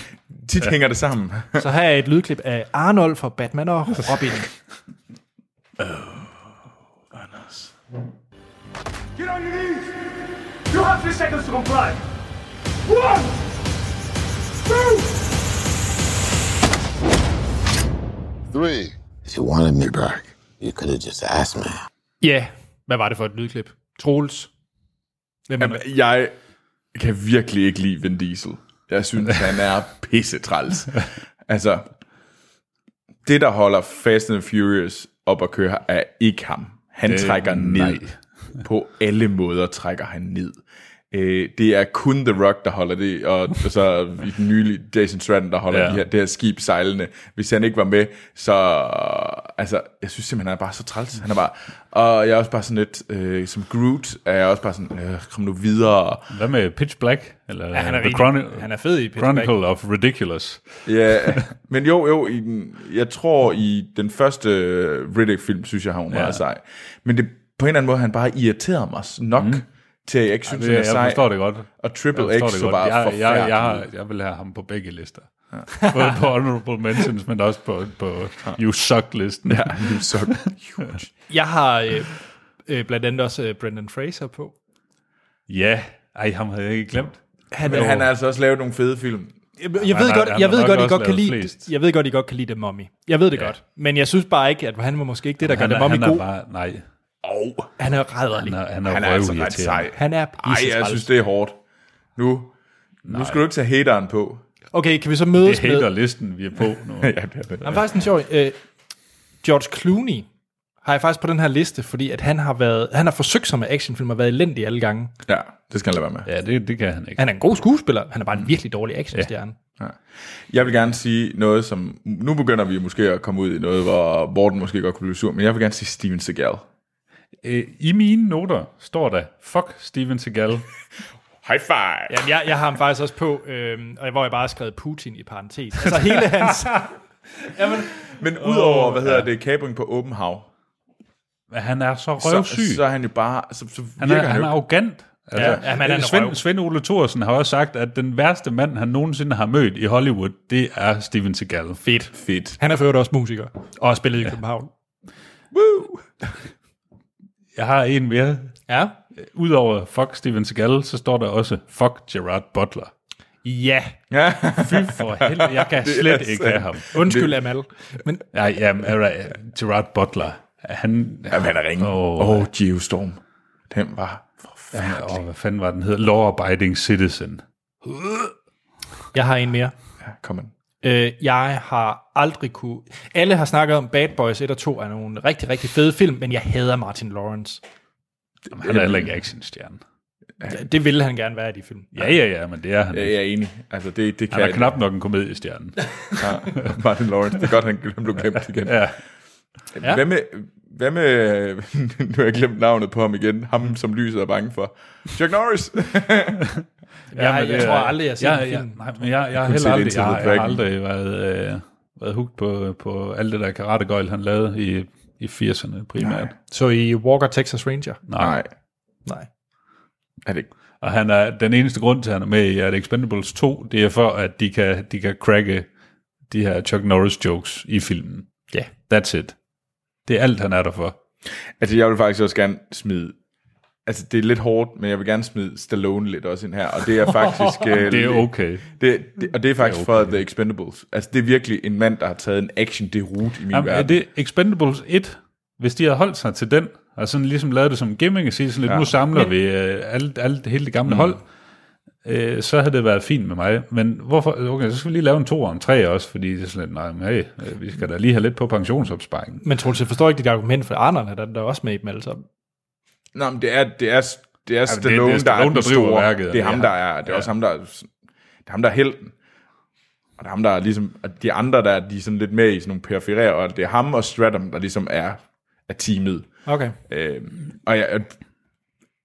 S3: tit hænger det sammen.
S1: Så her er et lydklip af Arnold fra Batman og Robin.
S5: Get on your knees! You have three seconds to comply. One! Two!
S8: Three.
S11: If you wanted me back, you could have just asked me.
S1: ja, hvad var det for et lydklip? Troels? Hvem er det?
S3: Jamen, jeg kan virkelig ikke lide Vin Diesel. Jeg synes, han er pissetræls. Altså, det der holder Fast and Furious op at køre, er ikke ham. Han det, trækker ned.
S2: nej.
S3: På alle måder trækker han ned. Øh, det er kun The Rock, der holder det, og så i den nylige Jason Stratton, der holder
S2: Ja.
S3: ja. de her, det her skib sejlende. Hvis han ikke var med, så... Altså, jeg synes simpelthen, han er bare så træls. Han er bare... Og jeg er også bare sådan lidt... Øh, som Groot er jeg også bare sådan... Øh, kom nu videre.
S2: Hvad med Pitch Black? Eller ja,
S1: han er
S2: The
S1: rigtig-
S2: Chroni-
S1: han er fed i Pitch
S2: Chronicle of Ridiculous.
S3: Ja, men jo, jo, i den, jeg tror i den første øh, Riddick-film, synes jeg, han var meget
S2: Ja.
S3: sej. Men det, på en eller anden måde, han bare irriterer mig s- nok mm. til, at jeg ikke synes,
S2: det-
S3: den er
S2: jeg
S3: sej.
S2: forstår det godt.
S3: Og Triple
S2: Jeg forstår
S3: X
S2: det
S3: så
S2: godt.
S3: bare
S2: jeg, jeg, jeg,
S3: forfærdelig
S2: har- jeg vil have ham på begge lister. Ja. Både på honorable mentions, men også på, på you suck-listen.
S3: Ja, you suck. Huge.
S1: Jeg har øh, øh, blandt andet også øh, Brendan Fraser på.
S2: ja, ej, ham havde jeg ikke glemt.
S1: Han
S3: Men
S1: er-
S3: han har altså også lavet nogle fede film.
S1: Jeg, jeg ved godt, jeg ved godt, I godt kan lide, jeg ved godt, I godt kan lide The Mummy. Jeg ved det ja. godt. Men jeg synes bare ikke, at han var måske ikke det, der
S2: han,
S1: gør The
S2: er- han
S1: Mummy god.
S2: er bare, nej.
S3: Oh.
S1: Han er rædderlig.
S2: Han er, han er,
S3: Han er altså ret
S2: røvirriterende.
S3: sej.
S1: Han er pisse
S3: Ej, jeg
S1: træls.
S3: synes, det er hårdt. Nu, nu skal du ikke tage hateren på.
S1: Okay, kan vi så
S2: Det
S1: mødes med...
S2: hater listen, vi er på nu.
S3: ja, det er det.
S1: Han er faktisk en sjov... Øh, George Clooney har jeg faktisk på den her liste, fordi at han har været, han har forsøgt sig med actionfilm og været elendig alle gange.
S3: Ja, det skal han lade være med.
S2: Ja, det, det kan han ikke.
S1: Han er en god skuespiller, han er bare en virkelig dårlig actionstjerne.
S3: Jeg vil gerne sige noget, som... Nu begynder vi måske at komme ud i noget, hvor Morten måske godt kunne blive sur, men jeg vil gerne sige Steven Seagal.
S2: Øh, I mine noter står der, fuck Steven Seagal.
S3: High five!
S1: Jamen, jeg, jeg har ham faktisk også på, øh, og hvor jeg bare har skrevet Putin i parentes. Altså hele hans... Jamen,
S3: Men udover, hvad hedder det, kabring på åben hav,
S2: Men han er så
S3: så,
S2: røvsyg.
S3: så er han jo bare... Så, så
S2: han, er,
S3: virker
S2: han
S3: jo
S2: er arrogant. Altså,
S1: Ja, jamen, han er en
S2: Svend,
S1: røv.
S2: Svend Ole Thorsen har også sagt, at den værste mand, han nogensinde har mødt i Hollywood, det er Steven Seagal.
S1: fedt.
S3: fedt.
S1: Han er for øvrigt også musiker, og har spillet i København.
S3: Woo!
S2: Jeg har en mere.
S1: Ja.
S2: Udover fuck Steven Seagal, så står der også fuck Gerard Butler.
S1: Ja.
S3: Ja.
S2: Fy for helvede, jeg kan
S3: Det er
S2: slet ikke
S3: sandt.
S2: have ham.
S1: Undskyld, Amal. Men
S2: Nej, jamen, alright, Gerard Butler. Han,
S3: Jamen, han er ringe.
S2: Åh.
S3: Åh, oh, Geostorm. Den var forfærdelig.
S2: åh, hvad fanden var den hedder? Law Abiding Citizen.
S1: jeg har en mere.
S3: Ja, kom an.
S1: Øh, jeg har aldrig kunne... Alle har snakket om Bad Boys 1 og 2 er nogle rigtig, rigtig fede film, men jeg hader Martin Lawrence.
S2: Jamen, han er heller ikke actionstjerne.
S1: Det, det ville han gerne være i de film.
S2: Ja, ja, ja, men det er han.
S3: Ja,
S2: ikke.
S3: jeg er enig. Altså, det, det kan
S2: Han er
S3: jeg-
S2: knap nok en komediestjerne.
S3: Ja, Martin Lawrence. Det er godt, han gl- han blev glemt igen.
S2: Ja.
S1: Ja.
S3: Hvad med... Hvad med, nu har jeg glemt navnet på ham igen, ham som lyset er bange for. Chuck Norris!
S1: Jeg,
S2: men
S1: jeg,
S2: det
S1: jeg
S2: er-
S1: tror aldrig, jeg har set
S2: ja,
S1: en
S2: ja,
S1: film.
S2: Nej, men jeg, jeg, har
S3: kun
S2: heller
S3: set
S2: aldrig, jeg,
S3: Into
S2: har-
S3: the
S2: jeg har
S3: Dragon.
S2: aldrig været, øh, været hugt på, på alt det der karategøjl, han lavede i, i 80'erne primært.
S1: Så i Walker, Texas Ranger?
S2: Nej.
S3: Nej,
S2: Nej.
S1: Nej.
S3: er det ikke.
S2: Og han er, den eneste grund til, at han er med i at Expendables 2, det er for, at de kan, de kan cracke de her Chuck Norris jokes i filmen.
S1: Ja.
S2: That's it. Det er alt, han er der for.
S3: Altså, jeg vil faktisk også gerne smide... Altså, det er lidt hårdt, men jeg vil gerne smide Stallone lidt også ind her, og det er faktisk... øh,
S2: Det er okay.
S3: Det, det, og det er faktisk det er okay. fra The Expendables. Altså, det er virkelig en mand, der har taget en action det route i min
S2: Jamen, er
S3: verden.
S2: det Expendables 1, hvis de havde holdt sig til den, og sådan ligesom lavet det som gimmick, og sige sådan lidt, ja. nu samler vi øh, alt, alt, hele det gamle mm. hold, øh, så havde det været fint med mig. Men hvorfor, okay, så skal vi lige lave en to og en tre også, fordi det er sådan lidt, nej, men hey, øh, vi skal da lige have lidt på pensionsopsparingen.
S1: Men Troels, jeg forstår ikke dit argument, for Arnold er der, der er også med i dem alle sammen.
S3: Nå, men det er, det er, det er
S2: det er
S3: Stallone, det, det er Stallone, der, er
S2: Stallone, der
S3: den
S2: driver
S3: store.
S2: værket, og
S3: det er
S2: det
S3: ham,
S2: er
S3: der
S2: ham.
S3: er... Det er også ham, der er, det er ham, der er helten. Og det er ham, der er ligesom... Og de andre, der er, de er sådan lidt med i sådan nogle periferier, og det er ham og Stratum, der ligesom er, er teamet.
S1: Okay.
S3: Øh, og jeg,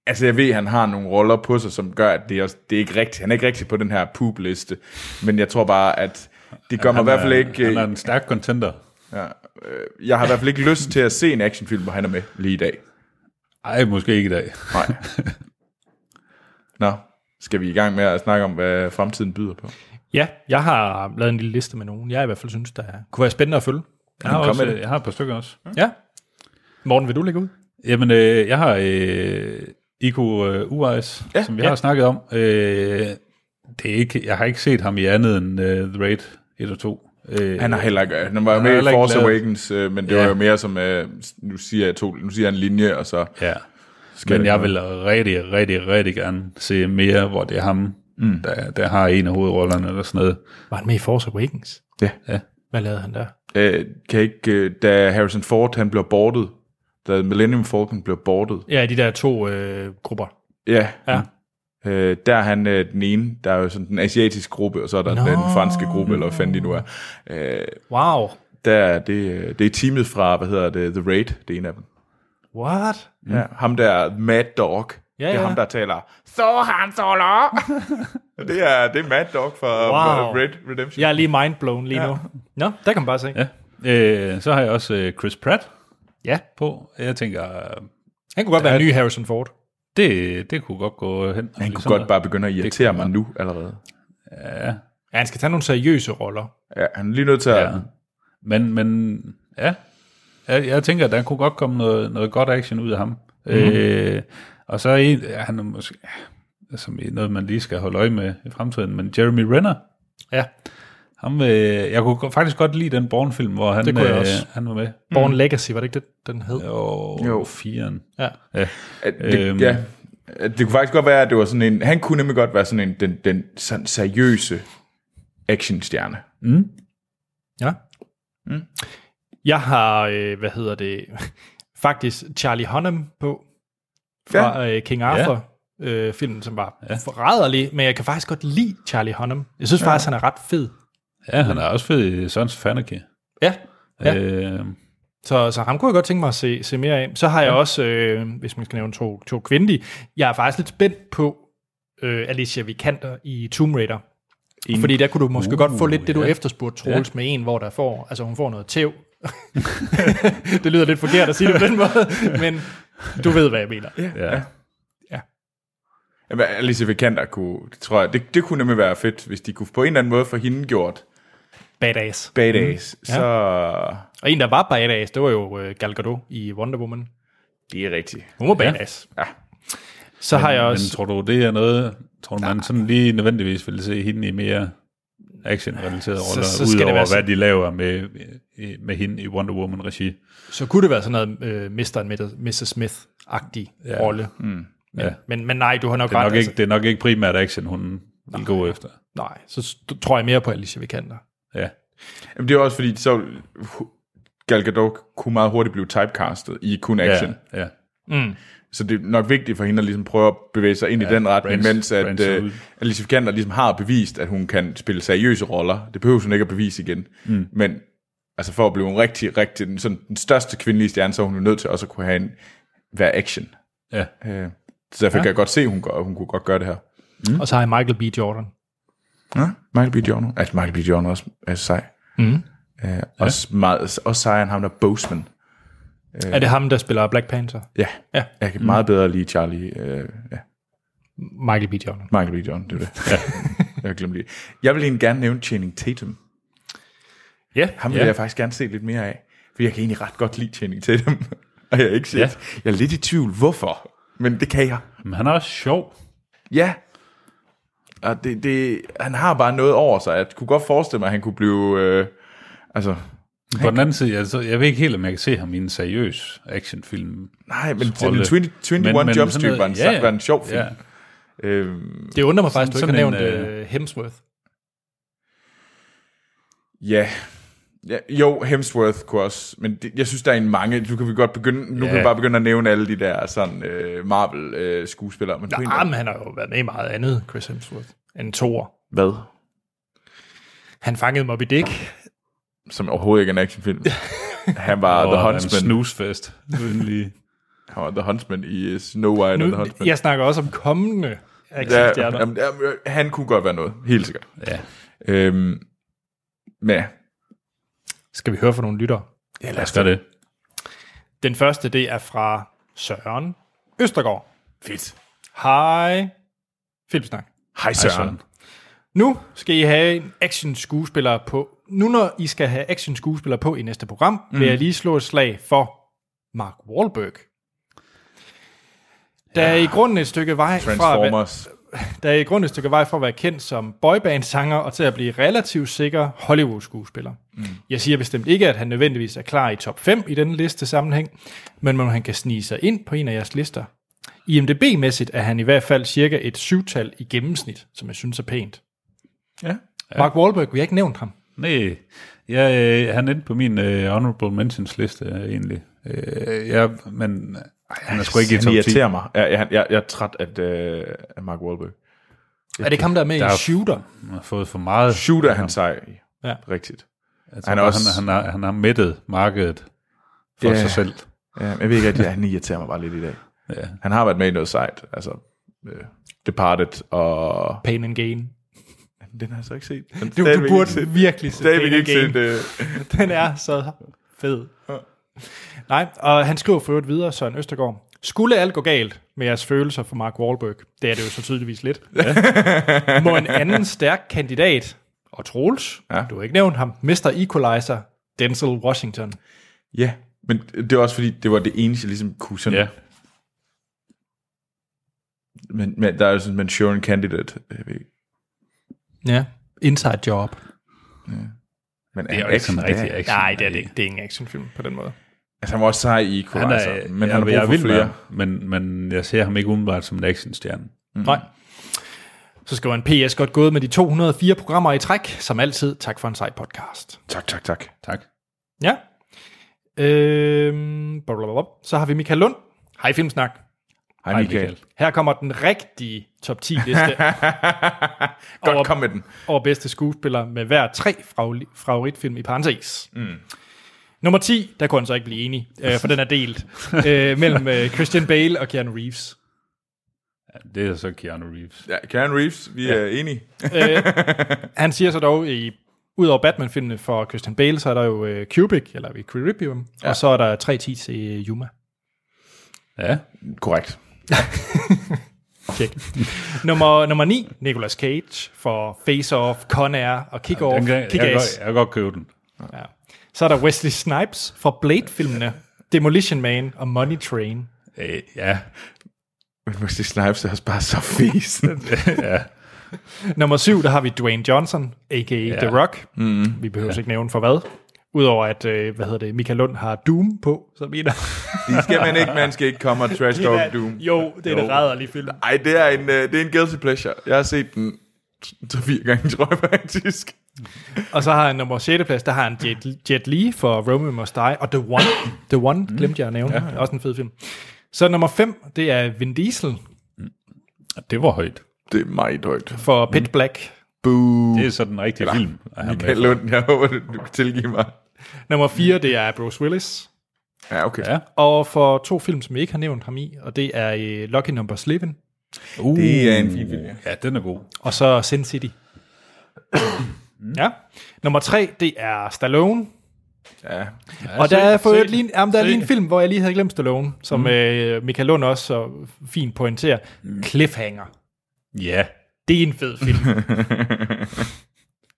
S3: altså jeg ved, at han har nogle roller på sig, som gør, at det er, også, det er ikke rigtigt. Han er ikke rigtig på den her poop-liste, men jeg tror bare, at det gør mig i hvert fald ikke... øh,
S2: Han er en stærk contender.
S3: Ja, øh, jeg har i hvert fald ikke lyst til at se en actionfilm, hvor han er med lige i dag.
S2: Ej, måske ikke i dag.
S3: Nej. Nå, skal vi i gang med at snakke om, hvad fremtiden byder på?
S1: Ja, jeg har lavet en lille liste med nogen, jeg i hvert fald synes, der kunne være spændende at følge.
S2: Jeg har,
S3: kom
S2: også, øh,
S3: med det.
S2: jeg har et par stykker også.
S1: Ja. Morten, vil du lægge ud?
S2: Jamen, øh, jeg har øh, Iko øh, Ureis, ja, som vi ja. har snakket om. Øh, det er ikke, jeg har ikke set ham i andet end øh, The Raid 1 og 2. Øh,
S3: Han har heller ikke... Han var jo
S2: Han har
S3: med i
S2: heller ikke
S3: Force
S2: lavet-
S3: Awakens, øh, men det
S2: Ja.
S3: var jo mere som... Øh, nu, siger jeg to, nu siger jeg en linje, og så...
S2: Ja.
S3: Skal
S2: Men
S3: det
S2: jeg vil rigtig, rigtig, rigtig gerne se mere, hvor det er ham, mm. der, der har en af hovedrollerne eller sådan noget.
S1: Var han med i Force Awakens?
S3: Ja.
S2: Ja.
S1: Hvad lavede han der?
S3: Øh, kan jeg ikke... Øh, da Harrison Ford, han blev bortet, da Millennium Falcon blev bortet,
S1: Ja, de der to øh, grupper.
S3: Ja.
S1: Ja.
S3: Øh, der er han øh, den ene, der er jo sådan den asiatiske gruppe, og så er der no. den franske gruppe, eller hvad fanden de nu er. Øh,
S1: Wow.
S3: der er det, øh, det er teamet fra, hvad hedder det, The Raid, det er en af dem.
S1: What?
S3: Mm. Ja, ham der Mad Dog,
S1: Ja,
S3: ja, det er
S1: ja.
S3: ja. ham, der taler, så han solo. det, er, det er Mad Dog fra
S1: Wow.
S3: wow. Raid Redemption.
S1: Jeg er lige mindblown lige ja. nu. Nå, der kan man bare se. Ja.
S2: Ja. Øh, så har jeg også øh, Chris Pratt
S1: ja.
S2: på. Jeg tænker, øh,
S1: Han kunne godt være en ny Harrison Ford.
S2: Det, det kunne godt gå hen. Altså,
S3: Han kunne godt bare begynde at irritere mig nu allerede.
S2: Ja. ja,
S1: han skal tage nogle seriøse roller.
S3: Ja, han er lige nødt til at...
S2: Ja. Men, men ja, jeg, jeg tænker, at der kunne godt komme noget, noget godt action ud af ham. Mm.
S1: Mhm.
S2: Øh, og så er en, ja, han er måske, ja, som er noget, man lige skal holde øje med i fremtiden, men Jeremy Renner,
S1: Ja,
S2: ham, øh, jeg kunne go- faktisk godt lide den Bourne-film, hvor han,
S1: Det kunne jeg
S2: øh,
S1: også.
S2: han var med.
S1: Born mm. Legacy, var det ikke det, den hed?
S2: Jo,
S3: Jo.
S2: jo. firen.
S1: Ja.
S2: Ja.
S3: At det,
S2: Øhm.
S3: øhm. ja, at det kunne faktisk godt være, at det var sådan en... Han kunne nemlig godt være sådan en den, den sådan seriøse actionstjerne.
S2: Mm.
S1: Ja.
S3: Mm.
S1: Jeg har, øh, hvad hedder det, faktisk Charlie Hunnam på, fra ja. øh, King Arthur. Øh, filmen, som var ja. forræderlig, men jeg kan faktisk godt lide Charlie Hunnam. Jeg synes ja. faktisk, han er ret fed.
S2: Ja, han er også fed i Sons of Anarchy.
S1: Ja, Ja.
S2: Øh,
S1: så, så ham kunne jeg godt tænke mig at se, se mere af. Så har jeg også, øh, hvis man skal nævne to, to kvindelige, jeg er faktisk lidt spændt på øh, Alicia Vikander i Tomb Raider. Ingen. Fordi der kunne du måske uh,
S2: Uh,
S1: godt få lidt det, du
S2: ja.
S1: efterspurgte, Troels, ja. med en, hvor der får, altså hun får noget tæv. det lyder lidt forkert at sige det på den måde, men du ved, hvad jeg mener.
S2: ja. ja.
S3: Jamen, Alice Vikander kunne, det tror jeg, det, det kunne nemlig være fedt, hvis de kunne på en eller anden måde få hende gjort
S1: Badass.
S3: badass. Mm.
S1: Ja.
S3: Så
S1: Og en, der var badass, det var jo øh, Gal Gadot i Wonder Woman.
S3: det er rigtigt.
S1: Hun var badass. Ja. Så har jeg
S2: Men
S1: også...
S2: tror du, det er noget, tror du, man sådan lige nødvendigvis vil se hende i mere action-relaterede
S1: Så-
S2: roller,
S1: så skal det
S2: udover
S1: være sådan-
S2: hvad de laver med, i- med hende i Wonder Woman-regi?
S1: så kunne det være sådan noget øh, Mr. and Mrs. Smith-agtig ja. rolle. Mm. Men,
S2: Ja.
S1: men, men nej, du har nok
S2: Det er,
S1: ret. altså.
S2: nok ikke, det er nok ikke primært action, hun vil gå efter.
S1: nej, så s- du- tror jeg mere på Alicia Vikander.
S2: Ja.
S3: Jamen, det er også fordi, så Gal Gadot kunne meget hurtigt blive typecastet i kun action. Ja.
S2: Ja, ja.
S3: Så det er nok vigtigt for hende at ligesom prøve at bevæge sig ind ja, i den retning,
S2: branch-
S3: mens at
S2: branche
S3: uh,
S2: ud.
S3: Alice Vikander ligesom har bevist, at hun kan spille seriøse roller. Det behøver hun ikke at bevise igen. Mm. Men altså for at blive en rigtig, rigtig, den, sådan, den største kvindelige stjerne, så er hun jo nødt til også at kunne have en, være action.
S2: ja.
S3: Øh, så derfor ja. kan jeg godt se, at hun, gør, hun kunne godt gøre det her.
S1: Mm. Og så har jeg Michael B. Jordan.
S3: Ja, Michael B. Jordan. Altså, Michael B. Jordan er også er sej. Mm. Øh, også, ja. meget, også sejere end ham der Boseman.
S1: Er det ham, der spiller Black Panther?
S3: Ja,
S1: Ja.
S3: jeg kan mm. meget bedre lide Charlie. Øh, ja.
S1: Michael B. Jordan.
S3: Michael B. Jordan, det er det. Ja. jeg har glemt det. Jeg vil egentlig gerne nævne Channing Tatum.
S1: Ja.
S3: Ham vil
S2: Ja.
S3: jeg faktisk gerne se lidt mere af. For jeg kan egentlig ret godt lide Channing Tatum. Og jeg er ikke set. Ja. Jeg er lidt i tvivl, hvorfor. Men det kan jeg.
S2: Men han er også sjov.
S3: Ja. Og det, det, han har bare noget over sig. Jeg kunne godt forestille mig, at han kunne blive... Øh, altså,
S2: På den anden side, altså, jeg ved ikke helt, om jeg kan se ham i en seriøs actionfilm.
S3: nej, men
S2: Rolle.
S3: den 20, 21 men, Jump
S2: sådan
S3: Street
S2: noget-
S3: var en, ja, var en sjov film.
S2: Ja.
S3: Ja. Øhm,
S1: Det undrer mig faktisk,
S2: Sådan-
S1: du ikke har
S2: sådan
S1: nævnt
S2: en,
S1: øh, Hemsworth.
S3: Ja. ja. Jo, Hemsworth kunne også, men det, jeg synes, der er en mange. Nu kan vi godt begynde, nu
S2: Ja.
S3: kan vi bare begynde at nævne alle de der sådan øh, Marvel-skuespillere. men på en eller
S1: Ja,
S3: anden-
S1: ah, men han har jo været med i meget andet, Chris Hemsworth, end Thor.
S3: Hvad?
S1: Han fangede Moby Dick.
S3: Som overhovedet ikke er en actionfilm. Han var The
S2: Og en
S3: Huntsman.
S2: snusfest. Uden lige.
S3: Han var The Huntsman i øh, Snow White
S1: Nu,
S3: og The Huntsman.
S1: jeg snakker også om kommende
S3: ja,
S1: actionstjerner.
S3: jamen, jamen, øh, han kunne godt være noget, helt sikkert.
S2: Ja.
S3: Øhm, men ja.
S1: Skal vi høre fra nogle lyttere?
S3: ja, lad
S2: Lad
S3: os
S2: os gøre det.
S1: Den første, det er fra Søren Østergaard.
S3: fedt.
S1: Hej. Filmsnak.
S3: Hej Søren.
S1: Nu skal I have en action skuespiller på. Nu når I skal have action skuespiller på i næste program, mm. vil jeg lige slå et slag for Mark Wahlberg. Der er i grunden et stykke vej fra at være-
S3: Transformers.
S1: der er i grunden et stykke vej fra at være kendt som boybandsanger og til at blive relativt sikker Hollywood-skuespiller. Mm. Jeg siger bestemt ikke, at han nødvendigvis er klar i top 5 i denne liste sammenhæng, men om han kan snige sig ind på en af jeres lister. IMDB-mæssigt er han i hvert fald cirka et syvtal i gennemsnit, som jeg synes er pænt.
S3: Ja.
S1: Ja. Mark Wahlberg, vi har ikke nævnt ham.
S2: Nej, jeg, øh, han endte på min øh, honorable mentions liste øh, egentlig. Øh, jeg, men øh, han er sgu ikke i
S3: Han
S2: top 10.
S3: irriterer mig. Jeg, jeg, jeg, jeg er træt af, øh, af Mark Wahlberg.
S1: Er det ikke ham, der er med
S2: Der
S1: i
S2: er-
S1: Shooter?
S2: Han har fået for meget.
S3: Shooter er han sej i.
S1: Ja.
S3: Rigtigt.
S2: Jeg tror, han,
S3: Han er
S2: er
S3: også-
S2: han, han, har, han har mættet markedet for
S3: Ja.
S2: sig selv.
S3: Ja, men jeg ved ikke rigtig, han irriterer mig bare lidt i dag.
S2: Ja.
S3: Han har været med i noget sejt, altså øh, Departed og...
S1: Pain and Gain.
S3: Den har jeg så ikke set. Den
S1: Du, du burde virkelig se Pain
S3: stadigvæk
S1: and
S3: ikke
S1: Gain.
S3: set. Øh,
S1: Den er så fed. Nej, og han skriver for øvrigt videre, Søren Østergaard. Skulle alt gå galt med jeres følelser for Mark Wahlberg, det er det jo så tydeligvis lidt, ja. må en anden stærk kandidat, og Troels, ja. du har ikke nævnt ham, Mr. Equalizer, Denzel Washington.
S3: Ja, men det var også fordi, det var det eneste, jeg ligesom kunne sådan...
S2: Ja.
S3: Men, men der er jo sådan en Manchurian Candidate. øh, Jeg ved ikke.
S1: Ja, inside job.
S3: Ja. Men
S2: Det er jo ikke sådan rigtig action.
S1: Nej, det er det ikke. Det er ingen actionfilm på den måde.
S3: Altså, han var også sej i
S2: Han
S3: Equalizer,
S2: er,
S3: men han har
S2: jeg,
S3: brug
S2: er
S3: for
S2: vild med
S3: flere.
S2: ham, men, men jeg ser ham ikke umiddelbart som en actionstjerne.
S1: Mm. Nej. Så skriver han, PS godt gået med de 204 programmer i træk. Som altid, tak for en sej podcast.
S3: Tak, tak, tak.
S2: Tak.
S1: Ja. Øhm, blablabla. så har vi Michael Lund. Hej Filmsnak.
S3: Hej, Michael.
S1: Her kommer den rigtige top 10 liste
S3: Godt,
S1: Over-
S3: kom med den.
S1: over bedste skuespiller med hver tre favori- favoritfilm i parentes. Mm. Nummer 10, der kunne han så ikke blive enig, øh, for den er delt øh, mellem øh, Christian Bale og Keanu Reeves.
S2: Det er så Keanu Reeves.
S3: Ja, Karen Reeves, vi ja. er enige.
S1: Han siger så dog, i udover Batman-filmene for Christian Bale, så er der jo øh, Cubic, eller vi Cribium, ja. og så er der 3.10 til øh, Yuma.
S2: Ja,
S3: Korrekt.
S1: Check. nummer, nummer 9, Nicolas Cage for Face Off, Con Air og Kick Off.
S2: den kan, jeg,
S1: Kick
S2: kan
S1: Ass.
S2: godt, jeg kan godt købe den.
S1: Ja. Så er der Wesley Snipes for Blade-filmene, Demolition Man og Money Train.
S2: Øh, ja,
S3: Men Wesley Snipes er også bare så fesen.
S1: Nummer 7, der har vi Dwayne Johnson, a.k.a. Ja. The Rock. Mm. Vi behøver ja. ikke nævne for hvad. Udover at, øh, hvad hedder det, Michael Lund har Doom på, så vi der.
S3: det skal man ikke, man skal ikke komme og trash talk Doom.
S1: Jo, det er en rædderlig film.
S3: Ej, det er, en, øh, det er en guilty pleasure. Jeg har set den så fire gange, tror jeg faktisk.
S1: Og så har han nummer 6. plads, der har han Jet, Jet Li for Romeo Must Die, og The One, The One glemte jeg at nævne, ja. også en fed film. Så nummer 5, det er Vin Diesel
S2: og det var højt.
S3: Det er meget højt.
S1: for
S2: Mm.
S1: Pitch Black.
S3: Boo.
S2: Det er så den rigtige film. at have med.
S3: Uh. Michael Lund, jeg håber, du du kan tilgive mig.
S1: Nummer 4, det er Bruce Willis.
S3: Ja, okay.
S2: Ja.
S1: Og for to film, som jeg ikke har nævnt ham i, og det er øh, Lucky Number 11
S2: Uh,
S3: Det er en fin film, ja.
S2: Ja, den er god.
S1: og så Sin City.
S2: Mm.
S1: ja. Nummer 3, det er Stallone.
S3: Ja.
S1: Ja, og der er for
S2: se
S1: øvrigt
S2: den.
S1: lige, en- jamen, der er
S2: Se
S1: lige en
S2: den.
S1: film, hvor jeg lige havde glemt Stallone, som mm. øh, Michael Lund også så fint pointerer.
S2: Mm.
S1: Cliffhanger.
S2: Ja,
S1: Det er en fed film.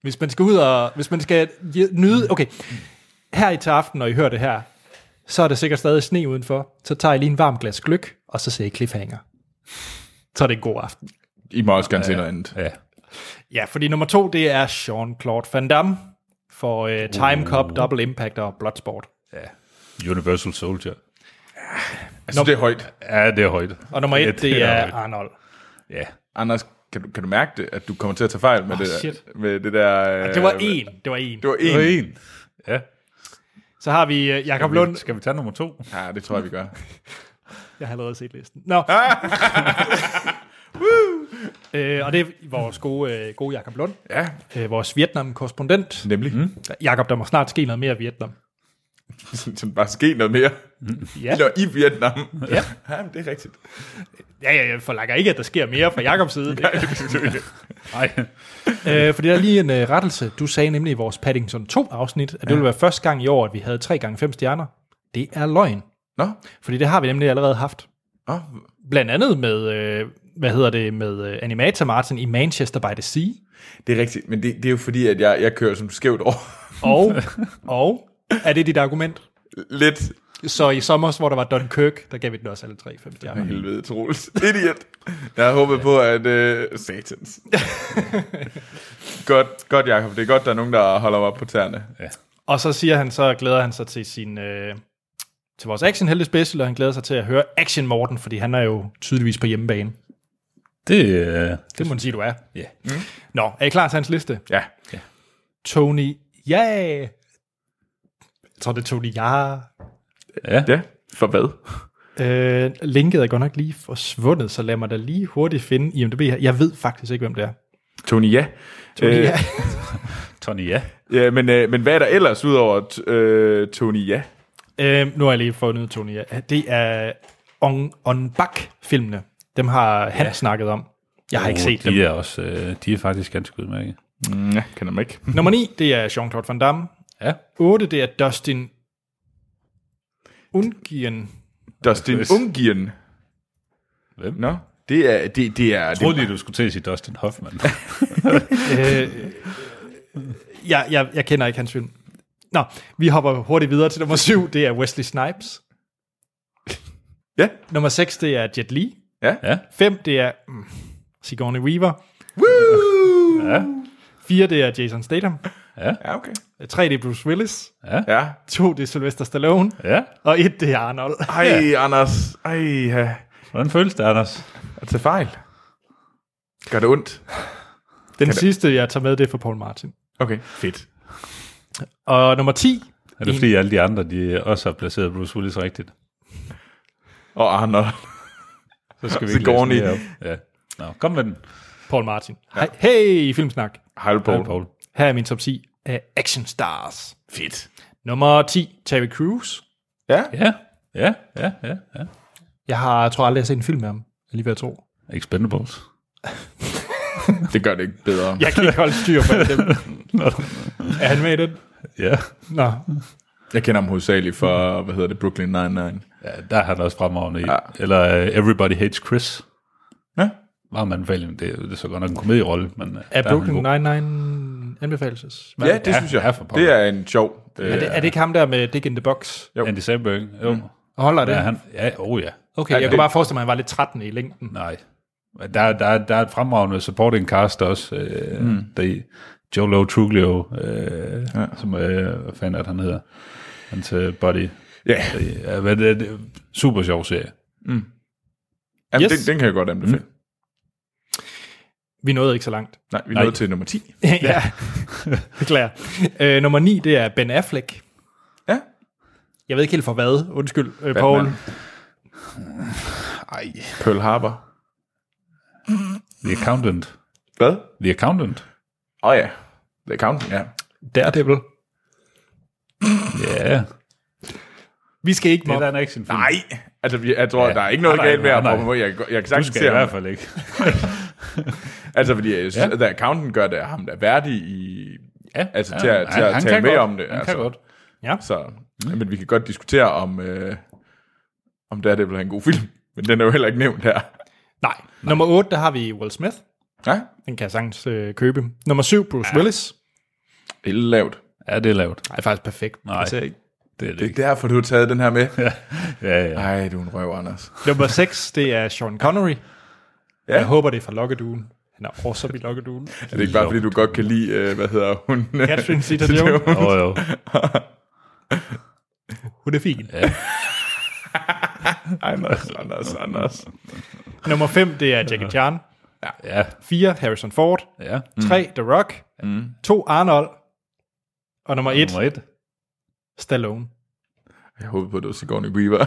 S1: hvis man skal ud og... Hvis man skal je- nyde... Okay, her i til aften, når I hører det her, så er der sikkert stadig sne udenfor. Så tager I lige en varm glas gløk, og så ser I cliffhanger. Så er det en god aften.
S3: I må også gerne se noget andet.
S2: ja.
S1: Ja, fordi nummer to, det er Jean-Claude Van Damme for uh, Time Cup, Double Impact og Bloodsport.
S2: Universal Soldier.
S3: Altså, det er højt.
S2: Ja, det er højt.
S1: Og nummer et, det er
S2: højt.
S1: Arnold.
S2: Ja,
S3: Anders, kan du, kan du mærke det, at du kommer til at tage fejl med, oh, det, der,
S1: Ah, shit.
S3: med det der... øh,
S1: Det var en, det var en.
S3: Det var
S2: det var
S3: en.
S2: en. Ja.
S1: Så har vi uh, Jakob Lund.
S2: Skal vi tage nummer to?
S3: Ja, det tror jeg, vi gør.
S1: Jeg har allerede set listen. Nå. Woo! Øh, og det er vores gode, øh, gode Jakob Lund,
S3: Ja,
S1: øh, vores Vietnam-korrespondent.
S3: nemlig. Mm.
S1: Jakob, der må snart ske noget mere i Vietnam.
S3: Sådan bare ske noget mere.
S1: Ja,
S3: Eller i Vietnam.
S1: Ja.
S3: ja men det er rigtigt.
S1: ja, ja jeg forlanger ikke, at der sker mere fra Jakobs side.
S2: Nej.
S1: øh, fordi der er lige en øh, rettelse. Du sagde nemlig i vores Paddington 2-afsnit, at det ville være første gang i år, at vi havde 3 gange 5 stjerner. Det er løgn.
S3: Nå,
S1: Fordi det har vi nemlig allerede haft.
S3: oh,
S1: Blandt andet med, øh, hvad hedder det, med øh, Animator Martin i Manchester by the Sea.
S3: det er rigtigt. Men det, det er jo fordi, at jeg, jeg kører som skævt over.
S1: Og, og er det dit argument?
S3: Lidt
S1: Så i sommer, hvor der var Don Kirk, der gav vi den også alle tre fem stjerner.
S3: helvede troligt. Idiot. Jeg havde håbet på, at... Øh, satans. godt, godt, Jacob. Det er godt, der er nogen, der holder mig op på tæerne. Ja.
S1: Og så siger han så, glæder han sig til sin... Øh, til vores action helte special, og han glæder sig til at høre Action Morten, fordi han er jo tydeligvis på hjemmebane.
S2: Det, øh,
S1: Det må man sige, du er. Mm.
S2: ja.
S1: Nå, er I klar til hans liste?
S3: ja.
S1: Tony, ja! Yeah. Jeg tror, det er Tony, ja.
S2: ja.
S3: Ja, for hvad?
S1: Øh, linket er godt nok lige forsvundet, så lad mig da lige hurtigt finde IMDb her. Jeg ved faktisk ikke, hvem det er.
S3: Tony, ja.
S1: Tony,
S3: Øh,
S1: ja.
S2: Tony, ja.
S3: ja men, øh, men hvad er der ellers udover t- øh, Tony, ja?
S1: Øh, nu har jeg lige fundet Tony. Ja. Det er On, on Bak-filmene. Dem har han ja. snakket om. Jeg har oh, ikke set
S2: de
S1: dem.
S2: Er også, øh, de er faktisk ganske udmærket.
S3: Mm, ja, kender mig ikke.
S1: Nummer 9, det er Jean-Claude Van Damme.
S2: Ja.
S1: 8, det er Dustin Ungien.
S3: Dustin Ungien.
S2: Hvem?
S3: Nå, det er... Det, det er
S2: Jeg troede lige, du skulle til at sige Dustin Hoffman.
S1: øh, jeg, jeg, jeg kender ikke hans film. Nå, vi hopper hurtigt videre til nummer 7, det er Wesley Snipes.
S3: Ja.
S1: Nummer 6, det er Jet Li.
S3: Ja.
S2: ja.
S1: 5, det er mm, Sigourney Weaver.
S3: Woo!
S2: Ja.
S1: 4, det er Jason Statham.
S2: Ja.
S3: Ja, okay.
S1: 3, det er Bruce Willis.
S2: Ja.
S3: Ja.
S1: 2, det er Sylvester Stallone.
S2: Ja.
S1: Og 1, det er Arnold.
S3: Ej, Anders. Ej, ja.
S2: Hvordan føles det, Anders?
S3: at tage fejl. Gør det ondt?
S1: Den sidste, jeg tager med, det er for Paul Martin.
S3: Okay, fedt.
S1: Og nummer 10,
S2: Er det fordi, alle de andre de også har placeret Bruce Willis rigtigt?
S3: Og Arnold.
S2: Så skal vi
S3: Så
S2: ikke læse
S3: går den i.
S2: mere op. Ja. Nå, kom med den.
S1: Paul Martin. Ja. Hey, Filmsnak.
S3: Hej,
S2: Paul.
S3: Paul.
S2: Paul.
S1: Her er min top 10 af action stars.
S3: Fedt.
S1: Nummer 10, Terry Crews.
S3: Ja,
S2: Ja. Ja, ja, ja, ja.
S1: Jeg har, jeg tror aldrig, jeg har set en film med ham. Alligevel jeg tror.
S2: Expendables.
S3: det gør det ikke bedre.
S1: Jeg kan ikke holde styr på alle dem. er han med i den?
S2: Ja.
S1: Nå.
S3: Jeg kender ham hovedsageligt for, hvad hedder det, Brooklyn Nine-Nine.
S2: ja der er han også fremragende i.
S3: Ja.
S2: Ja. Eller uh, Everybody Hates Chris.
S3: Ja.
S2: Var man valgt, det, er- det er så godt nok en komedierolle, men øh, der
S1: Er Brooklyn
S2: han god.
S1: Nine-Nine anbefaleses?
S3: Ja, det
S2: Ja,
S3: synes jeg.
S2: ja, for pokker.
S3: det er en sjov... Øh,
S1: Er det, er det ikke ham der med Dick in the Box?
S3: Jo.
S2: Andy Samberg, jo. Mm.
S1: Holder det?
S2: Ja, han, ja, oh ja.
S1: Okay, jeg
S3: det-
S1: kunne bare forestille mig, at han var lidt 13 i længden.
S2: Nej. Men Der, der, der er et fremragende supporting cast også. Øh, mm. der, Joe Lo Truglio, øh, ja. som øh, hvad fanden er det, han hedder? Hans øh, buddy.
S3: Ja,
S2: Ja, men det, det, super sjov serie.
S3: Jamen,
S1: Yes.
S3: den, den kan jeg godt anbefale. Mm.
S1: Vi nåede ikke så langt.
S3: Nej, vi
S2: Nej.
S3: nåede til nummer 10.
S1: ja, beklager. Øh, nummer 9, det er Ben Affleck.
S3: Ja.
S1: Jeg ved ikke helt for hvad. Undskyld, øh, Paul.
S2: Ej.
S3: Pearl Harbor.
S2: The Accountant.
S3: Hvad?
S2: The Accountant.
S3: Åh oh, ja, The Accountant, ja.
S1: Daredevil.
S2: Ja. Yeah.
S1: Vi skal ikke
S2: Det er
S1: mobbe.
S2: da en actionfilm.
S3: Nej, altså vi- jeg tror,
S2: Ja.
S3: der er ikke noget
S2: Nej, nej,
S3: galt med
S2: nej,
S3: at
S2: nej.
S3: promovere. Jeg, kan- jeg kan
S2: Du
S3: sagtens
S2: skal
S3: se
S2: i hvert
S3: ham.
S2: fald ikke.
S3: Altså fordi jeg synes,
S2: Ja.
S3: at The Accountant gør det, at ham der er værdig i...
S2: Ja,
S3: Altså, til at- til at
S2: han
S3: tale
S2: kan
S3: med
S2: godt.
S3: om det,
S2: Han altså.
S3: altså.
S2: kan godt.
S3: Så, mm. men vi kan godt diskutere om... Øh, om der er det blevet en god film. Men den er jo heller ikke nævnt her.
S1: Nej. Nummer 8, der har vi Will Smith.
S3: Ja,
S1: Den kan jeg sagtens øh, købe. Nummer 7, Bruce ja. Willis.
S3: ille lavt.
S2: Ja, det er lavt.
S1: Nej, faktisk perfekt.
S2: Nej,
S1: Altså, ikke.
S2: det er det
S3: Det er
S2: ikke.
S3: derfor, du har taget den her med.
S2: Ja, ja.
S3: Nej, du er en røv, Anders.
S1: Nummer 6, det er Sean Connery. Ja. Jeg håber, det er fra Lokkeduen. Han er awesome i Lokkeduen.
S3: Er det ikke bare, fordi du godt kan lide, øh, hvad hedder hun?
S1: Catherine Zeta-Jones.
S2: Jo, jo.
S1: Hun er fin.
S2: Ja.
S3: Anders, Anders, Anders.
S1: Nummer 5, det er Jackie Chan.
S2: Ja,
S1: 4, Harrison Ford.
S2: ja.
S1: 3,
S2: Mm.
S1: The Rock. 2, Arnold. Og nummer 1,
S2: Nummer et.
S1: Stallone.
S3: Jeg håber på, at det var Sigourney Weaver.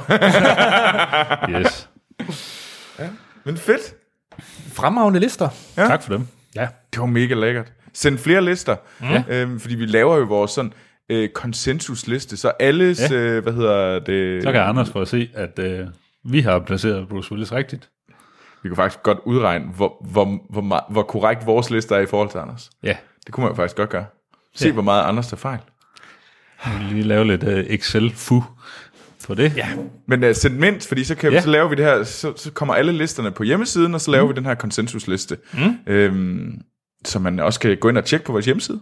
S2: Yes.
S3: Men fedt.
S1: Fremragende lister.
S2: Tak for dem.
S1: Ja.
S3: Det var mega lækkert. Send flere lister, mm. øhm, fordi vi laver jo vores sådan øh, konsensusliste, så alles, ja. øh, hvad hedder det...
S2: Så kan Anders få at se, at øh, vi har placeret Bruce Willis rigtigt.
S3: Vi kunne faktisk godt udregne, hvor, hvor, hvor, meget- hvor korrekt vores liste er i forhold til Anders.
S2: Ja.
S3: Det kunne man jo faktisk godt gøre. Se, ja. hvor meget Anders tager fejl.
S2: Vi vil lige lave lidt øh, Excel-fu på det. Ja.
S3: Men uh, send mindst, fordi så, kan, ja.
S2: Ja.
S3: så laver vi det her, så, så kommer alle listerne på hjemmesiden, og så laver mm. vi den her konsensusliste. Mm. Øhm, så man også kan gå ind og tjekke på vores hjemmeside,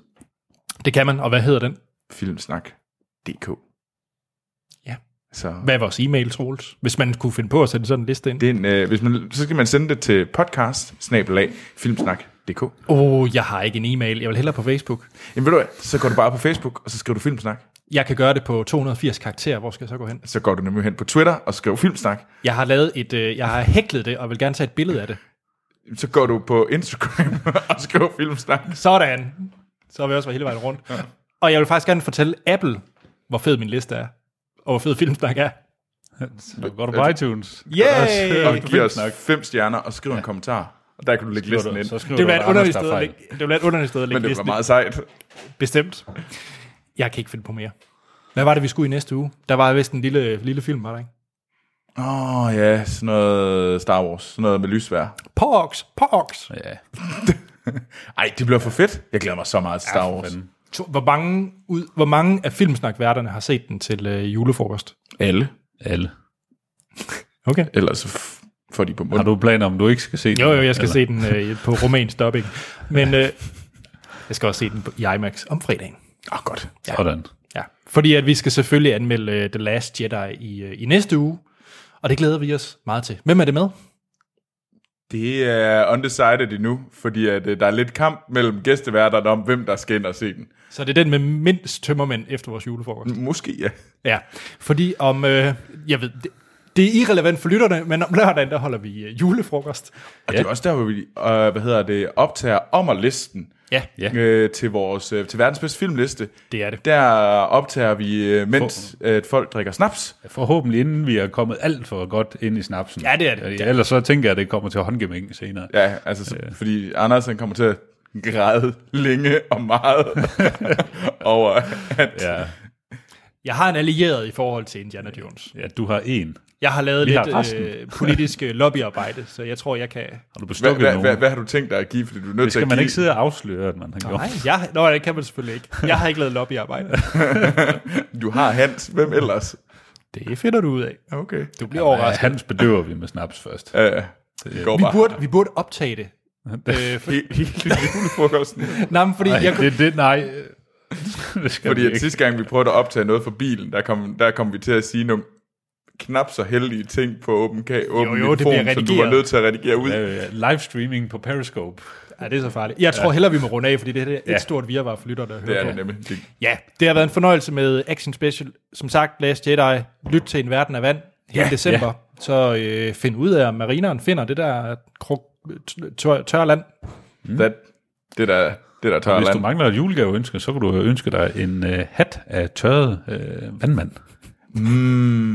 S1: Det kan man, og hvad hedder den?
S3: filmsnak.dk.
S1: Ja.
S3: Så
S1: Hvad er vores e-mail, Troels? Hvis man kunne finde på at sætte sådan en liste ind.
S3: det er en, øh, hvis man, så skal man sende det til podcast filmsnak.dk.
S1: Åh, oh, jeg har ikke en e-mail. Jeg vil hellere på Facebook.
S3: Jamen ved du hvad, så går du bare på Facebook, og så skriver du Filmsnak.
S1: Jeg kan gøre det på 280 karakterer. Hvor skal jeg så gå hen?
S3: Så går du nemlig hen på Twitter og skriver Filmsnak.
S1: Jeg har lavet et, øh, jeg har hæklet det, og vil gerne tage et billede af det.
S3: Så går du på Instagram og skriver Filmsnak.
S1: Sådan. Så har vi også været hele vejen rundt. Ja. Og jeg vil faktisk gerne fortælle Apple, hvor fed min liste er. Og hvor fed filmsnak er.
S2: Så går du på iTunes.
S1: Yay!
S3: Og giver os
S2: Filmsnak.
S3: fem stjerner og skriver en kommentar. Og der kan du lægge
S2: Skriver
S3: listen
S2: du-
S3: ind.
S2: Så skriver
S1: Det vil være
S2: du,
S1: et
S2: at
S1: underligt
S2: Anders
S1: sted
S2: tager
S1: at
S2: fejl.
S1: lægge, det vil være et underligt sted at
S3: Men
S1: lægge
S3: det var
S1: listen.
S3: meget sejt.
S1: Bestemt. Jeg kan ikke finde på mere. Hvad var det, vi skulle i næste uge? Der var vist en lille, lille film, var der ikke?
S3: Åh oh, ja, sådan noget Star Wars, sådan noget med lysvær.
S1: Porks! Porks!
S2: Ja,
S3: Ej, det bliver for fedt. Jeg glæder mig så meget til Star Wars.
S2: fanden.
S1: To- Hvor mange, ud, hvor mange af filmsnakværterne har set den til øh, julefrokost?
S3: Alle.
S2: alle.
S1: Okay.
S3: Ellers så f- får de på munden.
S2: Har du planer om, du ikke skal se den?
S1: Jo, jo, jeg skal
S2: eller?
S1: se den øh, på rumænsk dubbing. Men øh, jeg skal også se den på- i IMAX om fredagen.
S3: Åh, oh, godt.
S1: Ja.
S2: Sådan.
S1: Ja, fordi at vi skal selvfølgelig anmelde øh, The Last Jedi i, øh, i næste uge, og det glæder vi os meget til. Hvem er det med?
S3: Det er undecided endnu, fordi at, øh, der er lidt kamp mellem gæsteværterne om, hvem der skal ind og se den.
S1: Så det er den med mindst tømmermænd efter vores julefrokost.
S3: Måske, ja.
S1: Ja, fordi om, øh, jeg ved, det, det er irrelevant for lytterne, men om lørdagen, der holder vi øh, julefrokost.
S3: Og ja. det er også der, hvor vi øh, hvad hedder det, optager om og listen
S1: Ja.
S2: Ja.
S3: øh, til, vores, øh, til verdens bedste filmliste.
S1: Det er det.
S3: Der optager vi, øh, mens øh, at folk drikker snaps.
S2: Forhåbentlig inden vi er kommet alt for godt ind i snapsen.
S1: Ja, det er det.
S2: Fordi
S1: Det er
S2: Ellers så tænker jeg, at det kommer til håndgemæng senere.
S3: Ja, altså, så, fordi Anders han kommer til at græde længe og meget over, at
S2: Ja,
S1: Jeg har en allieret i forhold til Indiana Jones.
S2: ja du har en.
S1: Jeg har lavet
S2: Vi har
S1: lidt
S2: resten.
S1: øh, politisk øh, lobbyarbejde, så jeg tror, jeg kan...
S2: Har du
S3: hvad,
S2: bestukket
S3: hvad,
S2: nogen?
S3: hvad, hvad har du tænkt dig at give? Fordi du er nødt
S2: det
S3: til at
S2: skal man
S3: give...
S2: ikke sidde og afsløre, at man har gjort.
S1: Nej, jeg, nå, det kan man selvfølgelig ikke. Jeg har ikke lavet lobbyarbejde.
S3: Du har Hans, hvem ellers?
S1: Det finder du ud af.
S3: Okay.
S1: Du bliver overrasket.
S2: Ja, Hans bedøver vi med snaps først.
S3: Ja, det Øh, går
S1: Vi
S3: bare.
S1: burde, vi burde optage det. øh, for,
S3: He- Hele julefrokosten.
S1: nej, men fordi
S2: Nej,
S1: jeg, kunne-
S2: det, det, nej. det skal
S3: Fordi
S2: vi
S3: at
S2: ikke.
S3: sidste gang, vi prøvede at optage noget for bilen, der kom, der kom vi til at sige nogle knap så heldige ting på åben, ka- åben
S1: jo, det
S3: mikrofon,
S1: bliver
S3: som du
S1: redigeret.
S3: var nødt til at redigere ud.
S2: Øh, livestreaming på Periscope.
S1: ja, det er så farligt. Jeg tror hellere, vi må runde af, fordi det her er et
S2: Ja.
S1: stort virvar for lytterne at høre
S3: Det er
S1: på.
S3: det nemlig. Det,
S1: Ja, det har været en fornøjelse med Action Special. Som sagt, Last Jedi, lyt til En Verden af Vand hele ja, december. Ja. Så øh, find ud af, om marineren finder det der kruk, tør, tør land.
S3: that, det der, det der tør
S2: Hvis du
S3: land.
S2: mangler et julegaveønske, så kan du ønske dig en øh, hat af tørret øh, vandmand.